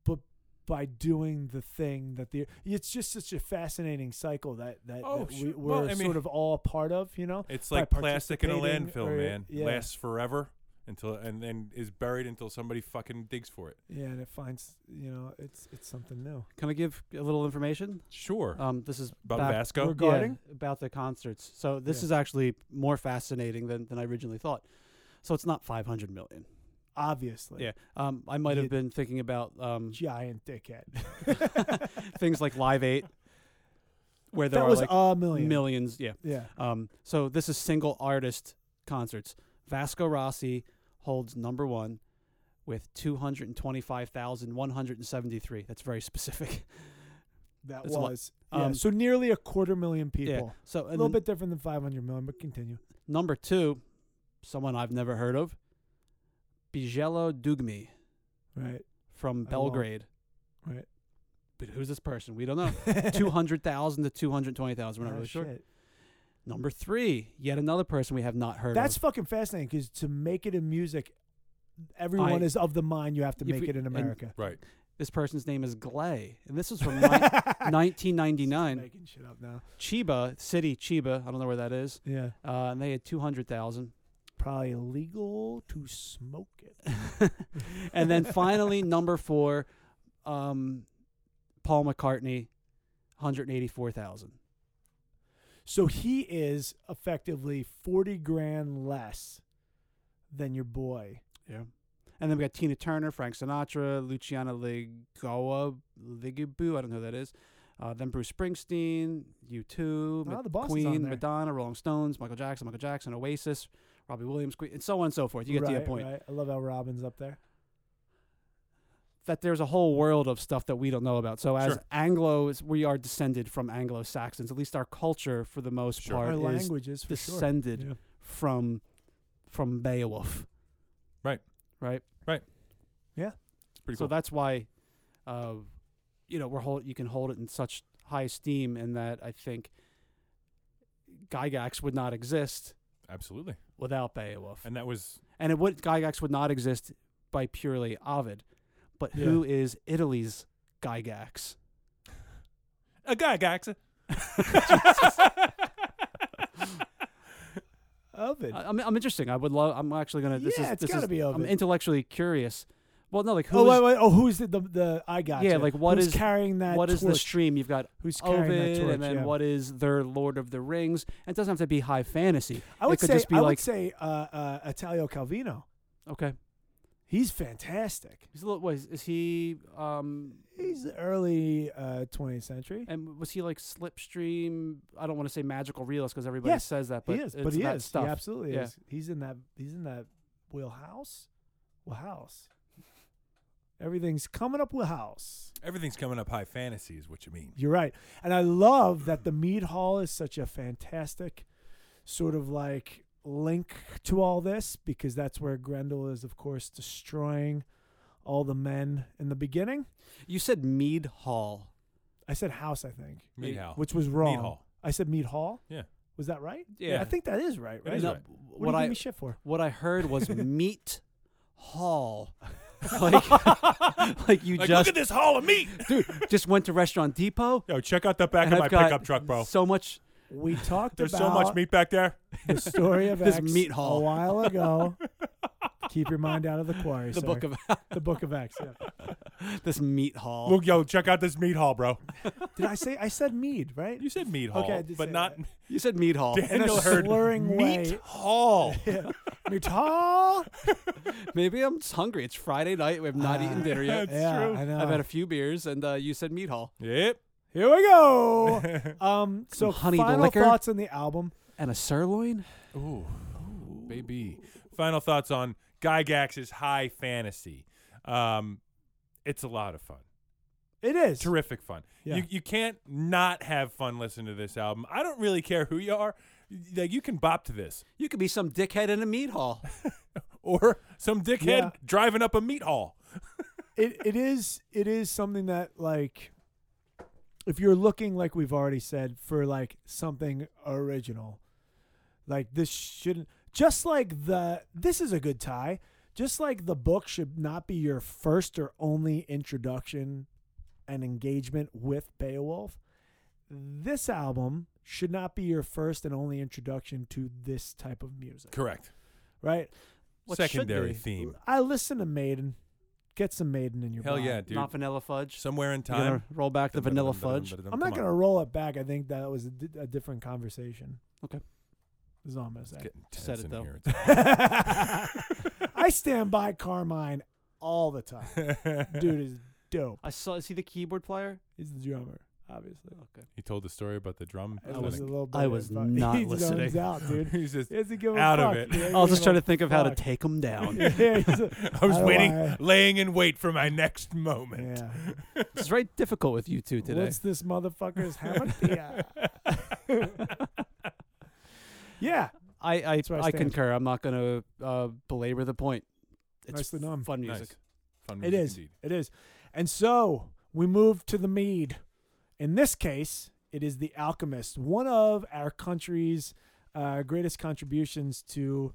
Speaker 1: But by doing the thing that the it's just such a fascinating cycle that that,
Speaker 3: Oh,
Speaker 1: that we,
Speaker 3: sure.
Speaker 1: we're
Speaker 3: Well, I mean-
Speaker 1: sort of all a part of, you know.
Speaker 3: It's
Speaker 1: By
Speaker 3: like plastic in a
Speaker 1: participating
Speaker 3: landfill,
Speaker 1: or-
Speaker 3: man.
Speaker 1: yeah.
Speaker 3: Lasts forever until and then is buried until somebody fucking digs for it.
Speaker 1: Yeah, and it finds you know it's it's something new.
Speaker 2: Can I give a little information?
Speaker 3: Sure.
Speaker 2: Um, this is
Speaker 3: About
Speaker 2: back-
Speaker 3: Vasco.
Speaker 1: Reg- Regarding?
Speaker 2: Yeah, about the concerts. So this
Speaker 1: Yeah.
Speaker 2: is actually more fascinating than, than I originally thought. So it's not 500 million.
Speaker 1: Obviously,
Speaker 2: Yeah. Um, I might have
Speaker 1: You-
Speaker 2: been thinking about um,
Speaker 1: giant dickhead.
Speaker 2: things like Live 8 where there
Speaker 1: that
Speaker 2: are
Speaker 1: was
Speaker 2: like
Speaker 1: a million.
Speaker 2: millions, yeah.
Speaker 1: yeah,
Speaker 2: Um, so this is single artist concerts. Vasco Rossi holds number 1 with 225,173. That's very specific.
Speaker 1: that
Speaker 2: That's a lot.
Speaker 1: was. Yeah,
Speaker 2: Um,
Speaker 1: so nearly a quarter million people.
Speaker 2: Yeah. So
Speaker 1: A little bit different than 500 million, but continue.
Speaker 2: Number two, someone I've never heard of, Bijelo Dugmi
Speaker 1: Right.
Speaker 2: from
Speaker 1: I won't.
Speaker 2: Belgrade.
Speaker 1: Right.
Speaker 2: But who's this person? We don't know. 200,000 to 220,000. We're not
Speaker 1: Oh,
Speaker 2: really sure.
Speaker 1: shit.
Speaker 2: Number three, yet another person we have not heard
Speaker 1: That's
Speaker 2: of.
Speaker 1: fucking fascinating because to make it in music, everyone
Speaker 2: I-
Speaker 1: is of the mind you have to
Speaker 2: If
Speaker 1: make
Speaker 2: we-
Speaker 1: it in
Speaker 2: and-
Speaker 1: America.
Speaker 3: right.
Speaker 2: This person's name is Glay. And this is from ni- 1999.
Speaker 1: Making shit up now.
Speaker 2: Chiba, city Chiba. I don't know where that is.
Speaker 1: Yeah,
Speaker 2: Uh, and they had 200,000.
Speaker 1: probably illegal to smoke it.
Speaker 2: and then finally, number four, um, Paul McCartney, 184,000.
Speaker 1: So he is effectively 40 grand less than your boy.
Speaker 2: Yeah. And then we got Tina Turner, Frank Sinatra, Luciana Ligoa, Ligibu, I don't know who that is. Uh, then Bruce Springsteen, U2,
Speaker 1: Ah,
Speaker 2: Ma-
Speaker 1: the boss is on
Speaker 2: Queen,
Speaker 1: there.
Speaker 2: Madonna, Rolling Stones, Michael Jackson, Michael Jackson, Oasis, Robbie Williams, Queen, and so on and so forth. You get
Speaker 1: right,
Speaker 2: the point.
Speaker 1: Right. I love how Robin's up there.
Speaker 2: That there's a whole world of stuff that we don't know about. So as
Speaker 3: Sure.
Speaker 2: Anglos, we are descended from Anglo Saxons. At least our culture, for the most
Speaker 3: Sure.
Speaker 1: Our
Speaker 2: part, is
Speaker 1: languages for sure.
Speaker 2: descended
Speaker 1: Yeah.
Speaker 2: from from Beowulf.
Speaker 3: Right.
Speaker 2: Right.
Speaker 3: It's pretty
Speaker 2: so
Speaker 3: cool.
Speaker 2: that's why, uh, you know, we're hold you can hold it in such high esteem, and that I think Gygax would not exist
Speaker 3: Absolutely.
Speaker 2: without Beowulf, and,
Speaker 3: And that was
Speaker 2: it would Gygax would not exist by purely Ovid, but who is Italy's Gygax?
Speaker 3: a guy, Gaxa.
Speaker 1: Ovid.
Speaker 2: I, I'm I'm interesting. I would love. I'm actually gonna. This
Speaker 1: yeah,
Speaker 2: is
Speaker 1: it's
Speaker 2: this
Speaker 1: gotta
Speaker 2: is,
Speaker 1: be
Speaker 2: I'm
Speaker 1: Ovid.
Speaker 2: intellectually curious. Well, no, like who
Speaker 1: oh,
Speaker 2: is-
Speaker 1: wait, wait. Oh, who's the, the, the I got
Speaker 2: Yeah, like, what
Speaker 1: who's
Speaker 2: is-
Speaker 1: carrying that
Speaker 2: what is the
Speaker 1: torch?
Speaker 2: stream? You've got
Speaker 1: Who's carrying
Speaker 2: Ovid,
Speaker 1: that torch?
Speaker 2: and then
Speaker 1: yeah.
Speaker 2: what is their Lord of the Rings? And it doesn't have to be high fantasy.
Speaker 1: I would
Speaker 2: it could
Speaker 1: say,
Speaker 2: just be
Speaker 1: I
Speaker 2: like
Speaker 1: would say uh, uh, Italio Calvino.
Speaker 2: okay.
Speaker 1: He's fantastic.
Speaker 2: He's a little. Was is he? Um,
Speaker 1: He's early uh, 20th century.
Speaker 2: and was he like slipstream? I don't want to say magical realist because everybody
Speaker 1: Yes,
Speaker 2: says that,
Speaker 1: he
Speaker 2: but
Speaker 1: is,
Speaker 2: it's
Speaker 1: but he
Speaker 2: that
Speaker 1: is.
Speaker 2: stuff.
Speaker 1: He absolutely
Speaker 2: Yeah.
Speaker 1: is. He's in that. He's in that wheelhouse. Wheelhouse. Everything's coming up wheelhouse.
Speaker 3: Everything's coming up high fantasy is what you mean.
Speaker 1: You're right, and I love that the Mead Hall is such a fantastic sort of like link to all this because that's where Grendel is, of course, destroying all the men in the beginning.
Speaker 2: You said Mead Hall.
Speaker 1: I said house, I think,
Speaker 3: Meat Hall.
Speaker 1: which was wrong.
Speaker 3: Mead Hall.
Speaker 1: I said Mead Hall.
Speaker 3: Yeah.
Speaker 1: was that right?
Speaker 2: Yeah.
Speaker 1: I think that is right.
Speaker 3: It
Speaker 1: Right.
Speaker 3: is
Speaker 2: No,
Speaker 3: right.
Speaker 1: What,
Speaker 2: What
Speaker 1: do you
Speaker 2: I
Speaker 1: give me shit for?
Speaker 2: what I heard was Meat Hall. Like, like you
Speaker 3: Like, look
Speaker 2: just
Speaker 3: at this hall of meat.
Speaker 2: dude just went to Restaurant Depot.
Speaker 3: Yo, check out the back
Speaker 2: and
Speaker 3: of
Speaker 2: I've
Speaker 3: my
Speaker 2: got
Speaker 3: pickup truck, bro.
Speaker 2: So much.
Speaker 1: We talked
Speaker 3: There's
Speaker 1: about
Speaker 3: so much meat back there.
Speaker 1: the story of
Speaker 2: This
Speaker 1: Acts
Speaker 2: meat
Speaker 1: a
Speaker 2: hall.
Speaker 1: while ago. Keep your mind out of the quarry.
Speaker 2: The
Speaker 1: sir.
Speaker 2: book of
Speaker 1: the book of Acts. Yeah.
Speaker 2: this Meat
Speaker 1: Oh.
Speaker 2: Hall.
Speaker 3: Luke, yo, check out this meat hall, bro.
Speaker 1: Did I say I said mead right?
Speaker 3: You said meat hall,
Speaker 1: Okay, I did
Speaker 3: but
Speaker 1: say
Speaker 3: not
Speaker 2: You said Meat Hall.
Speaker 1: In a
Speaker 3: Daniel heard
Speaker 1: slurring
Speaker 3: meat
Speaker 1: way.
Speaker 3: hall.
Speaker 1: Meat hall.
Speaker 2: Maybe I'm just hungry.
Speaker 3: Ah,
Speaker 2: It's Friday night. We have not eaten dinner yet.
Speaker 3: That's
Speaker 1: yeah,
Speaker 3: true.
Speaker 1: I know.
Speaker 2: I've had a few beers, and uh, you said Meat Hall.
Speaker 3: Yep.
Speaker 1: Here we go. Um, so
Speaker 2: Some honeyed
Speaker 1: final
Speaker 2: liquor?
Speaker 1: thoughts on the album.
Speaker 2: and a sirloin.
Speaker 3: Ooh, baby. Final thoughts on Gygax's high fantasy. Um, it's a lot of fun.
Speaker 1: It is
Speaker 3: Terrific fun.
Speaker 1: Yeah.
Speaker 3: You you can't not have fun listening to this album. I don't really care who you are. Like you can bop to this
Speaker 2: You could be some dickhead in a meat hall.
Speaker 3: or some dickhead
Speaker 1: Yeah.
Speaker 3: driving up a meat hall.
Speaker 1: it, it is it is something that like if you're looking like we've already said for like something original like this shouldn't just like the this is a good tie just like the book should not be your first or only introduction and engagement with beowulf this album should not be your first and only introduction to this type of music
Speaker 3: Correct.
Speaker 1: right
Speaker 2: What should
Speaker 3: Secondary
Speaker 2: be?
Speaker 3: theme.
Speaker 1: i listen to maiden get some maiden in your
Speaker 3: Hell
Speaker 1: body.
Speaker 3: yeah, dude.
Speaker 2: Not vanilla fudge.
Speaker 3: Somewhere in
Speaker 2: You gonna
Speaker 3: time.
Speaker 2: roll back the vanilla fudge.
Speaker 1: I'm not
Speaker 3: Come
Speaker 1: going
Speaker 3: on.
Speaker 1: to roll it back. I think that was a, di- a different conversation.
Speaker 2: Okay.
Speaker 1: This is all I'm going to
Speaker 3: It's
Speaker 1: say.
Speaker 3: getting
Speaker 2: Said it,
Speaker 3: tense in
Speaker 2: though.
Speaker 3: here.
Speaker 1: I stand by Carmine all the time.
Speaker 3: It's-
Speaker 1: Dude is dope.
Speaker 2: I saw. Is he the keyboard player?
Speaker 1: He's the drummer, obviously.
Speaker 3: He told the story about the drum.
Speaker 1: It
Speaker 2: I
Speaker 1: was
Speaker 2: was-
Speaker 1: a little bit
Speaker 2: I was
Speaker 1: of a-
Speaker 2: not
Speaker 1: he zones
Speaker 2: listening.
Speaker 1: out, dude.
Speaker 3: He's just.
Speaker 1: He doesn't give a
Speaker 3: Out of
Speaker 1: fuck,
Speaker 3: it.
Speaker 1: dude. He
Speaker 2: I
Speaker 1: doesn't
Speaker 2: was
Speaker 1: give
Speaker 2: just
Speaker 1: a
Speaker 2: trying to think of how to
Speaker 1: fuck.
Speaker 2: take him down.
Speaker 1: yeah, he's a-
Speaker 3: I was
Speaker 1: I don't
Speaker 3: waiting,
Speaker 1: wanna-
Speaker 3: laying in wait for my next moment.
Speaker 1: yeah.
Speaker 2: It's very difficult with you two today.
Speaker 1: What's this motherfucker's hammer? yeah. yeah.
Speaker 2: I I,
Speaker 1: where I
Speaker 2: I
Speaker 1: stand.
Speaker 2: concur. I'm not going to uh, belabor the point. It's
Speaker 1: Nicely done.
Speaker 2: fun music.
Speaker 3: Nice. Fun
Speaker 1: It
Speaker 3: music
Speaker 1: is.
Speaker 3: indeed.
Speaker 1: It is. And so we move to the mead. In this case, it is the alchemist, one of our country's uh, greatest contributions to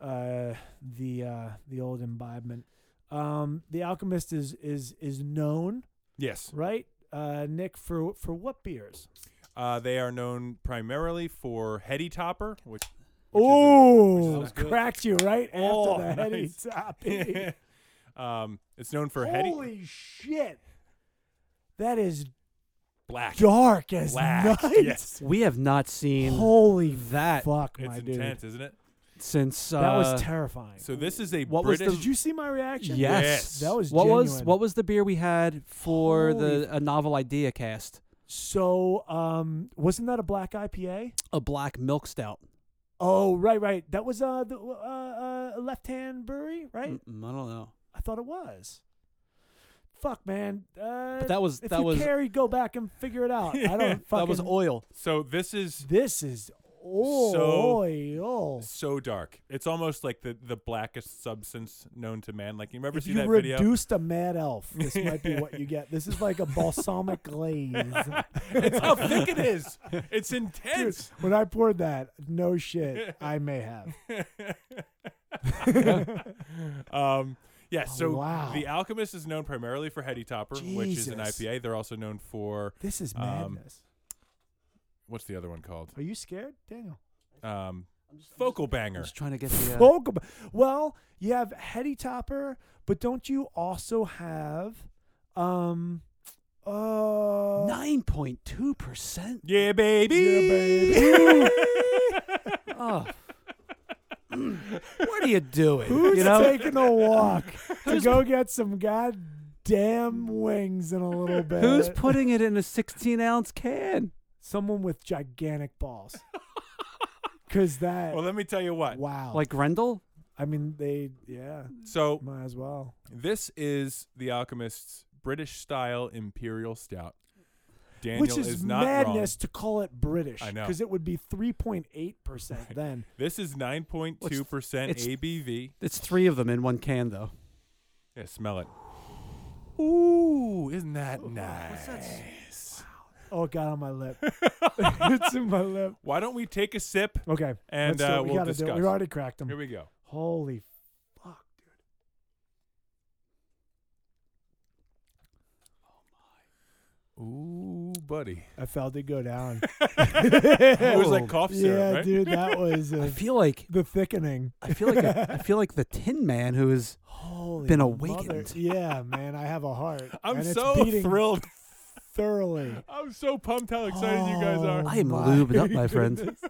Speaker 1: uh, the uh, the old imbibement. Um, the alchemist is is is known,
Speaker 3: Yes.
Speaker 1: right? Uh, Nick, for for what beers?
Speaker 3: Uh, they are known primarily for Heady Topper, which. which is a-
Speaker 1: Oh,
Speaker 3: which is a-
Speaker 1: cracked you right after
Speaker 3: Oh,
Speaker 1: the heady
Speaker 3: nice.
Speaker 1: toppy.
Speaker 3: um, it's known for Heady
Speaker 1: Holy shit! That is
Speaker 3: Black.
Speaker 1: dark as
Speaker 3: Black.
Speaker 1: night.
Speaker 3: Yes.
Speaker 2: We have not seen
Speaker 1: Holy
Speaker 2: that
Speaker 1: fuck,
Speaker 3: It's
Speaker 1: my dude.
Speaker 3: intense, isn't it?
Speaker 2: since uh,
Speaker 1: That was terrifying.
Speaker 3: So this is a
Speaker 2: What was the-
Speaker 3: British.
Speaker 1: Did you see my reaction?
Speaker 2: Yes.
Speaker 3: Yes.
Speaker 1: That was
Speaker 2: what was
Speaker 1: genuine.
Speaker 2: what was the beer we had for the a novel idea cast?
Speaker 1: So um wasn't that a black IPA?
Speaker 2: A black milk stout.
Speaker 1: Oh, right, right. That was uh the uh, uh left hand brewery, right?
Speaker 2: Mm, I don't know.
Speaker 1: I thought it was. Fuck man. Uh
Speaker 2: But that was
Speaker 1: if
Speaker 2: that
Speaker 1: you
Speaker 2: was
Speaker 1: carry, go back and figure it out. I don't fucking
Speaker 2: that was oil.
Speaker 3: so this is
Speaker 1: This is oil.
Speaker 3: so dark. It's almost like the, the blackest substance known to man. Like you ever
Speaker 1: if
Speaker 3: see
Speaker 1: you
Speaker 3: that video?
Speaker 1: reduced a mad elf, this might be what you get. This is like a balsamic glaze.
Speaker 3: it's how thick it is. It's
Speaker 1: Dude,
Speaker 3: intense.
Speaker 1: when I poured that, no shit, I may have.
Speaker 3: um, yeah. So
Speaker 1: Oh, wow.
Speaker 3: the Alchemist is known primarily for Heady Topper, which is an
Speaker 1: Jesus.
Speaker 3: IPA. They're also known for
Speaker 1: This is
Speaker 3: Um,
Speaker 1: madness.
Speaker 3: what's the other one called?
Speaker 1: Are you scared, Daniel?
Speaker 3: Um, Focal
Speaker 2: I'm
Speaker 3: Banger.
Speaker 2: just trying to get the. Uh,
Speaker 1: Folk ab- well, you have Hetty Topper, but don't you also have, um, uh,
Speaker 2: Nine point two percent.
Speaker 3: Yeah, baby.
Speaker 1: yeah, baby.
Speaker 2: Oh, Mm. what are you doing?
Speaker 1: Who's
Speaker 2: you know,
Speaker 1: taking a walk to go get some goddamn wings in a little bit?
Speaker 2: who's putting it in a sixteen ounce can?
Speaker 1: someone with gigantic balls? Because that,
Speaker 3: Well, let me tell you what.
Speaker 1: wow.
Speaker 2: Like Grendel?
Speaker 1: I mean, they, yeah,
Speaker 3: So
Speaker 1: might as well.
Speaker 3: this is the Alchemist's British style Imperial Stout. Daniel
Speaker 1: Which is,
Speaker 3: not wrong.
Speaker 1: madness to call it British.
Speaker 3: I know.
Speaker 1: Because it would be 3.8% then.
Speaker 3: This is 9.2%
Speaker 2: it's-
Speaker 3: ABV.
Speaker 2: It's three of them in one can, though.
Speaker 3: Yeah, smell it. Ooh, isn't that nice?
Speaker 1: Oh, it got on my lip. it's in my lip.
Speaker 3: Why don't we take a sip?
Speaker 1: Okay.
Speaker 3: And,
Speaker 1: let's do it.
Speaker 3: uh,
Speaker 1: we
Speaker 3: we'll
Speaker 1: gotta do it.
Speaker 3: discuss.
Speaker 1: We already cracked
Speaker 3: Here
Speaker 1: them.
Speaker 3: we go.
Speaker 1: Holy fuck, dude.
Speaker 3: Ooh, buddy.
Speaker 1: I felt it go down.
Speaker 3: It was like
Speaker 2: Oh,
Speaker 3: cough syrup,
Speaker 1: yeah,
Speaker 3: right?
Speaker 1: dude, that was uh,
Speaker 2: I feel like
Speaker 1: the thickening.
Speaker 2: I feel like a, I feel like the Tin Man who is
Speaker 1: Holy
Speaker 2: Been
Speaker 1: mother-
Speaker 2: awakened.
Speaker 1: Yeah, man, I have a heart.
Speaker 3: I'm
Speaker 1: and it's
Speaker 3: so
Speaker 1: beating
Speaker 3: thrilled.
Speaker 1: thoroughly.
Speaker 3: I'm so pumped how excited you guys are.
Speaker 1: Oh
Speaker 2: I am
Speaker 1: my
Speaker 2: lubed up, my friend.
Speaker 1: goodness.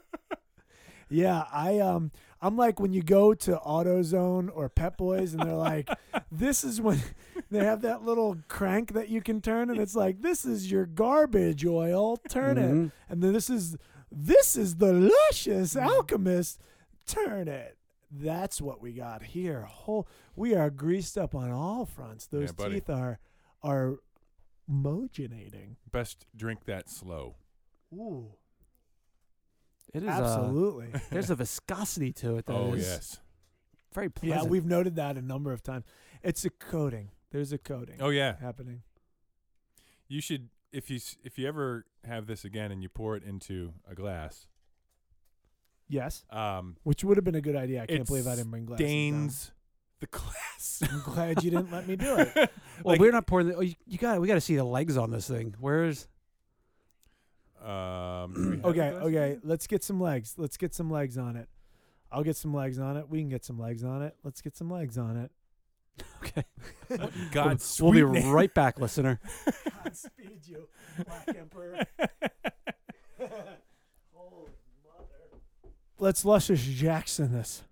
Speaker 1: Yeah, I um, I'm like when you go to AutoZone or Pet Boys, and they're like, "This is when, they have that little crank that you can turn, and it's like this is your garbage oil, turn it,
Speaker 2: Mhm.
Speaker 1: and then this is this is the luscious
Speaker 3: Mm-hmm.
Speaker 1: alchemist, turn it. That's what we got here. Whole we are greased up on all fronts. Those
Speaker 3: Yeah, buddy.
Speaker 1: teeth are are mojinating.
Speaker 3: Best drink that slow.
Speaker 1: Ooh,
Speaker 2: It is absolutely.
Speaker 1: absolutely.
Speaker 2: there's a viscosity to it that
Speaker 3: oh
Speaker 2: is
Speaker 3: yes.
Speaker 2: very
Speaker 1: yeah,
Speaker 2: pleasant.
Speaker 1: we've noted that a number of times. It's a coating. There's a coating
Speaker 3: Oh yeah.
Speaker 1: happening.
Speaker 3: You should if you s- if you ever have this again and you pour it into a glass.
Speaker 1: Yes,
Speaker 3: Um,
Speaker 1: which would have been a good idea. I can't
Speaker 3: It
Speaker 1: believe I didn't bring glasses. down.
Speaker 3: stains the glass.
Speaker 1: I'm glad you didn't let me do it.
Speaker 2: well,
Speaker 3: like-
Speaker 2: we're not pouring. The, oh, you, you got. We got to see the legs on this thing. Where's
Speaker 3: Um, do we have a
Speaker 1: Okay,
Speaker 3: glass?
Speaker 1: okay. Let's get some legs. Let's get some legs on it. I'll get some legs on it. We can get some legs on it. Let's get some legs on it.
Speaker 2: okay?
Speaker 3: What in God's
Speaker 2: we'll be
Speaker 3: sweet name?
Speaker 2: right back, listener.
Speaker 1: Godspeed you, Black Emperor. Let's luscious Jackson this.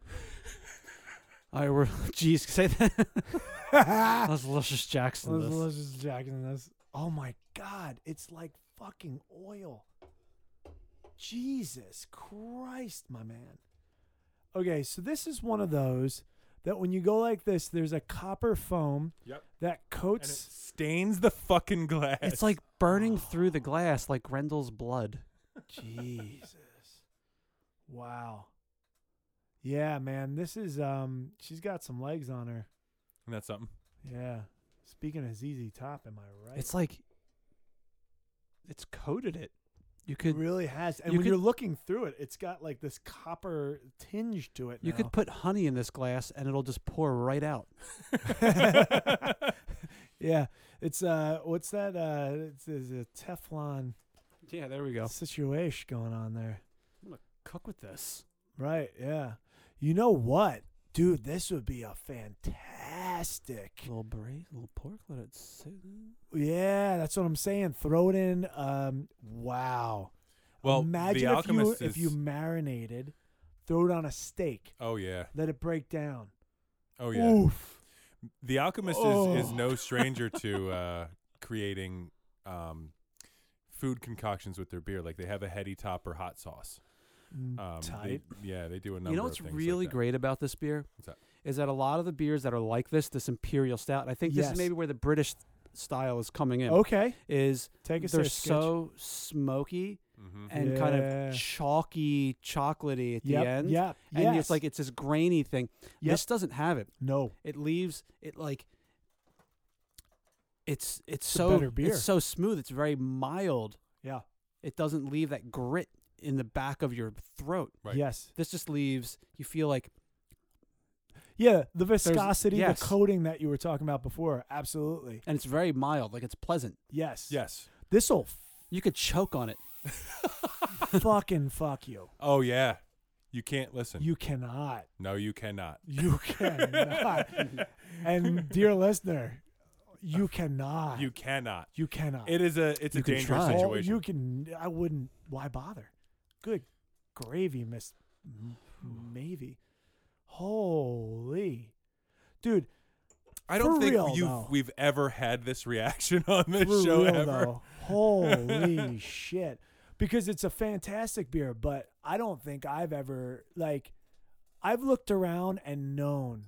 Speaker 2: I were. Jeez, say that.
Speaker 1: Let's
Speaker 2: That's luscious Jackson. this.
Speaker 1: luscious Jackson this. Oh my God! It's like fucking oil. Jesus Christ, my man. Okay, so this is one of those that when you go like this, there's a copper foam
Speaker 3: Yep.
Speaker 1: that
Speaker 3: And it
Speaker 1: coats.
Speaker 3: stains the fucking glass.
Speaker 2: It's like burning through the glass like Grendel's blood.
Speaker 1: Jesus. Wow. Yeah, man. This is um she's got some legs on her.
Speaker 3: Isn't that something?
Speaker 1: Yeah. Speaking of ZZ Top, am I right?
Speaker 2: It's like it's coated it. You
Speaker 1: it
Speaker 2: could
Speaker 1: really has. And
Speaker 2: you
Speaker 1: when
Speaker 2: could-
Speaker 1: you're looking through it, it's got like this copper tinge to it.
Speaker 2: you
Speaker 1: now.
Speaker 2: could put honey in this glass and it'll just pour right out.
Speaker 1: Yeah. It's uh what's that? Uh it's, it's a Teflon
Speaker 2: Yeah, there we go.
Speaker 1: situation going on there.
Speaker 2: Cook with this.
Speaker 1: Right, yeah. You know what? Dude, this would be a fantastic
Speaker 2: little braise, little pork, let it sit. in.
Speaker 1: Yeah, that's what I'm saying. Throw it in. Um, wow.
Speaker 3: Well,
Speaker 1: imagine
Speaker 3: the
Speaker 1: if you
Speaker 3: alchemist
Speaker 1: if
Speaker 3: is-
Speaker 1: you marinated, throw it on a steak,
Speaker 3: Oh yeah.
Speaker 1: let it break down.
Speaker 3: Oh yeah.
Speaker 1: Oof.
Speaker 3: The alchemist is, is
Speaker 1: Oh.
Speaker 3: no stranger to uh, creating um, food concoctions with their beer. Like they have a heady top or hot sauce.
Speaker 1: Mm,
Speaker 3: Um, they-
Speaker 1: Tight.
Speaker 3: yeah, they do a number.
Speaker 2: You know
Speaker 3: of
Speaker 2: what's
Speaker 3: things like
Speaker 2: really
Speaker 3: that.
Speaker 2: great about this beer?
Speaker 3: What's that?
Speaker 2: Is that a lot of the beers that are like this, this imperial stout, and I think this
Speaker 1: Yes. Oh,
Speaker 2: is maybe where the British style is coming in.
Speaker 1: okay,
Speaker 2: Is
Speaker 1: take a
Speaker 2: they're
Speaker 1: sip, Sketch.
Speaker 2: so smoky
Speaker 3: Mhm.
Speaker 2: and kind
Speaker 1: Yeah.
Speaker 2: of chalky, chocolatey at
Speaker 1: Yep,
Speaker 2: the end.
Speaker 1: Yeah.
Speaker 2: and
Speaker 1: yes.
Speaker 2: it's like it's this grainy thing.
Speaker 1: Yep.
Speaker 2: This doesn't have it.
Speaker 1: no.
Speaker 2: It leaves it like it's it's
Speaker 1: a
Speaker 2: so
Speaker 1: better beer.
Speaker 2: it's so smooth. It's very mild.
Speaker 1: Yeah.
Speaker 2: It doesn't leave that grit in the back of your throat.
Speaker 3: Right.
Speaker 1: Yes.
Speaker 2: This just leaves you feel like
Speaker 1: Yeah. The viscosity,
Speaker 2: yes.
Speaker 1: the coating that you were talking about before. Absolutely.
Speaker 2: and it's very mild, like it's pleasant.
Speaker 1: Yes.
Speaker 3: Yes.
Speaker 1: This will
Speaker 2: You could choke on it.
Speaker 1: fucking fuck you.
Speaker 3: Oh yeah. You can't listen.
Speaker 1: You cannot.
Speaker 3: no, you cannot.
Speaker 1: You cannot. and dear listener, you cannot.
Speaker 3: You cannot.
Speaker 1: You cannot.
Speaker 3: It is a it's
Speaker 2: You
Speaker 3: a
Speaker 2: can
Speaker 3: dangerous
Speaker 2: try.
Speaker 1: Oh,
Speaker 3: situation.
Speaker 1: you can. I wouldn't. Why bother? Good gravy, Miss M- Maybe. Holy, dude.
Speaker 3: I don't
Speaker 1: for
Speaker 3: think
Speaker 1: real,
Speaker 3: you
Speaker 1: though.
Speaker 3: have we've ever had this reaction on this
Speaker 1: For
Speaker 3: show
Speaker 1: real
Speaker 3: ever.
Speaker 1: though, holy shit! Because it's a fantastic beer, but I don't think I've ever like. I've looked around and known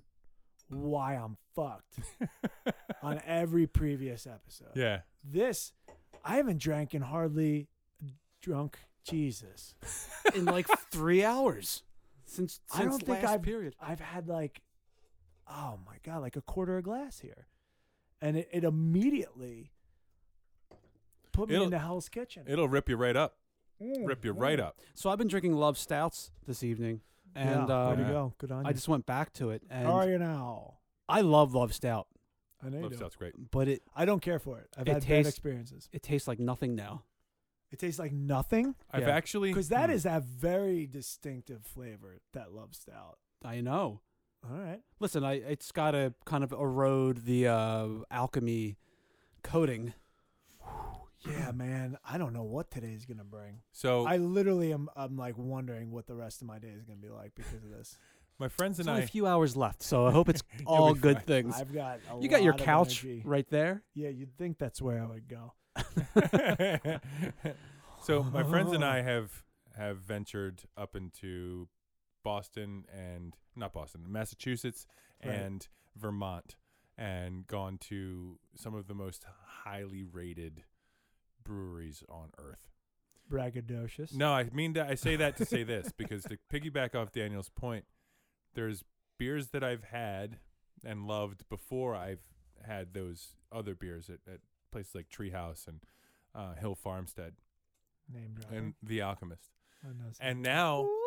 Speaker 1: why I'm fucked on every previous episode.
Speaker 3: Yeah.
Speaker 1: This, I haven't drank in hardly drunk Jesus.
Speaker 2: in like three hours since, since
Speaker 1: I don't think
Speaker 2: last
Speaker 1: I've
Speaker 2: period.
Speaker 1: I've had like, oh my god, like a quarter of glass here, and it, it immediately put me
Speaker 3: It'll-
Speaker 1: into Hell's Kitchen. Mm,
Speaker 3: It'll rip you right up. Rip you right up.
Speaker 2: So I've been drinking Love Stouts this evening, and
Speaker 1: yeah,
Speaker 2: um,
Speaker 1: way to
Speaker 3: yeah.
Speaker 1: go, good on
Speaker 2: I
Speaker 1: you.
Speaker 2: just went back to it, and
Speaker 1: How are you now?
Speaker 2: I love Love Stout,
Speaker 1: I know you
Speaker 3: Love
Speaker 1: do.
Speaker 3: sounds great.
Speaker 2: but it
Speaker 1: I don't care for it. I've
Speaker 2: It
Speaker 1: had bad
Speaker 2: tastes-
Speaker 1: experiences.
Speaker 2: it tastes like nothing now.
Speaker 1: It tastes like nothing
Speaker 3: I've
Speaker 2: Yeah.
Speaker 3: actually
Speaker 1: because that
Speaker 3: Hmm.
Speaker 1: is a very distinctive flavor that love stout.
Speaker 2: I know.
Speaker 1: All right,
Speaker 2: Listen, I it's got to kind of erode the uh, alchemy coating.
Speaker 1: yeah, man. I don't know what today's gonna bring.
Speaker 3: Hmm. so
Speaker 1: I literally am. I'm like wondering what the rest of my day is gonna be like because of this.
Speaker 3: My friends
Speaker 2: There's
Speaker 3: and
Speaker 2: only
Speaker 3: I.
Speaker 2: a few hours left, so I hope it's all
Speaker 3: be
Speaker 2: good
Speaker 3: fine.
Speaker 2: things.
Speaker 1: I've got a
Speaker 2: you got your
Speaker 1: lot of
Speaker 2: couch
Speaker 1: energy.
Speaker 2: right there.
Speaker 1: Yeah, you'd think that's where I would go.
Speaker 3: so my friends and I have have ventured up into Boston and not Boston, Massachusetts
Speaker 1: Right.
Speaker 3: and Vermont, and gone to some of the most highly rated breweries on earth.
Speaker 1: Braggadocious.
Speaker 3: No, I mean that I say that to say this because to piggyback off Daniel's point, there's beers that I've had and loved before I've had those other beers at, at places like Treehouse and uh, Hill Farmstead
Speaker 1: Name dropping.
Speaker 3: and The Alchemist.
Speaker 1: Oh, no, it's-
Speaker 3: And Oh, now
Speaker 1: Oh.
Speaker 2: Ooh.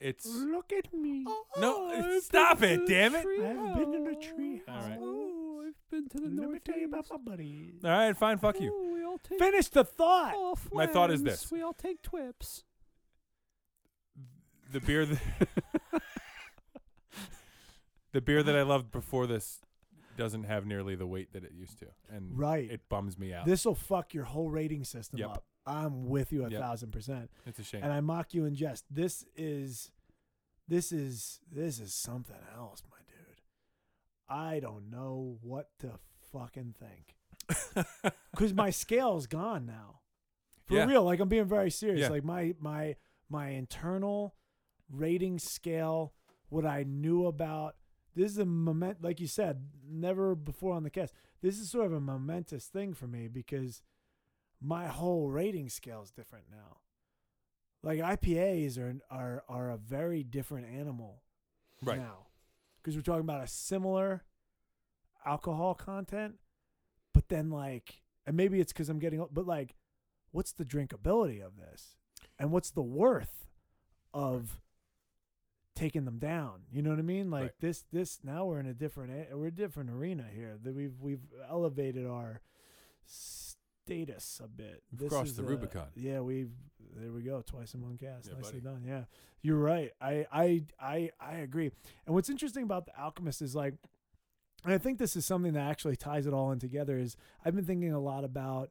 Speaker 3: it's
Speaker 1: look at me.
Speaker 3: No, stop it, damn it.
Speaker 1: I've been in a tree
Speaker 3: All right.
Speaker 2: Oh, I've been to the
Speaker 1: Let me
Speaker 2: North
Speaker 1: tell you about
Speaker 2: East.
Speaker 1: my buddies.
Speaker 3: all right. Fine, fuck you.
Speaker 2: Ooh, we all take
Speaker 1: Finish the thought.
Speaker 2: off
Speaker 3: My thought is
Speaker 2: whams.
Speaker 3: this.
Speaker 2: We all take twips.
Speaker 3: The beer that the beer that I loved before this doesn't have nearly the weight that it used to, and
Speaker 1: Right.
Speaker 3: it bums me out.
Speaker 1: This will fuck your whole rating system
Speaker 3: Yep.
Speaker 1: up. I'm with you a
Speaker 3: Yep.
Speaker 1: thousand percent.
Speaker 3: it's a shame.
Speaker 1: And I mock you in jest. This is, this is, this is something else, my dude. I don't know what to fucking think. Cause my scale's gone now. For
Speaker 3: Yeah.
Speaker 1: real, like I'm being very serious.
Speaker 3: Yeah.
Speaker 1: Like my my my internal rating scale, what I knew about this is a moment like you said, never before on the cast. This is sort of a momentous thing for me because my whole rating scale is different now. Like IPAs are are are a very different animal
Speaker 3: right.
Speaker 1: now because we're talking about a similar alcohol content, but then like, and maybe it's because I'm getting old, but like, what's the drinkability of this, and what's the worth of taking them down? You know what I mean? Like
Speaker 3: Right.
Speaker 1: this, this now we're in a different a- we're a different arena here that we've we've elevated our status a bit.
Speaker 3: We've
Speaker 1: This
Speaker 3: crossed
Speaker 1: is
Speaker 3: the
Speaker 1: a-
Speaker 3: Rubicon.
Speaker 1: Yeah, we've there we go twice in one cast.
Speaker 3: Yeah,
Speaker 1: Nicely
Speaker 3: buddy.
Speaker 1: done. Yeah. You're right. I I I I agree. And what's interesting about the Alchemist is like, and I think this is something that actually ties it all in together. Is I've been thinking a lot about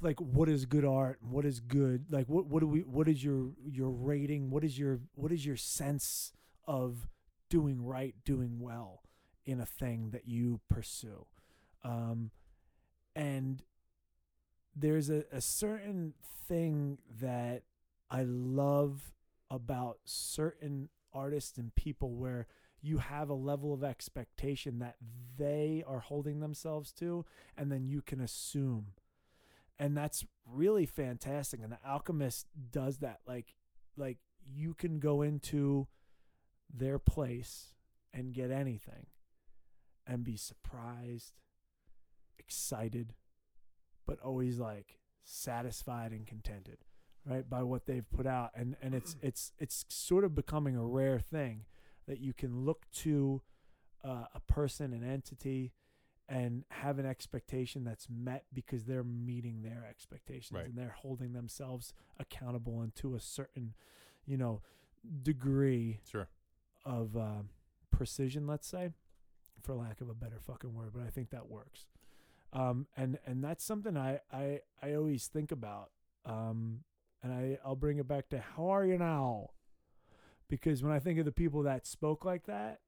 Speaker 1: like what is good art, what is good, like what what do we, what is your your rating, what is your what is your sense of doing right, doing well in a thing that you pursue, um, and there's a, a certain thing that I love about certain artists and people where you have a level of expectation that they are holding themselves to and then you can assume and that's really fantastic and the alchemist does that like like you can go into their place and get anything and be surprised excited but always like satisfied and contented right by what they've put out and and it's it's it's sort of becoming a rare thing that you can look to uh, a person an entity and have an expectation that's met because they're meeting their expectations
Speaker 3: Right.
Speaker 1: and they're holding themselves accountable and to a certain you know degree
Speaker 3: Sure.
Speaker 1: of uh, precision, let's say, for lack of a better fucking word, but I think that works. Um, and and that's something I I I always think about. Um, and I I'll bring it back to how are you now, because when I think of the people that spoke like that,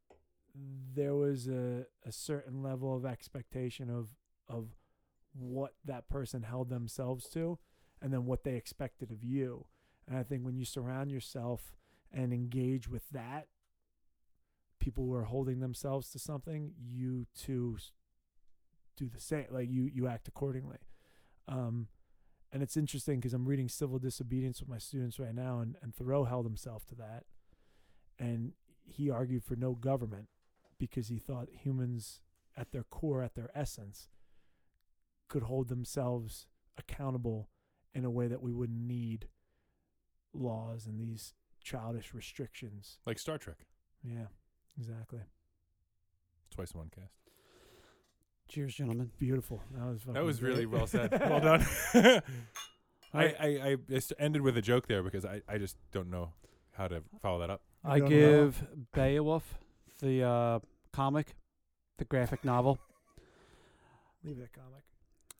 Speaker 1: there was a a certain level of expectation of of what that person held themselves to, and then what they expected of you. And I think when you surround yourself and engage with that people who are holding themselves to something, you too s- do the same. Like you, you act accordingly. Um, and it's interesting because I'm reading Civil Disobedience with my students right now, and, and Thoreau held himself to that, and he argued for no government because he thought humans, at their core, at their essence, could hold themselves accountable in a way that we wouldn't need laws and these childish restrictions.
Speaker 3: Like Star Trek.
Speaker 1: Yeah, exactly.
Speaker 3: Twice in one cast.
Speaker 2: Cheers, gentlemen.
Speaker 1: Beautiful. That was fucking
Speaker 3: That was really
Speaker 1: great.
Speaker 3: well said. Well done. I, I, I just ended with a joke there because I, I just don't know how to follow that up.
Speaker 2: I
Speaker 1: Don't know.
Speaker 2: give Beowulf the uh, comic, the graphic novel,
Speaker 1: Leave that comic.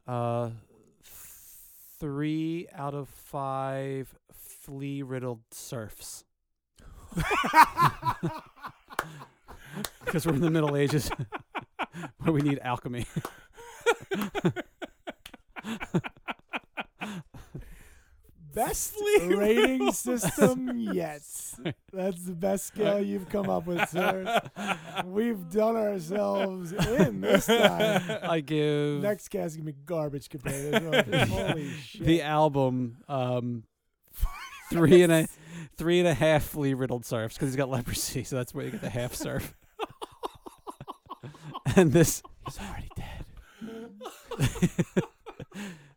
Speaker 2: uh, three out of five flea riddled serfs. because we're in the Middle Ages where we need alchemy.
Speaker 1: Best rating system yet. That's the best
Speaker 3: Uh,
Speaker 1: scale you've come up with, sir. We've done ourselves in this time.
Speaker 2: I give
Speaker 1: Next cast is gonna be garbage compared to this one. Holy shit!
Speaker 2: the album um, three and a three and a half flea riddled serfs because he's got leprosy, so that's where you get the half serf. and this he's already dead.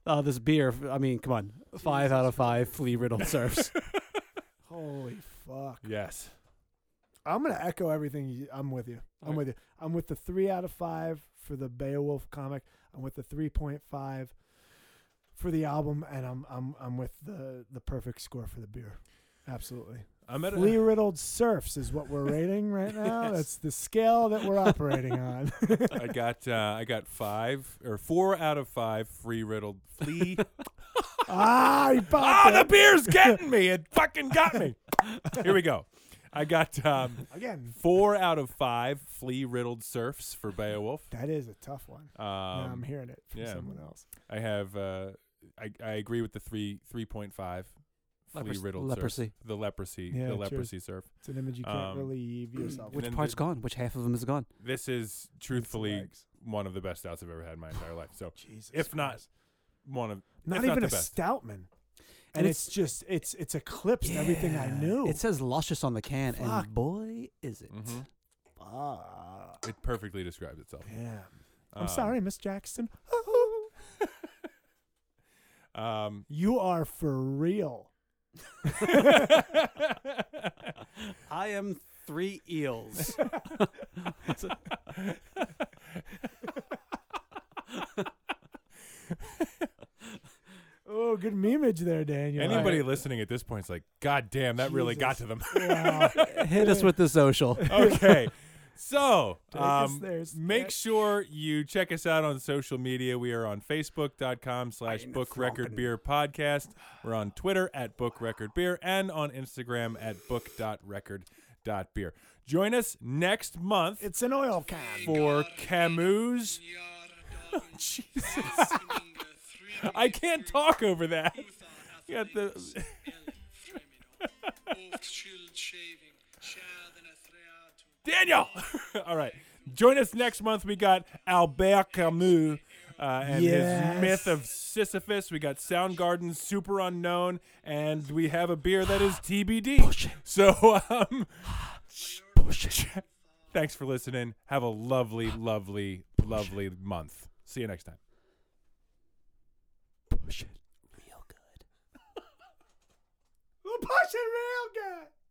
Speaker 2: uh, this beer, I mean, come on, five out of five flea riddled serfs.
Speaker 1: Holy fuck!
Speaker 3: Yes.
Speaker 1: I'm gonna echo everything. You, I'm with you. I'm
Speaker 2: Alright.
Speaker 1: with you. I'm with the three out of five for the Beowulf comic. I'm with the three point five for the album, and I'm I'm I'm with the the perfect score for the beer. Absolutely.
Speaker 3: I'm at
Speaker 1: Flea
Speaker 3: a,
Speaker 1: riddled surfs is what we're rating right now.
Speaker 2: Yes.
Speaker 1: That's the scale that we're operating on.
Speaker 3: I got uh, I got five or four out of five free riddled flea.
Speaker 1: ah, he popped
Speaker 3: oh, the
Speaker 1: it.
Speaker 3: beer's getting me. It fucking got me. Here we go. I got um,
Speaker 1: again.
Speaker 3: four out of five flea riddled serfs for Beowulf.
Speaker 1: That is a tough one.
Speaker 3: Um,
Speaker 1: now I'm hearing it from
Speaker 3: yeah.
Speaker 1: someone else.
Speaker 3: I have uh, I I agree with the three three point five flea
Speaker 2: Leprosy-
Speaker 3: riddled
Speaker 2: leprosy.
Speaker 3: surf. the leprosy
Speaker 1: Yeah,
Speaker 3: the
Speaker 1: cheers.
Speaker 3: leprosy surf.
Speaker 1: It's an image you can't
Speaker 3: Um,
Speaker 1: really leave yourself.
Speaker 3: and
Speaker 2: Which
Speaker 3: then
Speaker 2: part's
Speaker 3: the-
Speaker 2: gone? Which half of them is gone?
Speaker 3: This is
Speaker 1: with. It's the
Speaker 3: truthfully
Speaker 1: legs.
Speaker 3: one of the best outs I've ever had in my entire life. So
Speaker 1: Jesus
Speaker 3: if not-
Speaker 1: Christ.
Speaker 3: one of
Speaker 1: not
Speaker 3: it's not
Speaker 1: even
Speaker 3: the
Speaker 1: a
Speaker 3: best.
Speaker 1: Stoutman. And,
Speaker 2: And
Speaker 1: it's, just it's it's eclipsed everything I
Speaker 2: Yeah.
Speaker 1: knew.
Speaker 2: It says luscious on the can,
Speaker 1: Fuck.
Speaker 2: and boy, is it.
Speaker 3: Mhm.
Speaker 1: Fuck.
Speaker 3: it perfectly describes itself.
Speaker 1: Yeah.
Speaker 3: Um,
Speaker 1: Ah, I'm sorry, Miss Jackson.
Speaker 3: Um,
Speaker 1: you are for real.
Speaker 2: I am three eels.
Speaker 1: Oh, good memeage there, Daniel.
Speaker 3: anybody listening at this point is like, God damn, that really got
Speaker 1: Jesus.
Speaker 3: to them.
Speaker 1: Wow.
Speaker 2: Hit us with the social.
Speaker 3: okay. So,
Speaker 1: Take us
Speaker 3: um,
Speaker 1: there, Stan.
Speaker 3: make sure you check us out on social media. We are on Facebook.com slash Book Record Beer Podcast. We're on Twitter at Book Record Beer and on Instagram at Book.Record.Beer. Join us next month
Speaker 1: it's an oil can.
Speaker 3: for Camus.
Speaker 4: Yar dogum
Speaker 3: Jesus.
Speaker 4: feu kuninga thrim
Speaker 3: I
Speaker 4: ye
Speaker 3: can't
Speaker 4: frun-
Speaker 3: talk over that.
Speaker 4: who tha
Speaker 3: You got
Speaker 4: athelingus
Speaker 3: the-
Speaker 4: el fremidum. Oft shield shaving, shadden a threatum.
Speaker 3: Daniel! All right. Join us next month. We got Albert Camus uh, and
Speaker 1: Yes.
Speaker 3: his myth of Sisyphus. We got Soundgarden, Super Unknown, and we have a beer that is TBD. So, um, thanks for listening. Have a lovely, lovely, lovely month. See you next time.
Speaker 2: Push it real good.
Speaker 1: Oh, We'll push it real good.